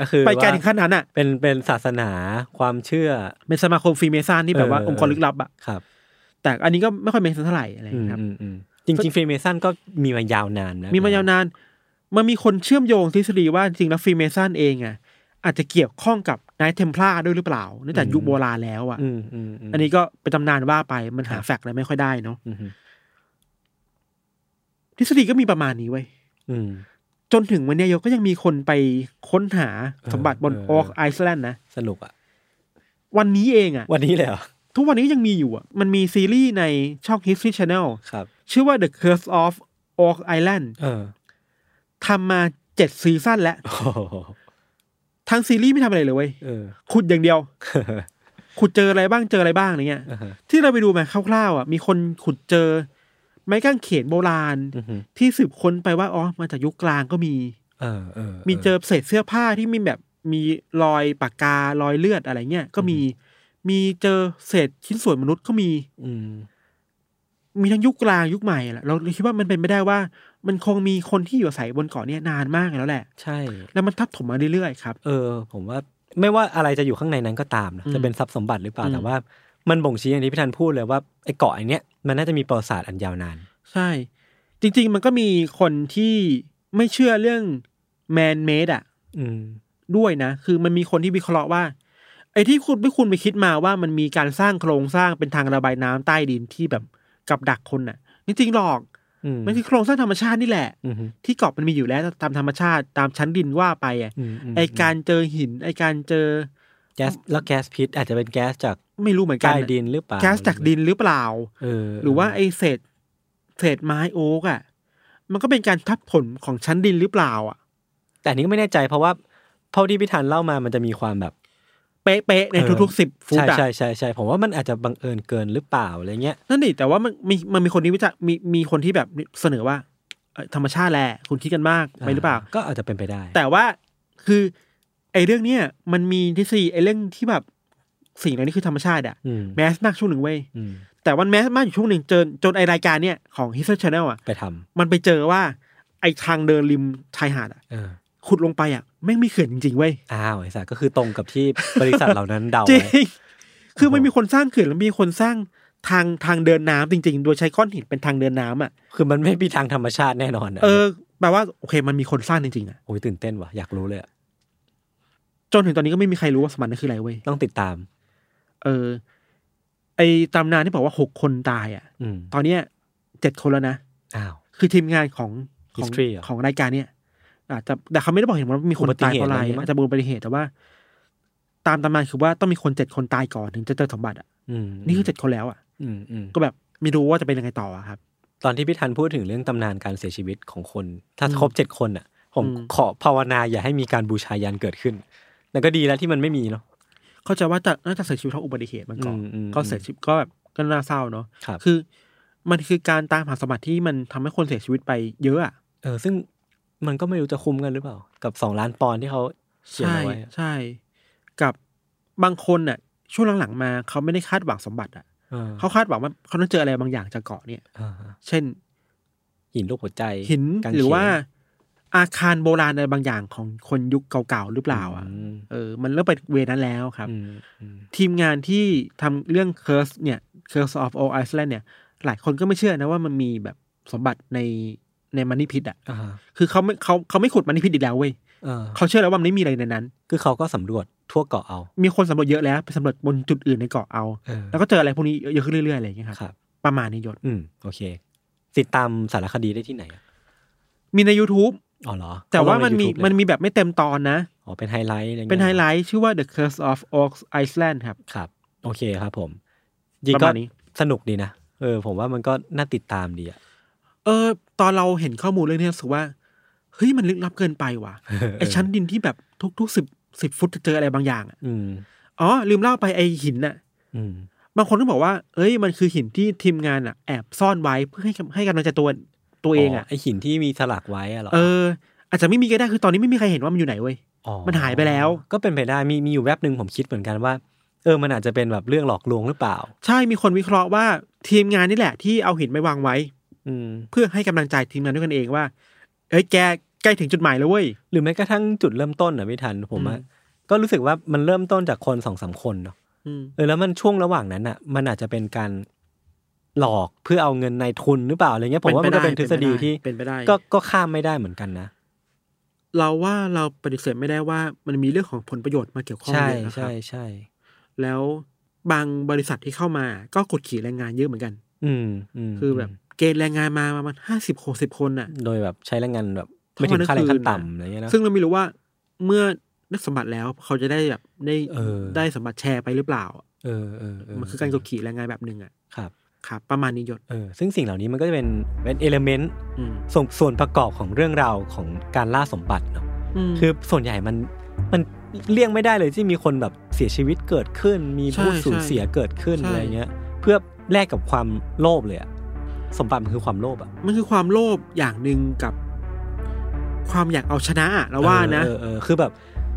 Speaker 2: ก็คือ
Speaker 3: ไปไกล
Speaker 2: ว่า
Speaker 3: ถึงขั้นนั้นอ่ะ
Speaker 2: เป็นเป็นศาสนาความเชื่อ
Speaker 3: เป็นสมาคมฟรีเมซันที่แบบว่า
Speaker 2: เออ
Speaker 3: องค์กรลึกลับอ่ะ
Speaker 2: ครับ
Speaker 3: แต่อันนี้ก็ไม่ค่อยเมซันเท่าไหร่อะไร
Speaker 2: อืม
Speaker 3: ครับ
Speaker 2: อืมอืมจริงจริงฟรีเมซันก็มีมายาวนานนะ
Speaker 3: มีมายาวนาน มันมีคนเชื่อมโยงทฤษฎีว่าจริงแล้วฟรีเมซันเองอ่ะ อาจจะเกี่ยวข้องกับนายเทมเพลาด้วยหรือเปล่าเนื่องจากยุคโบราณแล้วอ่ะ
Speaker 2: อืมอืมอืม
Speaker 3: อันนี้ก็เป็นตำนานว่าไป มันหาแฟกต์อะไรไม่ค่อยได้เนาะ
Speaker 2: อืม
Speaker 3: ทฤษฎีก็มีประมาณนี้เว้ย
Speaker 2: อืม
Speaker 3: จนถึงวันเนี้ยโยก็ยังมีคนไปค้นหาสมบัติบน
Speaker 2: เออ
Speaker 3: อ
Speaker 2: เอ
Speaker 3: อ
Speaker 2: อ
Speaker 3: กไอซ์แลนด์นะ
Speaker 2: สนุกอ่ะ
Speaker 3: วันนี้เองอะ
Speaker 2: วันนี้เลยเหรอ
Speaker 3: ทุกวันนี้ยังมีอยู่อะมันมีซีรีส์ในช่อง History Channel
Speaker 2: ครับ
Speaker 3: ชื่อว่า The Curse of Orc Island
Speaker 2: เออ
Speaker 3: ทำมาเจ็ดซีซั่นแล้ว
Speaker 2: โอ้โห
Speaker 3: ทางซีรีส์ไม่ทำอะไรเลยเว้ย
Speaker 2: เอ อ
Speaker 3: ขุดอย่างเดียว ขุดเจออะไรบ้างเจออะไรบ้างอะไรเงี้ย
Speaker 2: อ่าฮะ
Speaker 3: ที่เราไปดูมาคร่าวๆอะมีคนขุดเจอ ไม้กางเขนโบราณ
Speaker 2: อืม
Speaker 3: ที่สืบค้นไปว่าอ๋อมาจากยุคกลางก็มี
Speaker 2: เออเออ
Speaker 3: มีเจอเศษเสื้อผ้าที่มีแบบมีรอยปากการอยเลือดอะไรเงี้ยก็มีมีเจอเศษชิ้นส่วนมนุษย์ก็มี
Speaker 2: อืม
Speaker 3: มีทั้งยุคกลางยุคใหม่แหละเราคิดว่ามันเป็นไม่ได้ว่า มันคงมีคนที่อยู่อาศัยบนเกาะเนี่ยนานมากแล้วแหละ
Speaker 2: ใช่
Speaker 3: แล้วมันทับถมมาเรื่อยๆครับ
Speaker 2: เออ ผมว่าไม่ว่าอะไรจะอยู่ข้างในนั้นก็ตามนะ
Speaker 3: อืม
Speaker 2: จะเป็นทรัพย์สมบัติหรือเปล่า
Speaker 3: อืม
Speaker 2: แต่ว่า มันบ่งชี้อย่างที่พี่ทันพูดเลยว่าไอ้เกาะอันเนี้ยมันน่าจะมีประวัติศาสตร์อันยาวนาน
Speaker 3: ใช่ จริง ๆ มันก็มีคนที่ไม่เชื่อเรื่องแมนเมดอ่ะ
Speaker 2: อืม
Speaker 3: ด้วยนะ คือมันมีคนที่วิเคราะห์ว่า ไอ้ที่คุณไม่คุณไปคิดมาว่ามันมีการสร้างโครงสร้างเป็นทางระบายน้ำใต้ดินที่แบบกับดักคนน่ะจริงๆหรอก
Speaker 2: อืม
Speaker 3: มันคือโครงสร้างธรรมชาตินี่แหละ
Speaker 2: อืมฮึ
Speaker 3: ที่เกาะมันมีอยู่แล้วตามธรรมชาติตามชั้นดินว่าไปอ่ะ
Speaker 2: มม
Speaker 3: ไอการเจอหิน ไอการเจอ
Speaker 2: แก๊สแล้วแก๊สพิษอาจจะเป็นแก๊สจาก
Speaker 3: ไม่รู้เหมือนกั
Speaker 2: ใต้
Speaker 3: น
Speaker 2: ดินหรือเปล่า
Speaker 3: แก๊สจากดินหรือเปล่า
Speaker 2: เออ
Speaker 3: หรือว่าไอเศษเศษไม้โอ๊กอ่ะ มันก็เป็นการทับถมของชั้นดินหรือเปล่า อ่ะ
Speaker 2: แต่อันนี้ก็ไม่แน่ใจเพราะว่าเท่าที่พี่ทันเล่ามามันจะมีความแบบ
Speaker 3: เป๊ะๆในทุกๆสิบฟุต
Speaker 2: ใช่
Speaker 3: อ่ะ
Speaker 2: ใช่ใช่ใช่ผมว่ามันอาจจะบังเอิญเกินหรือเปล่าอะไรเงี้ย
Speaker 3: นั่นดิแต่ว่ามันมีมันมีคนที่วิจารมีมีคนที่แบบเสนอว่าเอ่อธรรมชาติแหละคุณคิดกันมากไปหรือเปล่า
Speaker 2: ก็อาจจะเป็นไปได้
Speaker 3: แต่ว่าคือไอ้เรื่องเนี้ยมันมีทฤษฎีไอ้เรื่องที่แบบสิ่งเหล่านี้คือธรรมชาติอะ
Speaker 2: อืม
Speaker 3: แมสมากช่วงหนึ่งเว้ย
Speaker 2: อืม
Speaker 3: แต่วันแมสมากอยู่ช่วงหนึ่งจนจนไอรายการเนี้ยของ History Channel อะ
Speaker 2: ไปทำ
Speaker 3: มันไปเจอว่า ไอทางเดินริมชายหาดอะ
Speaker 2: เออ
Speaker 3: ขุดลงไปอะแม่งมีเขื่อนจริงๆเว้ย
Speaker 2: อ้าวไอ้สัสก็คือตรงกับที่บริษัทเหล่านั้นเดา
Speaker 3: จริง
Speaker 2: ไว้
Speaker 3: คือมันมีคนสร้างเขื่อนแล้วมีคนสร้างทางทางเดินน้ำจริง ๆ โดยใช้ก้อนหินเป็นทางเดินน้ำอะ
Speaker 2: คือมันไม่มีทางธรรมชาติแน่นอนนะ
Speaker 3: เออแปลว่าโอเคมันมีคนสร้างจริงๆอะ
Speaker 2: โอ้ยตื่นเต้นว่ะ อยากรู้เลยอะ
Speaker 3: จนถึงตอนนี้ก็ไม่มีใครรู้ว่าสมบัตินั้นคืออะไรเว้ย
Speaker 2: ต้องติดตาม
Speaker 3: เออ ไอตำนานที่บอกว่าหกคนตายอะ
Speaker 2: อืม
Speaker 3: ตอนเนี้ยเจ็ดคนแล้วนะ
Speaker 2: อ้าว
Speaker 3: คือทีมงานของของ
Speaker 2: History เหรอ
Speaker 3: ของรายการเนี้ยอาจจะแต่เขาไม่ได้บอกเห็นว่ามีคนตายเพราะอะไร
Speaker 2: อุบัติเหตุอะไรมั้ง
Speaker 3: อาจจะเป็นอุบัติเหตุแต่ว่า ตามตำนานคือว่าต้องมีคนเจ็ดคนตายก่อนถึงจะเจอสมบัติอ่ะ
Speaker 2: ม
Speaker 3: นี่คือเจ็ดคนแล้วอ่ะ
Speaker 2: อืมอืม
Speaker 3: ก็แบบไม่รู้ว่าจะเป็นยังไงต่ออะครับ
Speaker 2: ตอนที่พี่ทันพูดถึงเรื่องตำนานการเสียชีวิตของคน ถ้า
Speaker 3: อืม
Speaker 2: ครบเจ็ดคนอ่ะ ผม
Speaker 3: อืม
Speaker 2: ขอภาวนาอย่าให้มีการบูชายันเกิดขึ้นนั่นก็ดีแล้วที่มันไม่มีเนาะ
Speaker 3: เข้าใจว่าจะน่าจะเสียชีวิตเพราะอุบัติเหตุมันก่อน
Speaker 2: อืมอืม
Speaker 3: ก็เสียชีวิตก็แบบก็น่าเศร้าเนาะ
Speaker 2: ครับ
Speaker 3: คือ มันคือการตามหาสมบัติที่มันทำให้คนเสียชีวิตไปเยอะอ่ะ
Speaker 2: เออซึ่งมันก็ไม่รู้จะคุ้มกันหรือเปล่า กับสองล้านปอนด์ที่เขาเขียน
Speaker 3: ใช่
Speaker 2: เอาไว้อะ
Speaker 3: ใช่ กับบางคนอ่ะ ช่วงหลังๆมาเขาไม่ได้คาดหวังสมบัติอ่ะ
Speaker 2: เออ
Speaker 3: เขาคาดหวังว่าเขาต้องเจออะไรบางอย่างจากเกาะเนี่ย
Speaker 2: อ่า
Speaker 3: เช่น
Speaker 2: หินรูปหัวใจ
Speaker 3: หิน
Speaker 2: กง
Speaker 3: หรือ
Speaker 2: เขน
Speaker 3: ว่าอาคารโบราณอะไรบางอย่างของคนยุคเก่าๆหรือเปล่าอ่ะ
Speaker 2: ม
Speaker 3: เออ มันเริ่มไปเวนั้นแล้วครับ
Speaker 2: อืมอืม
Speaker 3: ทีมงานที่ทำเรื่อง Curse เนี่ย Curse of Old Iceland เนี่ย หลายคนก็ไม่เชื่อนะว่ามันมีแบบสมบัติในในมันนี่พิษอ่ะ
Speaker 2: อ่า
Speaker 3: คือเขาไม่เขาเขาไม่ขุดมันนี่พิษอีกแล้วเว้ย
Speaker 2: เออ
Speaker 3: เขาเชื่อแล้วว่ามันไม่มีอะไรในนั้น
Speaker 2: คือเขาก็สำรวจทั่วเกาะเอา
Speaker 3: มีคนสำรวจเยอะแล้วไปสำรวจบนจุดอื่นในเกาะเอา
Speaker 2: เออ
Speaker 3: แล้วก็เจออะไรพวกนี้เยอะขึ้นเรื่อยๆอะไรอย่างเงี้ย
Speaker 2: ค
Speaker 3: ครับ
Speaker 2: รับ
Speaker 3: ประมาณนี้ยศ
Speaker 2: อืม โอเค ติดตามสารคดีได้ที่ไหนอะ
Speaker 3: มีใน YouTube
Speaker 2: อ๋อเหรอ
Speaker 3: แต่ว่า
Speaker 2: เขลงใ
Speaker 3: มันมี
Speaker 2: YouTube เลย
Speaker 3: มันมีแบบไม่เต็มตอนนะ
Speaker 2: อ๋อ เป็นไฮไลท์อะไรงี้ย
Speaker 3: เป็นไฮไลท์ชื่อว่า The Curse of Oak Iceland ครับ
Speaker 2: ครับ โอเคครับผมยิง
Speaker 3: ป
Speaker 2: ก็
Speaker 3: ระมาณนี้
Speaker 2: สนุกดีนะ เออ ผมว่ามันก็น่าติดตามดีอะ
Speaker 3: เออ ตอนเราเห็นข้อมูลเรื่องนี้รู้สึกว่า เฮ้ย มันลึกลับเกินไปว่ะ ไอชั้นดินที่แบบทุกๆสิบสิบฟุตจะเจออะไรบางอย่างอะ
Speaker 2: อืม
Speaker 3: อ๋อ ลืมเล่าไปไอหินน่ะ
Speaker 2: อืม
Speaker 3: บางคนก็บอกว่า เอ้ย มันคือหินที่ทีมงานอ่ะ แอบซ่อนไว้เพื่อให้กำให้กำลังใจตัวตัวเองอ่ะ
Speaker 2: ไอหินที่มีสลักไว้อะเหรอ
Speaker 3: เออ อาจจะไม่มีก็ได้คือตอนนี้ไม่มีใครเห็นว่ามันอยู่ไหนเว้ย
Speaker 2: อ
Speaker 3: มันหายไปแล้ว
Speaker 2: ก็เป็นไปได้ มีมีอยู่แวบหนึ่งผมคิดเหมือนกันว่า เออ มันอาจจะเป็นแบบเรื่องหลอกลวงหรือเปล่า
Speaker 3: ใช่มีคนวิเคราะห์ว่าทีมงานนี่แหละที่เอาหินไปวางไว้
Speaker 2: อืม
Speaker 3: เพื่อให้กำลังใจทีมงานด้วยกันเองว่า เอ้ยแกใกล้ถึงจุดหมายแล้วเว้ย
Speaker 2: หรือแม้กระทั่งจุดเริ่มต้นอ่ะพี่ทันผมอะ
Speaker 3: อืม
Speaker 2: ก็รู้สึกว่ามันเริ่มต้นจากคนสองสามคนเนาะ
Speaker 3: อืม
Speaker 2: เออแล้วมันช่วงระหว่างนั้นอ่ะ มันอาจจะเป็นการหลอกเพื่อเอาเงินในทุนหรือเปล่าอะไรเงี้ยผมว่ามันก็เป็นทฤษฎีที่
Speaker 3: เป็นไปได้
Speaker 2: ก็
Speaker 3: ก็
Speaker 2: ก็ข้ามไม่ได้เหมือนกันนะ
Speaker 3: เราว่าเราปฏิเสธไม่ได้ว่ามันมีเรื่องของผลประโยชน์มาเกี่ยวข้อง
Speaker 2: ใช่
Speaker 3: เยอะนะครั
Speaker 2: ใช่
Speaker 3: บ
Speaker 2: ใช่
Speaker 3: แล้วบางบริษัทที่เข้ามาก็กดขี่แรงงานเยอะเหมือนกัน
Speaker 2: อืมอืม
Speaker 3: คือแบบเกณฑ์แรงงานมาประมาณห้าสิบหกสิบคนน่ะ
Speaker 2: โดยแบบใช้แรงงานแบบไม่ถึงค่าแรงขั้นต่ำอะไรเงี้ยนะ
Speaker 3: ซึ่งเราไม่รู้ว่าเมื่อนักสมบัติแล้วเขาจะได้แบบได้
Speaker 2: เออ
Speaker 3: ได้สมบัติแชร์ไปหรือเปล่า
Speaker 2: เออเออเ
Speaker 3: มันคือการกดขี่แรงงานแบบหนึ่งอ่ะ
Speaker 2: ครับ
Speaker 3: ครับประมาณนี้ยศ
Speaker 2: เออซึ่งสิ่งเหล่านี้มันก็จะเป็นเป็นเอลเมนต์
Speaker 3: อืม
Speaker 2: ส่วนส่วนประกอบของเรื่องราวของการล่าสมบัติเนาะ
Speaker 3: ม
Speaker 2: คือส่วนใหญ่มันมันเลี่ยงไม่ได้เลยที่มีคนแบบเสียชีวิตเกิดขึ้น มีผู้
Speaker 3: ใช่
Speaker 2: สูญเสียเกิดขึ้น
Speaker 3: ใช่
Speaker 2: อะไรเงี้ย เพื่อแลกกับความโลภเลยอะสมบัติมันคือความโลภอะ
Speaker 3: มันคือความโลภอย่างหนึ่งกับ ความอยากเอาชนะอะเราว่านะ
Speaker 2: เออเออเออคือแบบ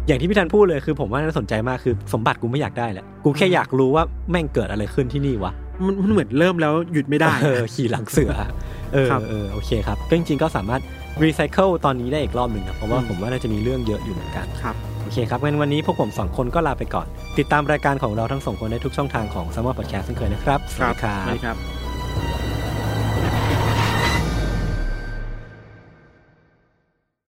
Speaker 2: อย่างที่พี่ธันพูดเลยคือผมว่าน่าสนใจมากคือสมบัติกูไม่อยากได้แหละกูแค่อยากรู้ว่าแม่งเกิดอะไรขึ้นที่นี่วะ
Speaker 3: มันมันเหมือนเริ่มแล้วหยุดไม่ได้
Speaker 2: เออขี่หลังเสือเออ
Speaker 3: ครับ
Speaker 2: เออโอเคครับก็จริงๆก็สามารถรีไซเคิลตอนนี้ได้อีกรอบหนึ่งนะเพราะว่า
Speaker 3: อืม
Speaker 2: ผมว่าน่าจะมีเรื่องเยอะอยู่เหมือนกัน
Speaker 3: ครับ
Speaker 2: โอเคครับงั้นวันนี้พวกผมสองคนก็ลาไปก่อน ติดตามรายการของเราทั้งสองคนได้ทุกช่องทางของ s ซ m m e r Podcast เช่นเคยนะครับ
Speaker 3: สวัสดีครับ